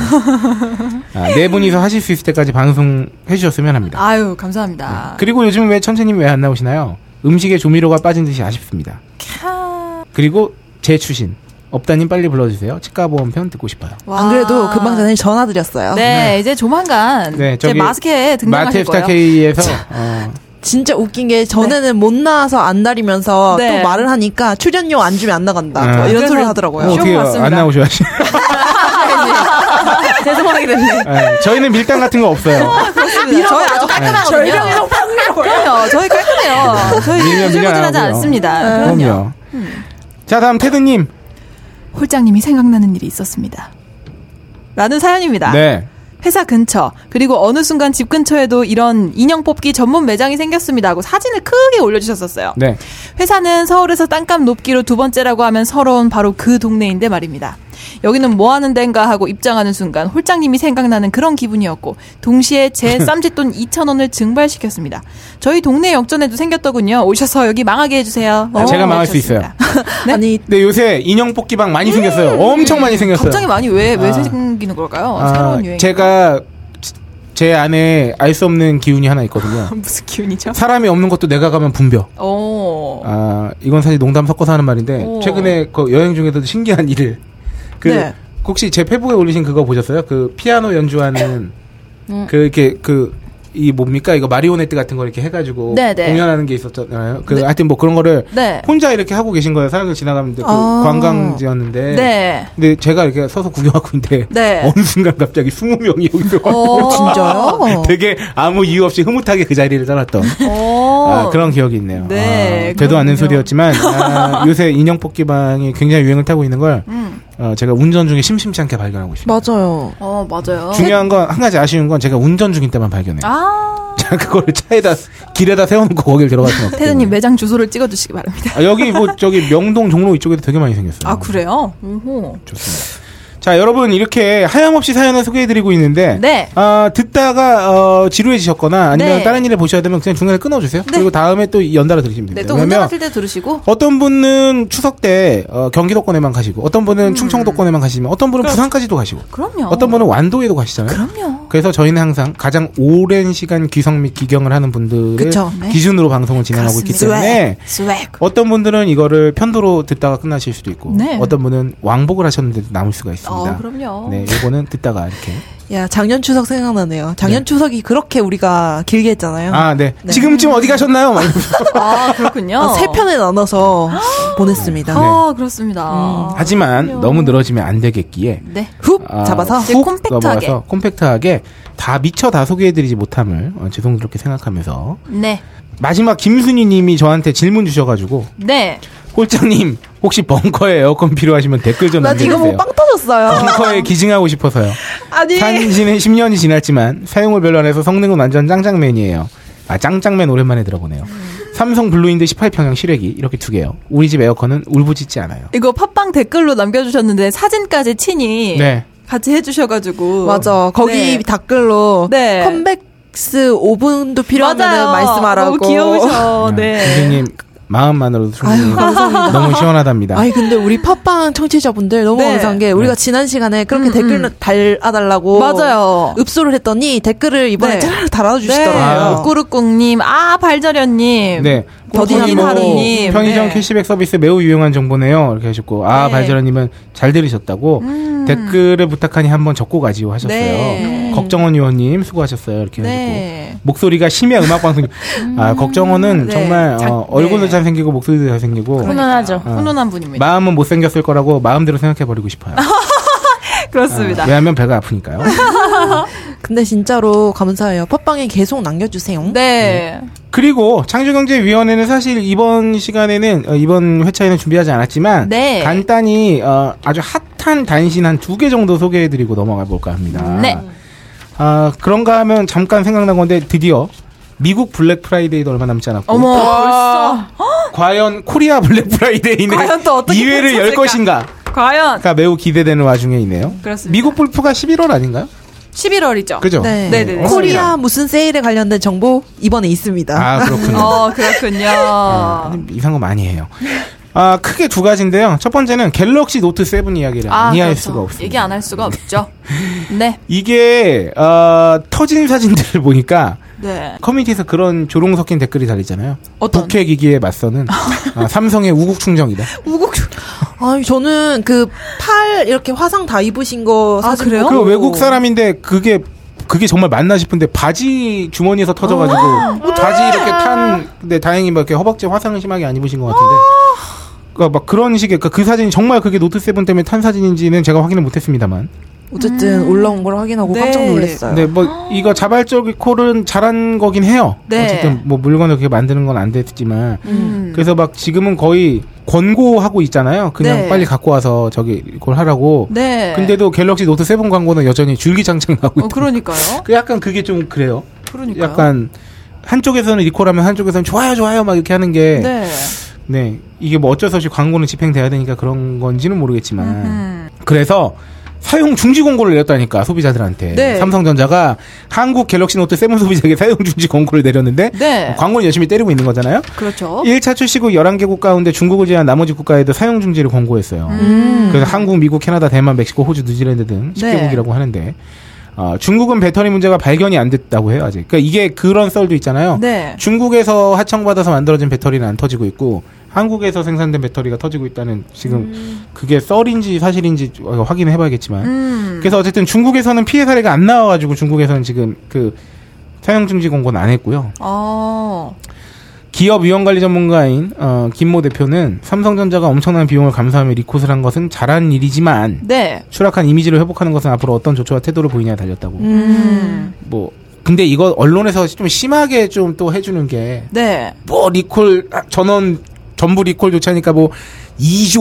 D: 아, 네 분이서 하실 수 있을 때까지 방송 해주셨으면 합니다.
G: 아유 감사합니다.
D: 그리고 요즘 왜 천재님 왜 안 나오시나요? 음식에 조미료가 빠진 듯이 아쉽습니다. 그리고 제 추신 업다님 빨리 불러주세요. 치과보험편 듣고 싶어요.
G: 와.
E: 안 그래도 금방 전에 전화드렸어요.
G: 네, 이제 조만간
D: 네,
G: 이제
D: 저기
G: 마스크에 등장하실 거예요.
D: 마테스타케이에서 어,
E: 진짜 웃긴 게 전에는 못 나와서 안달이면서
G: 네.
E: 또 말을 하니까 출연료 안 주면 안 나간다.
D: 아.
E: 뭐 이런
G: 그래서-
E: 소리를 하더라고요.
D: 어,
G: 시험
D: 어떻게
G: 봤습니다.
D: 안 나오셔야지.
G: 죄송하게 됐네.
D: 예, 저희는 밀당 같은 거 없어요.
G: 아, 저희 아주 깔끔하거든요. 그럼요, 저희 깔끔해요. 저희
D: 밀면 밀면 안
G: 부들부들하지
D: 하고요.
G: 않습니다. 그럼요.
D: 그럼요. 자 다음 테드님.
G: 홀장님이 생각나는 일이 있었습니다. 라는 사연입니다.
D: 네.
G: 회사 근처 그리고 어느 순간 집 근처에도 이런 인형 뽑기 전문 매장이 생겼습니다 하고 사진을 크게 올려주셨었어요.
D: 네.
G: 회사는 서울에서 땅값 높기로 두 번째라고 하면 서러운 바로 그 동네인데 말입니다. 여기는 뭐 하는 데인가 하고 입장하는 순간 홀장님이 생각나는 그런 기분이었고 동시에 제 쌈짓돈 2,000원을 증발시켰습니다. 저희 동네 역전에도 생겼더군요. 오셔서 여기 망하게 해주세요.
D: 아, 제가 망할 수
G: 해주셨습니다.
E: 네.
G: 네.
E: 아니
D: 근데 네, 요새 인형 뽑기방 많이 생겼어요. 엄청 많이 생겼어요.
G: 음, 갑자기 많이 왜 왜
D: 아.
G: 생기는 걸까요?
D: 아,
G: 새로운 유행.
D: 제가 제 안에 알 수 없는 기운이 하나 있거든요.
G: 무슨 기운이죠?
D: 사람이 없는 것도 내가 가면 분벼.
G: 어.
D: 아, 이건 사실 농담 섞어서 하는 말인데
G: 오.
D: 최근에 그 여행 중에서도 신기한 일을 그
E: 네.
D: 혹시 제 페북에 올리신 그거 보셨어요? 그 피아노 연주하는
G: 음.
D: 그 이렇게 그 이 뭡니까 이거 마리오네트 같은 거 이렇게 해가지고
G: 네, 네.
D: 공연하는 게 있었잖아요. 그 하여튼 뭐 그런 거를
G: 네.
D: 혼자 이렇게 하고 계신 거예요. 사람들 지나가는데 그
E: 아.
D: 관광지였는데
G: 네.
D: 근데 제가 이렇게 서서 구경하고 있는데
G: 네.
D: 어느 순간 갑자기 20명이 여기서
G: 어,
E: 진짜요?
D: 네. 되게 아무 이유 없이 흐뭇하게 그 자리를 떠났던
G: 어.
D: 아, 그런 기억이 있네요.
G: 네,
D: 아, 되도 않는
G: 그렇군요.
D: 소리였지만 아, 요새 인형 뽑기방이 굉장히 유행을 타고 있는 걸
G: 음.
D: 어, 제가 운전 중에 심심치 않게 발견하고 있습니다.
E: 맞아요.
G: 어, 맞아요.
D: 중요한 건 한 가지 아쉬운 건 제가 운전 중인 때만 발견해요.
G: 아.
D: 제가 그거를 차에다 길에다 세워놓고 거길 들어갈 수는 없기
G: 테드님
D: 때문에.
G: 매장 주소를 찍어주시기 바랍니다.
D: 아, 여기 뭐 저기 명동 종로 이쪽에도 되게 많이 생겼어요.
G: 아 그래요? 오호.
D: 좋습니다. 자, 여러분 이렇게 하염없이 사연을 소개해드리고 있는데
G: 네.
D: 아, 듣다가 어, 지루해지셨거나 아니면
G: 네.
D: 다른 일을 보셔야 되면 그냥 중간에 끊어주세요. 그리고 다음에 또 연달아 들으시면 됩니다.
G: 네, 또
D: 왜냐면
G: 운전하실 때 들으시고.
D: 어떤 분은 추석 때 어, 경기도권에만 가시고 어떤 분은
G: 음.
D: 충청도권에만 가시면 어떤 분은 부산까지도 가시고
G: 그럼요.
D: 어떤 분은 완도에도 가시잖아요.
G: 그럼요.
D: 래서 저희는 항상 가장 오랜 시간 귀성 및 귀경을 하는 분들을
E: 그쵸. 네.
D: 기준으로 방송을 진행하고 있기
G: 그렇습니다.
D: 때문에
E: 스웩.
D: 어떤 분들은 이거를 편도로 듣다가 끝나실 수도 있고
G: 네.
D: 어떤 분은 왕복을 하셨는데도 남을 수가 있습니다.
G: 어, 그럼요.
D: 네, 요거는 듣다가 이렇게.
E: 야 작년 추석 생각나네요. 작년
D: 네.
E: 추석이 그렇게 우리가 길게 했잖아요.
D: 아, 네. 지금쯤 어디 가셨나요? 막 이러면서.
G: 아 그렇군요.
E: 아, 세 편에 나눠서 보냈습니다.
G: 아 그렇습니다.
D: 음. 하지만
G: 그럼요.
D: 너무 늘어지면 안 되겠기에
G: 네.
E: 훅
D: 아,
E: 잡아서
G: 이제
D: 훅
G: 콤팩트하게.
D: 넘어가서 콤팩트하게 다 미처 다 소개해드리지 못함을 어, 죄송스럽게 생각하면서
G: 네.
D: 마지막 김순희님이 저한테 질문 주셔가지고
G: 네.
D: 홀장님 혹시 벙커에 에어컨 필요하시면 댓글 좀
E: 나
D: 남겨주세요.
E: 지금 뭐빵 터졌어요.
D: 벙커에 기증하고 싶어서요.
E: 아니
D: 산지는 10년이 지났지만 사용을 별로 안 해서 성능은 완전 짱짱맨이에요. 아 짱짱맨 오랜만에 들어보네요. 삼성 블루인드 18평형 실외기 이렇게 두 개요. 우리 집 에어컨은 울부짖지 않아요.
G: 이거 팟빵 댓글로 남겨주셨는데 사진까지 친히
D: 네.
G: 같이 해주셔가지고.
E: 맞아. 거기
G: 네.
E: 댓글로
G: 네.
E: 컴백스 5분도 필요하면
G: 맞아요.
E: 말씀하라고.
G: 너무 귀여우셔.
D: 아,
G: 네.
D: 선생님 마음만으로도 충분히
E: 아유, 감사합니다.
D: 너무 시원하답니다.
E: 아니 근데 우리 팟빵 청취자분들 너무
G: 네. 음,
E: 감사한 게 우리가 지난 시간에 그렇게 댓글 달아달라고
G: 맞아요.
E: 읍소를 했더니 댓글을 이번에
G: 네.
E: 잘
D: 아유.
E: 달아주시더라고요.
G: 꾸르꿍님, 아, 발저련님.
D: 네.
G: 더디
D: 거기 뭐
G: 하루님.
D: 편의점
G: 네.
D: 캐시백 서비스 매우 유용한 정보네요. 이렇게 하셨고 아
G: 네.
D: 발전원님은 잘 들으셨다고 댓글을 부탁하니 한번 적고 가지요 하셨어요.
G: 네.
D: 걱정원 의원님 수고하셨어요. 이렇게 하셨고
G: 네.
D: 목소리가 심야 음악 방송. 아 걱정원은
G: 네.
D: 정말
G: 작-
D: 어, 얼굴도
G: 네.
D: 잘 생기고 목소리도 잘 생기고
F: 훈훈하죠.
D: 어.
G: 훈훈한 분입니다.
D: 마음은 못 생겼을 거라고 마음대로 생각해 버리고 싶어요.
G: 아, 그렇습니다.
D: 아, 왜냐하면 배가 아프니까요.
E: 근데 진짜로 감사해요. 팟빵에 계속 남겨주세요.
G: 네.
D: 그리고 창조경제위원회는 사실 이번 시간에는 어, 이번 회차에는 준비하지 않았지만
G: 네.
D: 간단히 어, 아주 핫한 단신 한 두 개 정도 소개해드리고 넘어가 볼까 합니다.
G: 네.
D: 아 그런가 하면 잠깐 생각난 건데 드디어 미국 블랙 프라이데이도 얼마 남지 않았고
G: 어머, 벌써.
D: 과연 코리아 블랙 프라이데이는
G: 과연 또 어떻게
D: 2회를 열
G: 펼쳐질까?
D: 것인가?
G: 과연.
D: 가 매우 기대되는 와중에이네요.
G: 그렇습니다.
D: 미국 불프가 11월 아닌가요?
G: 11월이죠.
D: 그죠? 어?
E: 네.
G: 네네네.
E: 코리아 무슨 세일에 관련된 정보 이번에 있습니다.
D: 아 그렇군요.
G: 어, 그렇군요.
D: 아니, 이상한 거 많이 해요. 아, 크게 두 가지인데요. 첫 번째는 갤럭시 노트 7 이야기를 안 이해할
G: 그렇죠.
D: 수가 없어요.
G: 얘기 안 할 수가 없죠. 네.
D: 이게, 어, 터진 사진들을 보니까
G: 네.
D: 커뮤니티에서 그런 조롱 섞인 댓글이 달리잖아요.
G: 어떤?
D: 북핵 위기에 맞서는 아, 삼성의 우국 충정이다.
E: 우국. 아 저는 그 팔 이렇게 화상 다 입으신 거
G: 아,
E: 사진
G: 그래요?
E: 보고
D: 그 외국 사람인데 그게 그게 정말 맞나 싶은데 바지 주머니에서
G: 아.
D: 터져가지고 뭐 바지 이렇게 탄 근데 다행히 막 이렇게 허벅지 화상을 심하게 안 입으신 것 같은데 그러니까 막 그런 식의 그러니까 그 사진이 정말 그게 노트 7 때문에 탄 사진인지는 제가 확인을 못했습니다만
E: 어쨌든 올라온 걸 확인하고
G: 네.
E: 깜짝 놀랐어요.
D: 근데 뭐 이거 자발적 콜은 잘한 거긴 해요.
G: 네.
D: 어쨌든 뭐 물건을 그렇게 만드는 건 안 됐지만
G: 음.
D: 그래서 막 지금은 거의 권고하고 있잖아요. 그냥
G: 네.
D: 빨리 갖고 와서 저기 이걸 하라고.
G: 네.
D: 근데도 갤럭시 노트 7 광고는 여전히 줄기장창 나고
G: 어,
D: 있고.
G: 그러니까요.
D: 그 약간 그게 좀 그래요.
G: 그러니까요.
D: 약간 한쪽에서는 리콜하면 한쪽에서는 좋아요 좋아요 막 이렇게 하는 게 네.
G: 네.
D: 이게 뭐 어쩔 수 없이 광고는 집행돼야 되니까 그런 건지는 모르겠지만
G: 음.
D: 그래서 사용 중지 공고를 내렸다니까 소비자들한테
G: 네.
D: 삼성전자가 한국 갤럭시 노트 7 소비자에게 사용 중지 공고를 내렸는데
G: 네.
D: 광고는 열심히 때리고 있는 거잖아요.
G: 그렇죠.
D: 1차 출시국 11개국 가운데 중국을 제외한 나머지 국가에도 사용 중지를 권고했어요.
G: 음.
D: 그래서 한국, 미국, 캐나다, 대만, 멕시코, 호주, 뉴질랜드 등
G: 네.
D: 10개국이라고 하는데 어, 중국은 배터리 문제가 발견이 안 됐다고 해요 아직. 그러니까 이게 그런 썰도 있잖아요.
G: 네.
D: 중국에서 하청받아서 만들어진 배터리는 안 터지고 있고 한국에서 생산된 배터리가 터지고 있다는 지금 그게 썰인지 사실인지 어, 확인해 봐야겠지만
G: 음.
D: 그래서 어쨌든 중국에서는 피해 사례가 안 나와가지고 중국에서는 지금 그 사용 중지 공고는 안 했고요.
G: 어.
D: 기업 위험 관리 전문가인 어, 김모 대표는 삼성전자가 엄청난 비용을 감수하며 리콧을 한 것은 잘한 일이지만
G: 네.
D: 추락한 이미지를 회복하는 것은 앞으로 어떤 조처와 태도를 보이냐에 달렸다고.
G: 음.
D: 뭐 근데 이거 언론에서 좀 심하게 좀 또 해주는 게
G: 네.
D: 뭐 리콜 아, 전원 전부 리콜 조치하니까 뭐 2조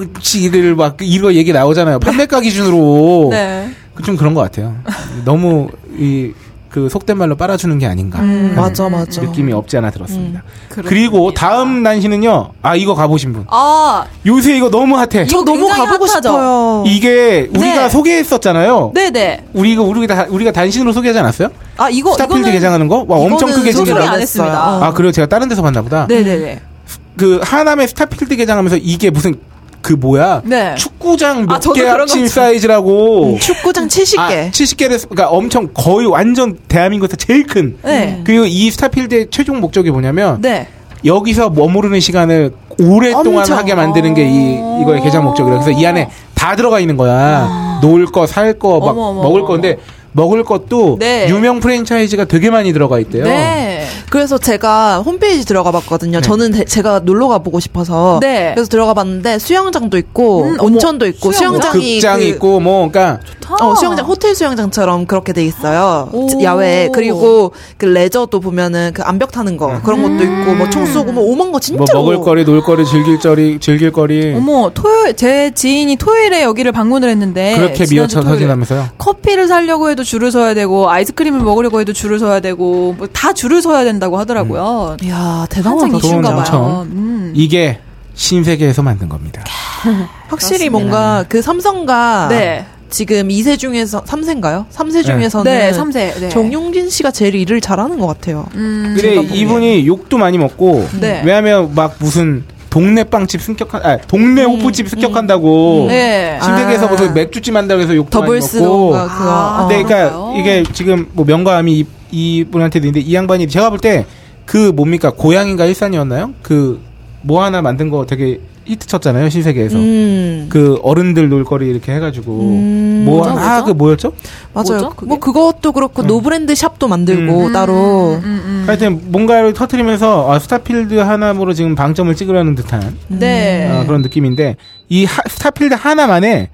D: 몇천억치를 막 이거 얘기 나오잖아요. 판매가 기준으로
G: 네.
D: 그좀 그런 것 같아요. 너무 이 그 속된 말로 빨아주는 게 아닌가.
E: 음, 맞아 맞아.
D: 느낌이 없지 않아 들었습니다.
G: 음. 그렇습니다.
D: 그리고 다음 난시는요. 아 이거 가보신 분.
G: 아,
D: 요새 이거 너무 핫해.
E: 저 너무
G: 굉장히
E: 가보고
G: 핫하죠?
E: 싶어요.
D: 이게 우리가
G: 네.
D: 소개했었잖아요.
G: 네네.
D: 우리가 우리가 우리가 단신으로 소개하지 않았어요?
G: 아, 이거,
D: 스타필드
G: 이거는
D: 개장하는 거? 와 엄청
E: 이거는
D: 크게
E: 소개를
G: 소개
D: 진행을.
E: 안
G: 안
D: 하고-
G: 했습니다.
E: 했어요.
D: 아 그리고 제가 다른 데서 봤나 보다.
G: 네네네.
D: 그 하남의 스타필드 개장하면서 이게 무슨 그 뭐야?
G: 네.
D: 축구장
G: 아,
D: 몇
G: 저도
D: 개
G: 그런 음,
D: 합친
G: 거
D: 사이즈라고.
E: 축구장 70개.
D: 아, 70개 됐, 그러니까 엄청 거의 완전 대한민국에서 제일 큰.
G: 네.
D: 그리고 이 스타필드의 최종 목적이 뭐냐면
G: 네.
D: 여기서 머무르는 시간을 오랫동안
E: 엄청.
D: 하게 만드는 게 이
G: 아.
D: 이거의 개장 목적이라 그래서 이 안에 다 들어가 있는 거야. 놀 거, 살 거, 막
G: 어머, 어머,
D: 먹을
G: 어머.
D: 건데 먹을 것도
G: 네.
D: 유명 프랜차이즈가 되게 많이 들어가 있대요.
G: 네.
E: 그래서 제가 홈페이지 들어가 봤거든요.
D: 네.
E: 저는 대- 제가 놀러 가 보고 싶어서
G: 네.
E: 그래서 들어가 봤는데 수영장도 있고
G: 음, 어머.
E: 온천도 있고
G: 수영장?
E: 수영장? 이
D: 뭐
E: 그
G: 그
D: 극장이 있고 뭐 그러니까
G: 아.
E: 어, 수영장 호텔 수영장처럼 그렇게 돼 있어요.
G: 오.
E: 야외 그리고 그 레저도 보면은 그 암벽 타는 거 그런 것도 있고 뭐총 쏘고 뭐 오만 거
D: 네. 뭐
E: 진짜로
D: 먹을거리, 놀거리, 즐길거리, 즐길거리
G: 어머, 토요일, 제 지인이 토요일에 여기를 방문을 했는데.
D: 그렇게
G: 네, 지난주
D: 미어쳐
G: 토요일에
D: 터지면서요.
G: 커피를 사려고 해도 줄을 서야 되고, 아이스크림을 먹으려고 해도 줄을 서야 되고, 뭐 다 줄을 서야 된다고 하더라고요.
D: 음.
E: 이야
G: 한창
E: 대단하다
D: 돈
G: 이슈인가 봐요.
D: 엄청.
G: 음.
D: 이게 신세계에서 만든 겁니다.
E: 확실히 뭔가 그 삼성과
G: 네.
E: 지금 2세 중에서 3세인가요? 3세 중에서는
G: 네, 3세. 네. 음.
E: 정용진 씨가 제일 일을 잘하는 것 같아요.
D: 근데 이분이 욕도 많이 먹고
G: 네.
D: 왜냐하면 막 무슨 동네 빵집 승격한 아 동네
G: 음.
D: 호프집 승격한다고
G: 네.
D: 신세계에서
E: 아.
D: 무슨 맥주집 한다고 해서 욕도 많이
E: 더블스
D: 먹고
E: 뭔가 그거.
G: 아,
E: 어.
D: 근데 그러니까
G: 그런가요?
D: 이게 지금 뭐 명감이 이, 이분한테도 있는데 이 양반이 제가 볼 때 그 뭡니까 고양인가 일산이었나요? 그 뭐 하나 만든 거 되게 히트 쳤잖아요 신세계에서
E: 음.
D: 그 어른들 놀거리 이렇게 해가지고 뭐
G: 뭐죠,
D: 아
G: 뭐죠?
D: 그 뭐였죠?
E: 맞아요.
G: 뭐죠,
E: 그-
G: 그게? 음.
E: 뭐 그것도
D: 음.
E: 그렇고 노브랜드 샵도 만들고 뭐 따로
D: 하여튼 뭔가를 터트리면서 아, 스타필드 하나로 지금 방점을 찍으려는 듯한
E: 음.
G: 네.
D: 아, 그런 느낌인데 이 하- 스타필드 하나만에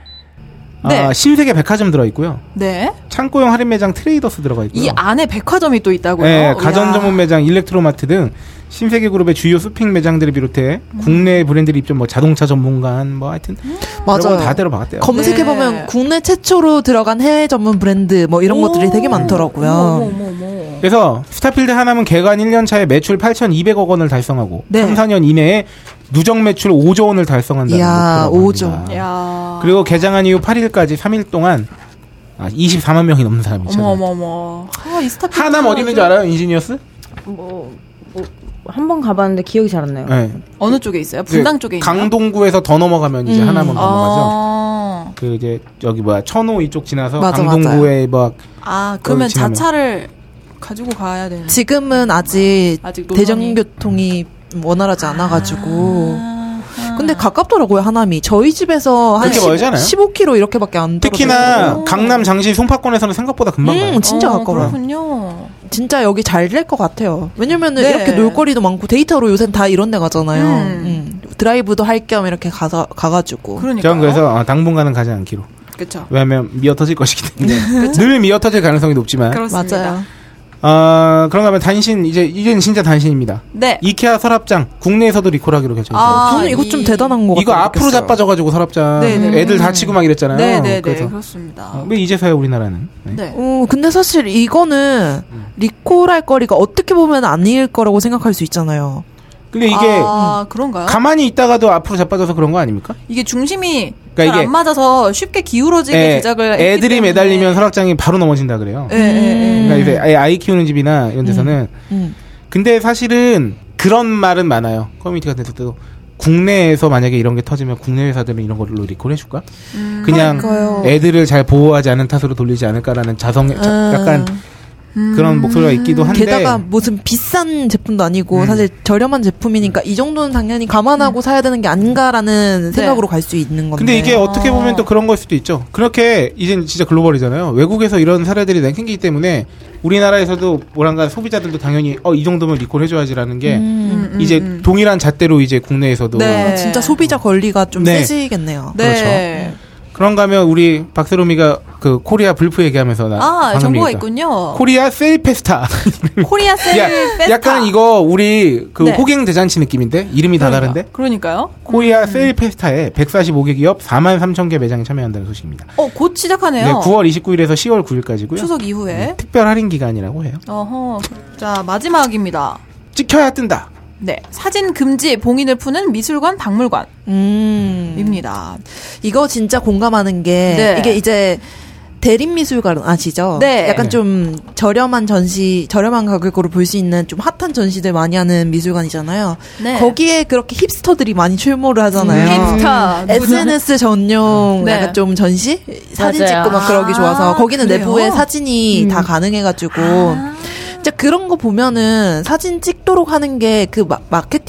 D: 아,
G: 네.
D: 신세계 백화점 들어 있고요.
G: 네.
D: 창고형 할인 매장 트레이더스 들어가 있고요.
G: 이 안에 백화점이 또 있다고요.
D: 예,
G: 이야.
D: 가전 전문 매장 일렉트로마트 등 신세계 그룹의 주요 쇼핑 매장들을 비롯해
G: 음.
D: 국내 브랜드를 입점 뭐 자동차 전문관 뭐 하여튼
E: 맞아요.
D: 다 들어봤대요.
E: 검색해 보면
G: 네.
E: 국내 최초로 들어간 해외 전문 브랜드 뭐 이런 것들이 되게 많더라고요.
D: 그래서 스타필드 하나면 개관 1년 차에 매출 8,200억 원을 달성하고
E: 네.
D: 3, 4년 이내에 누적 매출 5조 원을 달성한다는
E: 이야,
D: 목표라고
E: 5조.
D: 합니다.
G: 야.
D: 그리고 개장한 이후 8일까지 3일 동안 아, 24만 명이 넘는 사람이
G: 어머
D: 있잖아요.
G: 어머 어머. 아, 이 스타필드
D: 하남 어디 있는 줄 알아요? 인지니어스?
F: 뭐, 한 번 가봤는데 기억이 잘 안 나요.
D: 네. 그
G: 어느 쪽에 있어요? 분당 쪽에 있나요? 음.
D: 강동구에서 더 넘어가면 이제 하남은 넘어가죠.
G: 아.
D: 그 이제 저기 뭐야 천호 이쪽 지나서
E: 맞아,
D: 강동구에 뭐 막
G: 아, 그러면
D: 거기 지나면.
G: 자차를 가지고 가야 되는.
E: 지금은 아직,
G: 아직 노선이-
E: 대중교통이 원활하지 않아가지고.
G: 아.
E: 근데 가깝더라고요 하남이. 저희 집에서 한
D: 그렇게 멀지 않아요?
E: 15km 이렇게밖에 안 떨어져요.
D: 특히나 강남 장시 송파권에서는 생각보다 금방 가요. 뭐,
E: 음, 진짜
G: 어,
E: 가까워요.
G: 그렇군요.
E: 진짜 여기 잘 될 것 같아요. 왜냐면은
G: 네.
E: 이렇게 놀거리도 많고 데이터로 요새는 다 이런 데 가잖아요.
G: 음.
E: 음. 드라이브도 할 겸 이렇게 가서 가가지고.
G: 그러니까.
D: 저는 그래서 어, 당분간은 가지 않기로.
G: 그렇죠.
D: 왜냐하면 미어터질 것이기 때문에 늘 미어터질 가능성이 높지만.
G: 네. 그렇습니다.
E: 맞아요.
D: 아 그런가 하면 단신 이제 이젠 진짜 단신입니다.
G: 네.
D: 이케아 서랍장 국내에서도 리콜하기로 결정했어요.
G: 아,
E: 저는 이거
G: 이-
E: 좀 대단한 것 같아요.
D: 이거 앞으로 자빠져가지고 서랍장
G: 네네.
D: 애들 다치고 막 이랬잖아요.
G: 네, 네, 네.
D: 그래서 어,
G: 그렇습니다.
D: 왜 이제서야 우리나라는 네.
G: 네.
E: 어, 근데 사실 이거는
D: 음.
E: 리콜할 거리가 어떻게 보면 아닐 거라고 생각할 수 있잖아요.
D: 근데 그러니까 이게 음.
G: 아, 그런가요?
D: 가만히 있다가도 앞으로 자빠져서 그런 거 아닙니까?
G: 이게 중심이
D: 그러니까
G: 잘
D: 이게-
G: 안 맞아서 쉽게 기울어지게
D: 예,
G: 제작을 했기
D: 애들이
G: 때문에.
D: 매달리면 서랍장이 바로 넘어진다 그래요.
G: 예, 예, 예.
D: 그러니까 이제 아예 아이 키우는 집이나 이런 데서는
E: 음.
D: 근데 사실은 그런 말은 많아요. 커뮤니티 같은 데서도 국내에서 만약에 이런 게 터지면 국내 회사들은 이런 걸로 리콜해 줄까?
G: 음.
D: 그냥
E: 그러니까요.
D: 애들을 잘 보호하지 않은 탓으로 돌리지 않을까라는 자성 자,
E: 음.
D: 약간
G: 음.
D: 그런 목소리가 있기도 한데 음.
E: 게다가 무슨 비싼 제품도 아니고 사실 저렴한 제품이니까 이 정도는 당연히 감안하고 사야 되는 게 아닌가라는 생각으로 갈 수 있는 건데.
D: 근데 이게 어떻게 보면 또 그런 걸 수도 있죠. 그렇게 이젠 진짜 글로벌이잖아요. 외국에서 이런 사례들이 난 생기기 때문에 우리나라에서도 뭐란가 소비자들도 당연히 어 이 정도면 리콜 해줘야지라는 게 이제 동일한 잣대로 이제 국내에서도
G: 음, 네.
E: 아, 진짜 소비자 권리가 좀
D: 네.
E: 세지겠네요.
G: 네.
D: 그런가면 우리 박세롬이가 그 코리아 불프 얘기하면서 나
G: 아,
D: 그렇죠. 방금
G: 정보가
D: 얘기했다.
G: 있군요.
D: 코리아 세일 페스타.
G: 코리아 셀
D: 야,
G: 페스타.
D: 약간 이거 우리 그
G: 네. 그러니까.
D: 호갱 대잔치 느낌인데 이름이 다 다른데
G: 그러니까요. 음.
D: 코리아 세일 페스타에 145개 기업 4만 3천 개 매장이 참여한다는 소식입니다.
G: 어, 곧 시작하네요.
D: 네, 9월 네. 29일에서 10월 9일까지고요.
G: 추석 이후에.
D: 특별 할인 기간이라고 해요.
G: 어허. 자, 마지막입니다.
D: 찍혀야 뜬다.
G: 네. 사진 금지 봉인을 푸는 미술관 박물관입니다.
E: 음. 이거 진짜 공감하는 게
G: 네.
E: 이게 이제 대림 미술관 아시죠?
G: 네.
E: 약간
D: 네.
E: 좀 저렴한 전시, 저렴한 가격으로 볼 수 있는 좀 핫한 전시들 많이 하는 미술관이잖아요.
G: 네.
E: 거기에 그렇게 힙스터들이 많이 출몰을 하잖아요.
G: 힙스터.
E: SNS 전용
G: 네.
E: 약간 좀 전시 사진
F: 맞아요.
E: 찍고 막 그러기
G: 아,
E: 좋아서 거기는
G: 그래요?
E: 내부에 사진이 다 가능해가지고 진짜 그런 거 보면은 사진 찍도록 하는 게 그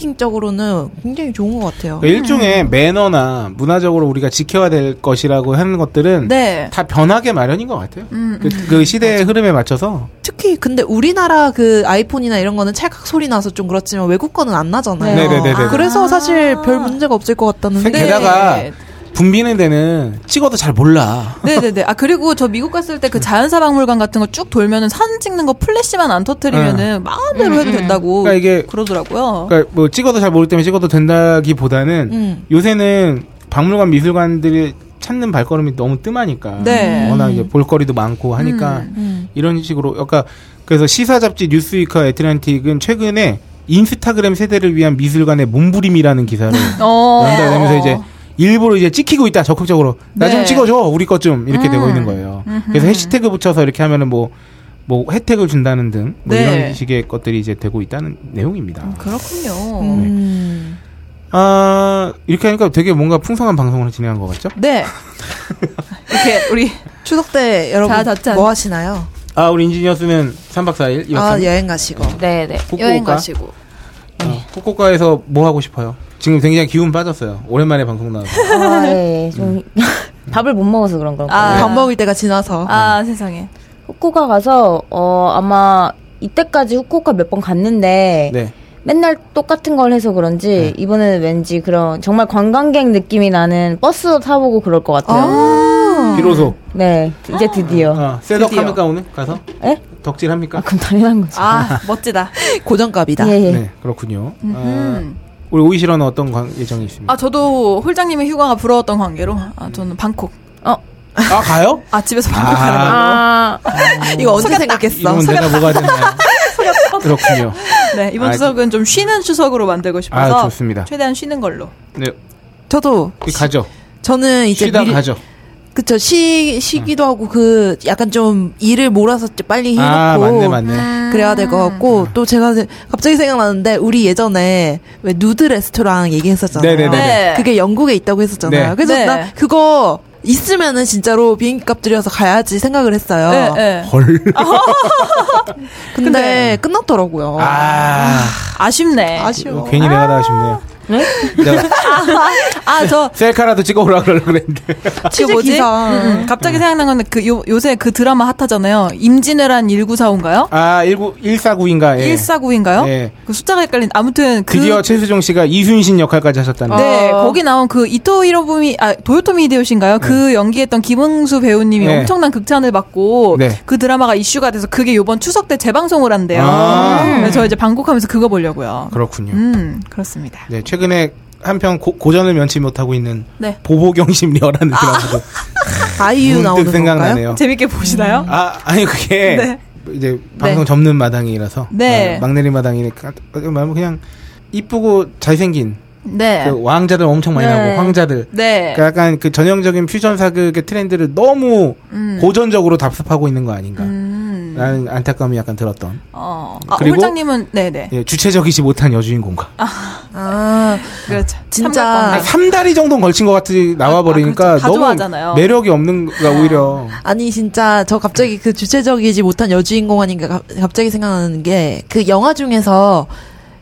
E: 마케팅적으로는 굉장히 좋은 것 같아요.
D: 그러니까 일종의
G: 음.
D: 매너나 문화적으로 우리가 지켜야 될 것이라고 하는 것들은
G: 네.
D: 다 변하게 마련인 것 같아요.
G: 음,
D: 그, 그 시대의 흐름에 맞춰서
E: 특히 근데 우리나라 그 아이폰이나 이런 거는 찰칵 소리 나서 좀 그렇지만 외국 거는 안 나잖아요.
D: 네. 네네네네.
E: 아, 그래서 사실 별 문제가 없을 것 같다는데.
G: 네.
D: 게다가 붐비는 데는 찍어도 잘 몰라.
G: 네네네. 아, 그리고 저 미국 갔을 때 그 자연사 박물관 같은 거 쭉 돌면은 사진 찍는 거 플래시만 안 터트리면은 마음대로 해도 된다고
D: 네. 그러니까 이게-
G: 그러더라고요
D: 그러니까 뭐 찍어도 잘 모르기 때문에 찍어도 된다기보다는
E: 음.
D: 요새는 박물관 미술관들이 찾는 발걸음이 너무 뜸하니까
G: 네. 음,
D: 워낙 이제 볼거리도 많고 하니까 이런 식으로 그러니까 그래서 시사 잡지 뉴스위크와 애틀란틱은 최근에 인스타그램 세대를 위한 미술관의 몸부림이라는 기사를
G: 어.
D: 연달되면서 그러니까 이제 일부러 이제 찍히고 있다 적극적으로 나 좀
G: 네. 음.
D: 찍어줘 우리 것 좀 이렇게 되고 있는 거예요. 그래서 해시태그 붙여서 이렇게 하면은 뭐 뭐 혜택을 준다는 등뭐
G: 네.
D: 이런 식의 것들이 이제 되고 있다는 내용입니다.
G: 그렇군요.
E: 음.
D: 아 이렇게 하니까 되게 뭔가 풍성한 방송을 진행한 것 같죠?
G: 네. 이렇게 우리
E: 추석 때 여러분
G: 자, 자, 자.
E: 뭐 하시나요?
D: 아 우리 인지니어 수는 3박 4일 이박
E: 아
D: 3일
E: 여행 가시고
F: 네, 네.
A: 여행
D: 후쿠오카
A: 가시고.
D: 어, 후쿠오카에서 뭐 하고 싶어요? 지금 굉장히 기운 빠졌어요. 오랜만에 방송 나와서
F: 아, 예, 예. 좀
D: 음.
F: 밥을 못 먹어서 그런 걸.
G: 아.
E: 밥 먹을 때가 지나서
G: 아 세상에.
F: 후쿠오카 가서 어 아마 이때까지 후쿠오카 몇 번 갔는데
D: 네.
F: 맨날 똑같은 걸 해서 그런지 이번에는 왠지 그런 정말 관광객 느낌이 나는 버스도 타보고 그럴 것 같아요.
D: 비로소
F: 네, 이제 드디어.
D: 어, 셋업
G: 드디어.
D: 합니까 오늘 가서
F: 예?
D: 덕질 합니까?
F: 아, 그럼 당연한 거지.
G: 아 멋지다.
E: 고정값이다.
F: 예, 예.
D: 네 그렇군요. 아, 우리 오이시러는 어떤 관- 예정이 있습니까?
G: 아 저도 홀장님의 휴가가 부러웠던 관계로 아 저는 방콕.
D: 아 가요?
G: 아 집에서 방콕
D: 아.
G: 가는 걸로.
F: 아,
E: 이거 언제 생각했어?
D: 이러면 내가 뭐가 되나요? 그렇군요.
G: 네 이번
D: 아,
G: 추석은 좀 쉬는 추석으로 만들고 싶어서
D: 아, 좋습니다.
G: 최대한 쉬는 걸로.
D: 네,
E: 저도
D: 가죠.
E: 저는 이제
D: 그러니까 쉬다
E: 미리
D: 가죠.
E: 그쵸 쉬 쉬기도 하고 그 약간 좀 일을 몰아서 좀 빨리 해놓고 음.
D: 아 맞네 맞네.
E: 그래야 될 것 같고 또 제가 그 갑자기 생각나는데 우리 예전에 왜 누드 레스토랑 얘기했었잖아요.
D: 네네네.
G: 네.
E: 그게 영국에 있다고 했었잖아요.
D: 네.
E: 그래서
G: 네.
E: 나 그거 있으면은 진짜로 비행기 값 들여서 가야지 생각을 했어요.
G: 네, 네.
D: 헐.
E: 근데, 끝났더라고요.
D: 아,
G: 아쉽네.
D: 이거
E: 아쉬워.
D: 괜히 내가 다 아쉽네요. 내가
G: 아, 아저
D: 셀카라도 찍어오라 그러려고 그랬는데.
E: 지금 뭐지?
G: 기사. 음. 갑자기 생각난 건데 그 요, 요새 그 드라마 핫하잖아요. 임진왜란 1945인가요?
D: 아 19, 149인가? 예.
G: 149인가요?
D: 예.
G: 그 숫자가 헷갈린. 아무튼 그
D: 드디어 최수종 씨가 이순신 역할까지 하셨다는.
G: 네,
F: 어.
G: 거기 나온 그 이토 히로부미 아 도요토미 히데요시인가요? 그 연기했던 김응수 배우님이
D: 네.
G: 엄청난 극찬을 받고
D: 네.
G: 그 드라마가 이슈가 돼서 그게 요번 추석 때 재방송을 한대요.
D: 아.
G: 그래서 저 이제 방콕하면서 그거 보려고요.
D: 그렇군요.
G: 음, 그렇습니다.
D: 네, 최근에 한편 고, 고전을 면치 못하고 있는
G: 네.
D: 보보경심녀라는 드라마도
E: 아이유
D: 문득
E: 나오는 건가요?
D: 생각나네요.
G: 재밌게 보시나요?
D: 아, 아니 그게
G: 네.
D: 이제 방송 접는 마당이라서
G: 네.
D: 어, 막내리 마당이니까 어떻게 말하면 그냥 이쁘고 잘생긴
G: 네.
D: 그 왕자들 엄청 많이
F: 네.
D: 나오고 황자들
G: 네.
D: 그러니까 약간 그 전형적인 퓨전 사극의 트렌드를 너무 고전적으로 답습하고 있는 거 아닌가
G: 음.
D: 라는 안타까움이 약간 들었던
G: 어. 아,
D: 그리고-
G: 홀장님은 네, 네.
D: 예, 주체적이지 못한 여주인공과
E: 아,
G: 그렇죠.
E: 진짜
D: 아, 삼 다리 정도는 걸친 것 같이 나와버리니까
G: 아, 그렇죠. 다
D: 너무
G: 좋아하잖아요.
D: 매력이 없는 거 오히려
E: 아니 진짜 저 갑자기 그 주체적이지 못한 여주인공 아닌가 가- 갑자기 생각나는 게 그 영화 중에서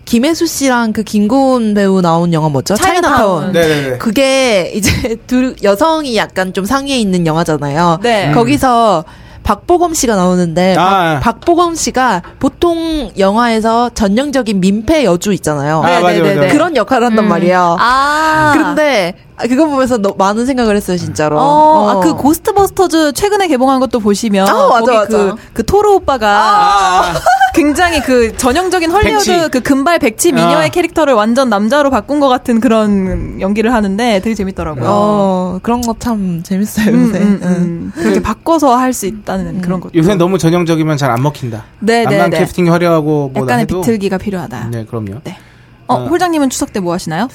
E: 김혜수 씨랑 그 김고은 배우 나온 영화 뭐죠? 차이나타운.
G: 차이나타운.
D: 네네네
E: 그게 이제 둘 여성이 약간 좀 상위에 있는 영화잖아요.
G: 네.
E: 거기서 박보검 씨가 나오는데
D: 음. 아.
E: 박, 보검 씨가 보통 영화에서 전형적인 민폐 여주 있잖아요.
D: 아, 맞아요, 맞아요.
E: 그런 역할을 한단 말이에요.
G: 네. 음. 아.
E: 그런데 그거 보면서 너- 많은 생각을 했어요, 진짜로.
G: 어, 아, 그 고스트버스터즈 최근에 개봉한 것도 보시면
E: 아, 맞아,
G: 거기
E: 맞아. 아.
G: 그, 그 토로 오빠가 굉장히 그 전형적인 헐리우드
D: 백치.
G: 그 금발 백치 미녀의
D: 아.
G: 캐릭터를 완전 남자로 바꾼 것 같은 그런 연기를 하는데 되게 재밌더라고요.
E: 어, 그런 거 참 재밌어요,
G: 음,
E: 요새. 음.
G: 음,
E: 응.
G: 음. 그렇게 바꿔서 할 수 있다는 그런 것도
D: 요새 너무 전형적이면 잘 안 먹힌다
G: 네, 네,
D: 남남
G: 네.
D: 캐스팅 화려하고 뭐나
G: 약간의
D: 해도
G: 비틀기가 필요하다.
D: 네 그럼요
G: 네. 어,
D: 어.
G: 홀장님은 추석 때 뭐 하시나요?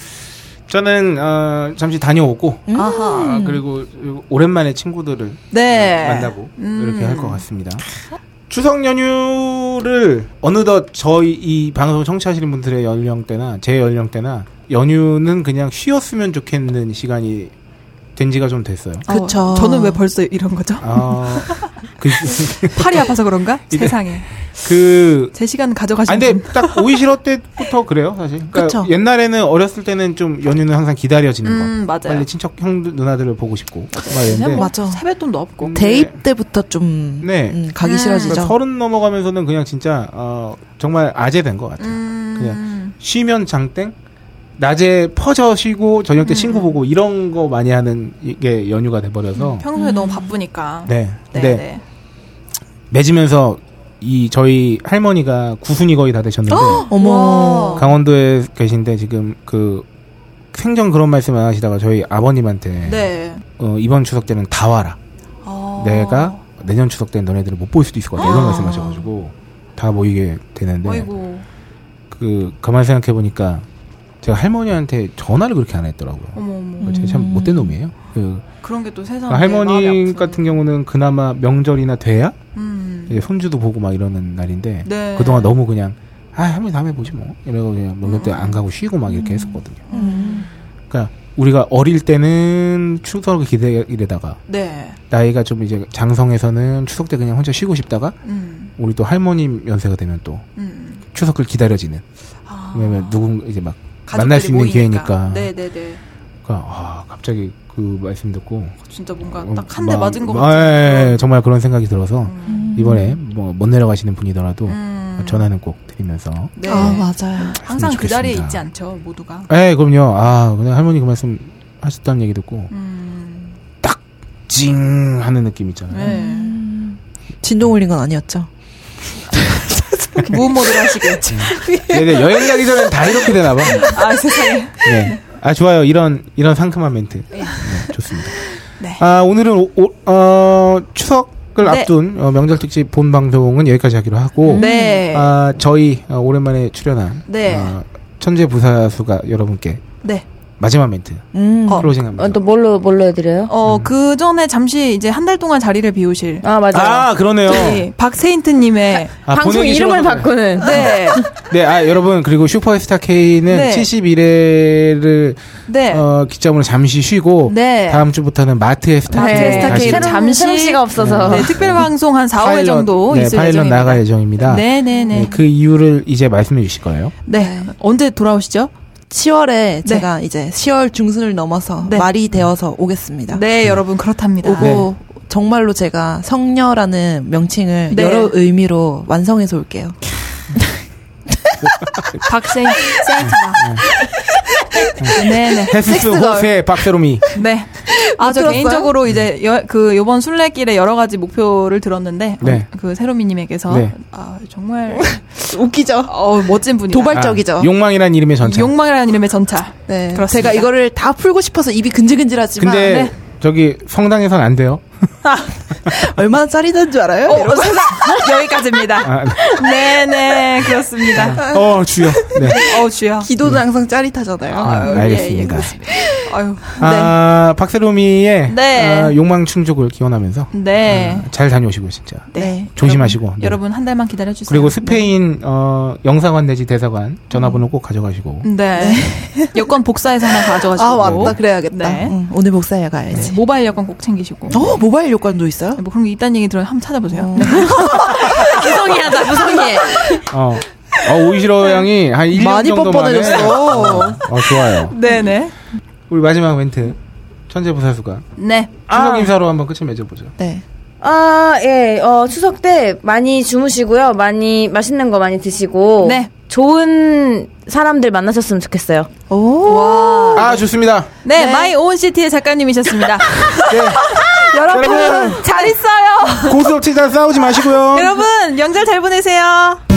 D: 저는 어, 잠시 다녀오고
G: 음.
E: 음.
G: 아하.
D: 아, 그리고 오랜만에 친구들을
G: 네.
D: 만나고
G: 음.
D: 이렇게 할 것 같습니다. 추석 연휴를 어느덧 저희 이 방송 청취하시는 분들의 연령대나 제 연령대나 연휴는 그냥 쉬었으면 좋겠는 시간이 된 지가 좀 됐어요.
G: 어,
E: 그쵸.
G: 저는 왜 벌써 이런 거죠?
D: 아, 그,
G: 팔이 아파서 그런가?
D: 이게-
G: 세상에.
D: 그,
G: 제 시간
D: 아,
G: 가져가시는
D: 근데
G: 분.
D: 딱 오이시러 때부터 그래요, 사실. 그러니까
E: 그쵸.
D: 옛날에는 어렸을 때는 좀 연휴는 항상 기다려지는 거.
G: 음, 맞아요.
D: 빨리 친척 형 누나들을 보고 싶고. 음. 막
G: 그냥
D: 이랬는데.
G: 뭐
E: 맞아.
G: 세뱃돈도 없고.
D: 근데
G: 네.
E: 대입 때부터 좀
D: 네.
E: 음, 가기
D: 그러니까
E: 싫어지죠.
D: 서른 넘어가면서는 그냥 진짜 어, 정말 아재 된 것 같아요.
G: 음.
D: 그냥 쉬면 장땡, 낮에 퍼져 쉬고 저녁 때 친구 보고 이런 거 많이 하는 이게 연휴가 돼버려서
G: 음, 평소에 너무 바쁘니까.
D: 네,
G: 네,
D: 네,
G: 네.
D: 맺으면서 이 저희 할머니가 구순이 거의 다 되셨는데
E: 어머.
G: 와.
D: 강원도에 계신데 지금 그 생전 그런 말씀 안 하시다가 저희 아버님한테
G: 네.
D: 어, 이번 추석 때는 다 와라.
G: 어.
D: 내가 내년 추석 때는 너네들을 못 볼 수도 있을 것 같아. 이런 말씀 하셔가지고 다 모이게 되는데
G: 아이고.
D: 그 가만 생각해 보니까 제가 할머니한테 전화를 그렇게 안 했더라고요.
G: 어머 어머.
D: 제가 참 못된 놈이에요. 그
G: 그런 게 또 세상에
D: 할머니
G: 음. 마음이
D: 같은 경우는 그나마 명절이나 돼야
G: 아프죠. 음.
D: 이제 손주도 보고 막 이러는 날인데
G: 네.
D: 그동안 너무 그냥 아 할머니 다음에 보지 뭐 이러고 그냥 명절 때 안 가고 쉬고 막
G: 음.
D: 이렇게 했었거든요.
E: 음.
D: 그러니까 우리가 어릴 때는 추석을 기대이래다가
G: 네.
D: 나이가 좀 이제 장성에서는 추석 때 그냥 혼자 쉬고 싶다가
G: 음.
D: 우리 또 할머님 연세가 되면 또
G: 음.
D: 추석을 기다려지는
G: 아.
D: 왜냐면 누군 이제 막
G: 가족들이
D: 만날 수 있는
G: 모이니까.
D: 기회니까.
G: 네네네.
D: 그러니까 아 갑자기 그 말씀 듣고
G: 진짜 뭔가
D: 어,
G: 딱 한 대
D: 막-
G: 맞은 것
D: 아,
G: 같은.
D: 예, 예, 정말 그런 생각이 들어서
G: 음.
D: 이번에 뭐 못 내려가시는 분이더라도 전화는 꼭 드리면서
G: 네.
E: 아, 맞아요.
G: 항상 그 자리에
D: 좋겠습니다.
G: 있지 않죠 모두가.
D: 예 그럼요 아 그냥 할머니 그 말씀 하셨다는 얘기 듣고
G: 음.
D: 찡 하는 느낌 있잖아요
G: 네.
E: 음. 진동 울린 건 아니었죠.
G: 음. 무음 모드로 하시게.
D: 근데 예, 네, 여행 가기 전엔 다 이렇게 되나 봐
G: 아 세상에.
D: 네. 아 좋아요. 이런 이런 상큼한 멘트. 네, 좋습니다.
G: 네.
D: 아 오늘은 오, 오- 어, 추석을
G: 네.
D: 앞둔 어, 명절 특집 본 방송은 여기까지 하기로 하고
G: 네.
D: 아 저희 어, 오랜만에 출연한
G: 네.
D: 아, 천재 부사수가 여러분께
G: 네.
D: 마지막 멘트
E: 음.
D: 클로징합니다.
F: 어, 또 뭘로 뭘로 해드려요?
G: 어, 그 전에 잠시 이제 한 달 동안 자리를 비우실
F: 아 맞아요.
D: 음. 아 그러네요.
G: 저희 박세인트님의
D: 아,
F: 방송
D: 본인이
F: 이름을
D: 싫어서 그래요.
F: 바꾸는.
G: 네,
D: 네, 아 여러분 그리고 슈퍼스타 K는
G: 네.
D: 71회를
G: 네,
D: 어, 기점으로 잠시 쉬고
G: 네.
D: 다음 주부터는 마트의 스타
G: 마트의
D: K로
G: 스타
D: 다시
G: K는
F: 네. 새로운
G: 잠시-
F: 새로운 씨가 없어서.
G: 네, 특별 방송 한 4, 5회
D: 파일럿,
G: 정도
D: 네,
G: 있을
D: 파일럿
G: 예정입니다.
D: 나갈 예정입니다.
G: 네, 네,
D: 네,
G: 네.
D: 그 이유를 이제 말씀해 주실 거예요.
G: 네. 언제 돌아오시죠?
E: 10월에 제가 이제 10월 중순을 넘어서
G: 네.
E: 말이 되어서 오겠습니다.
G: 네, 여러분 그렇답니다.
D: 네.
E: 오고 정말로 제가 성녀라는 명칭을
G: 네.
E: 여러 의미로 완성해서 올게요.
G: 박세인 세인트가. 네, 네.
D: 헤스스
G: 섹스걸.
D: 호세 박세롬이.
G: 네. 아, 저
E: 들었어요?
G: 개인적으로 이제 여, 그 요번 순례길에 여러 가지 목표를 들었는데
D: 네.
G: 어, 그 세로미 님에게서
D: 네.
G: 아, 정말 웃기죠. 어, 멋진 분이다.
E: 도발적이죠.
D: 아, 욕망이란 이름의 전차.
G: 욕망이라는 이름의 전차.
E: 네.
G: 그렇습니다.
E: 제가 이거를 다 풀고 싶어서 입이 근질근질하지만
D: 근데
E: 네.
D: 저기 성당에선 안 돼요.
E: 얼마나 짜릿한 줄 알아요?
G: 어, 세상 여기까지입니다.
D: 아, 네.
G: 네, 네. 그렇습니다.
D: 어 주여. 네.
G: 어, 주야.
E: 기도는 항상 짜릿하잖아요. 음. 예,
D: 아, 알겠습니다.
G: 아유.
D: 아 박세롬이의
G: 네.
D: 아, 욕망 충족을 기원하면서
G: 네.
D: 잘 다녀오시고 진짜
G: 네.
D: 아. 조심하시고.
G: 여러분,
D: 네.
G: 여러분 한 달만 기다려 주세요.
D: 그리고 스페인 어, 영사관 내지 대사관 전화번호 꼭 가져가시고.
G: 네. 여권 복사해서 하나 가져가시고.
E: 아 맞다 그래야겠다. 음.
G: 네.
E: 응, 오늘 복사해 가야지.
G: 모바일 여권 꼭 챙기시고.
E: 어 모바일 요건도 있어요?
G: 뭐 그런 게 있다는 얘기 들으면 한번 찾아보세요. 네. 무성의하다, 무성의해.
D: 어. 어 오이시러 양이 한 1년
E: 많이
D: 정도 만에.
E: 뻔뻔해졌어.
D: 어 좋아요.
G: 네네.
D: 우리 마지막 멘트 천재 부사수가
G: 네.
D: 추석 인사로 한번 끝을 맺어보죠.
E: 네.
F: 아, 예. 어, 추석 때 많이 주무시고요. 많이 맛있는 거 많이 드시고
G: 네.
F: 좋은 사람들 만나셨으면 좋겠어요.
E: 오.
D: 아 좋습니다.
G: 네, 마이 오은시티의 작가님이셨습니다.
D: 여러분
G: 잘 있어요.
D: 예. 고스톱 치다 싸우지 마시고요.
G: 여러분, 명절 잘 보내세요.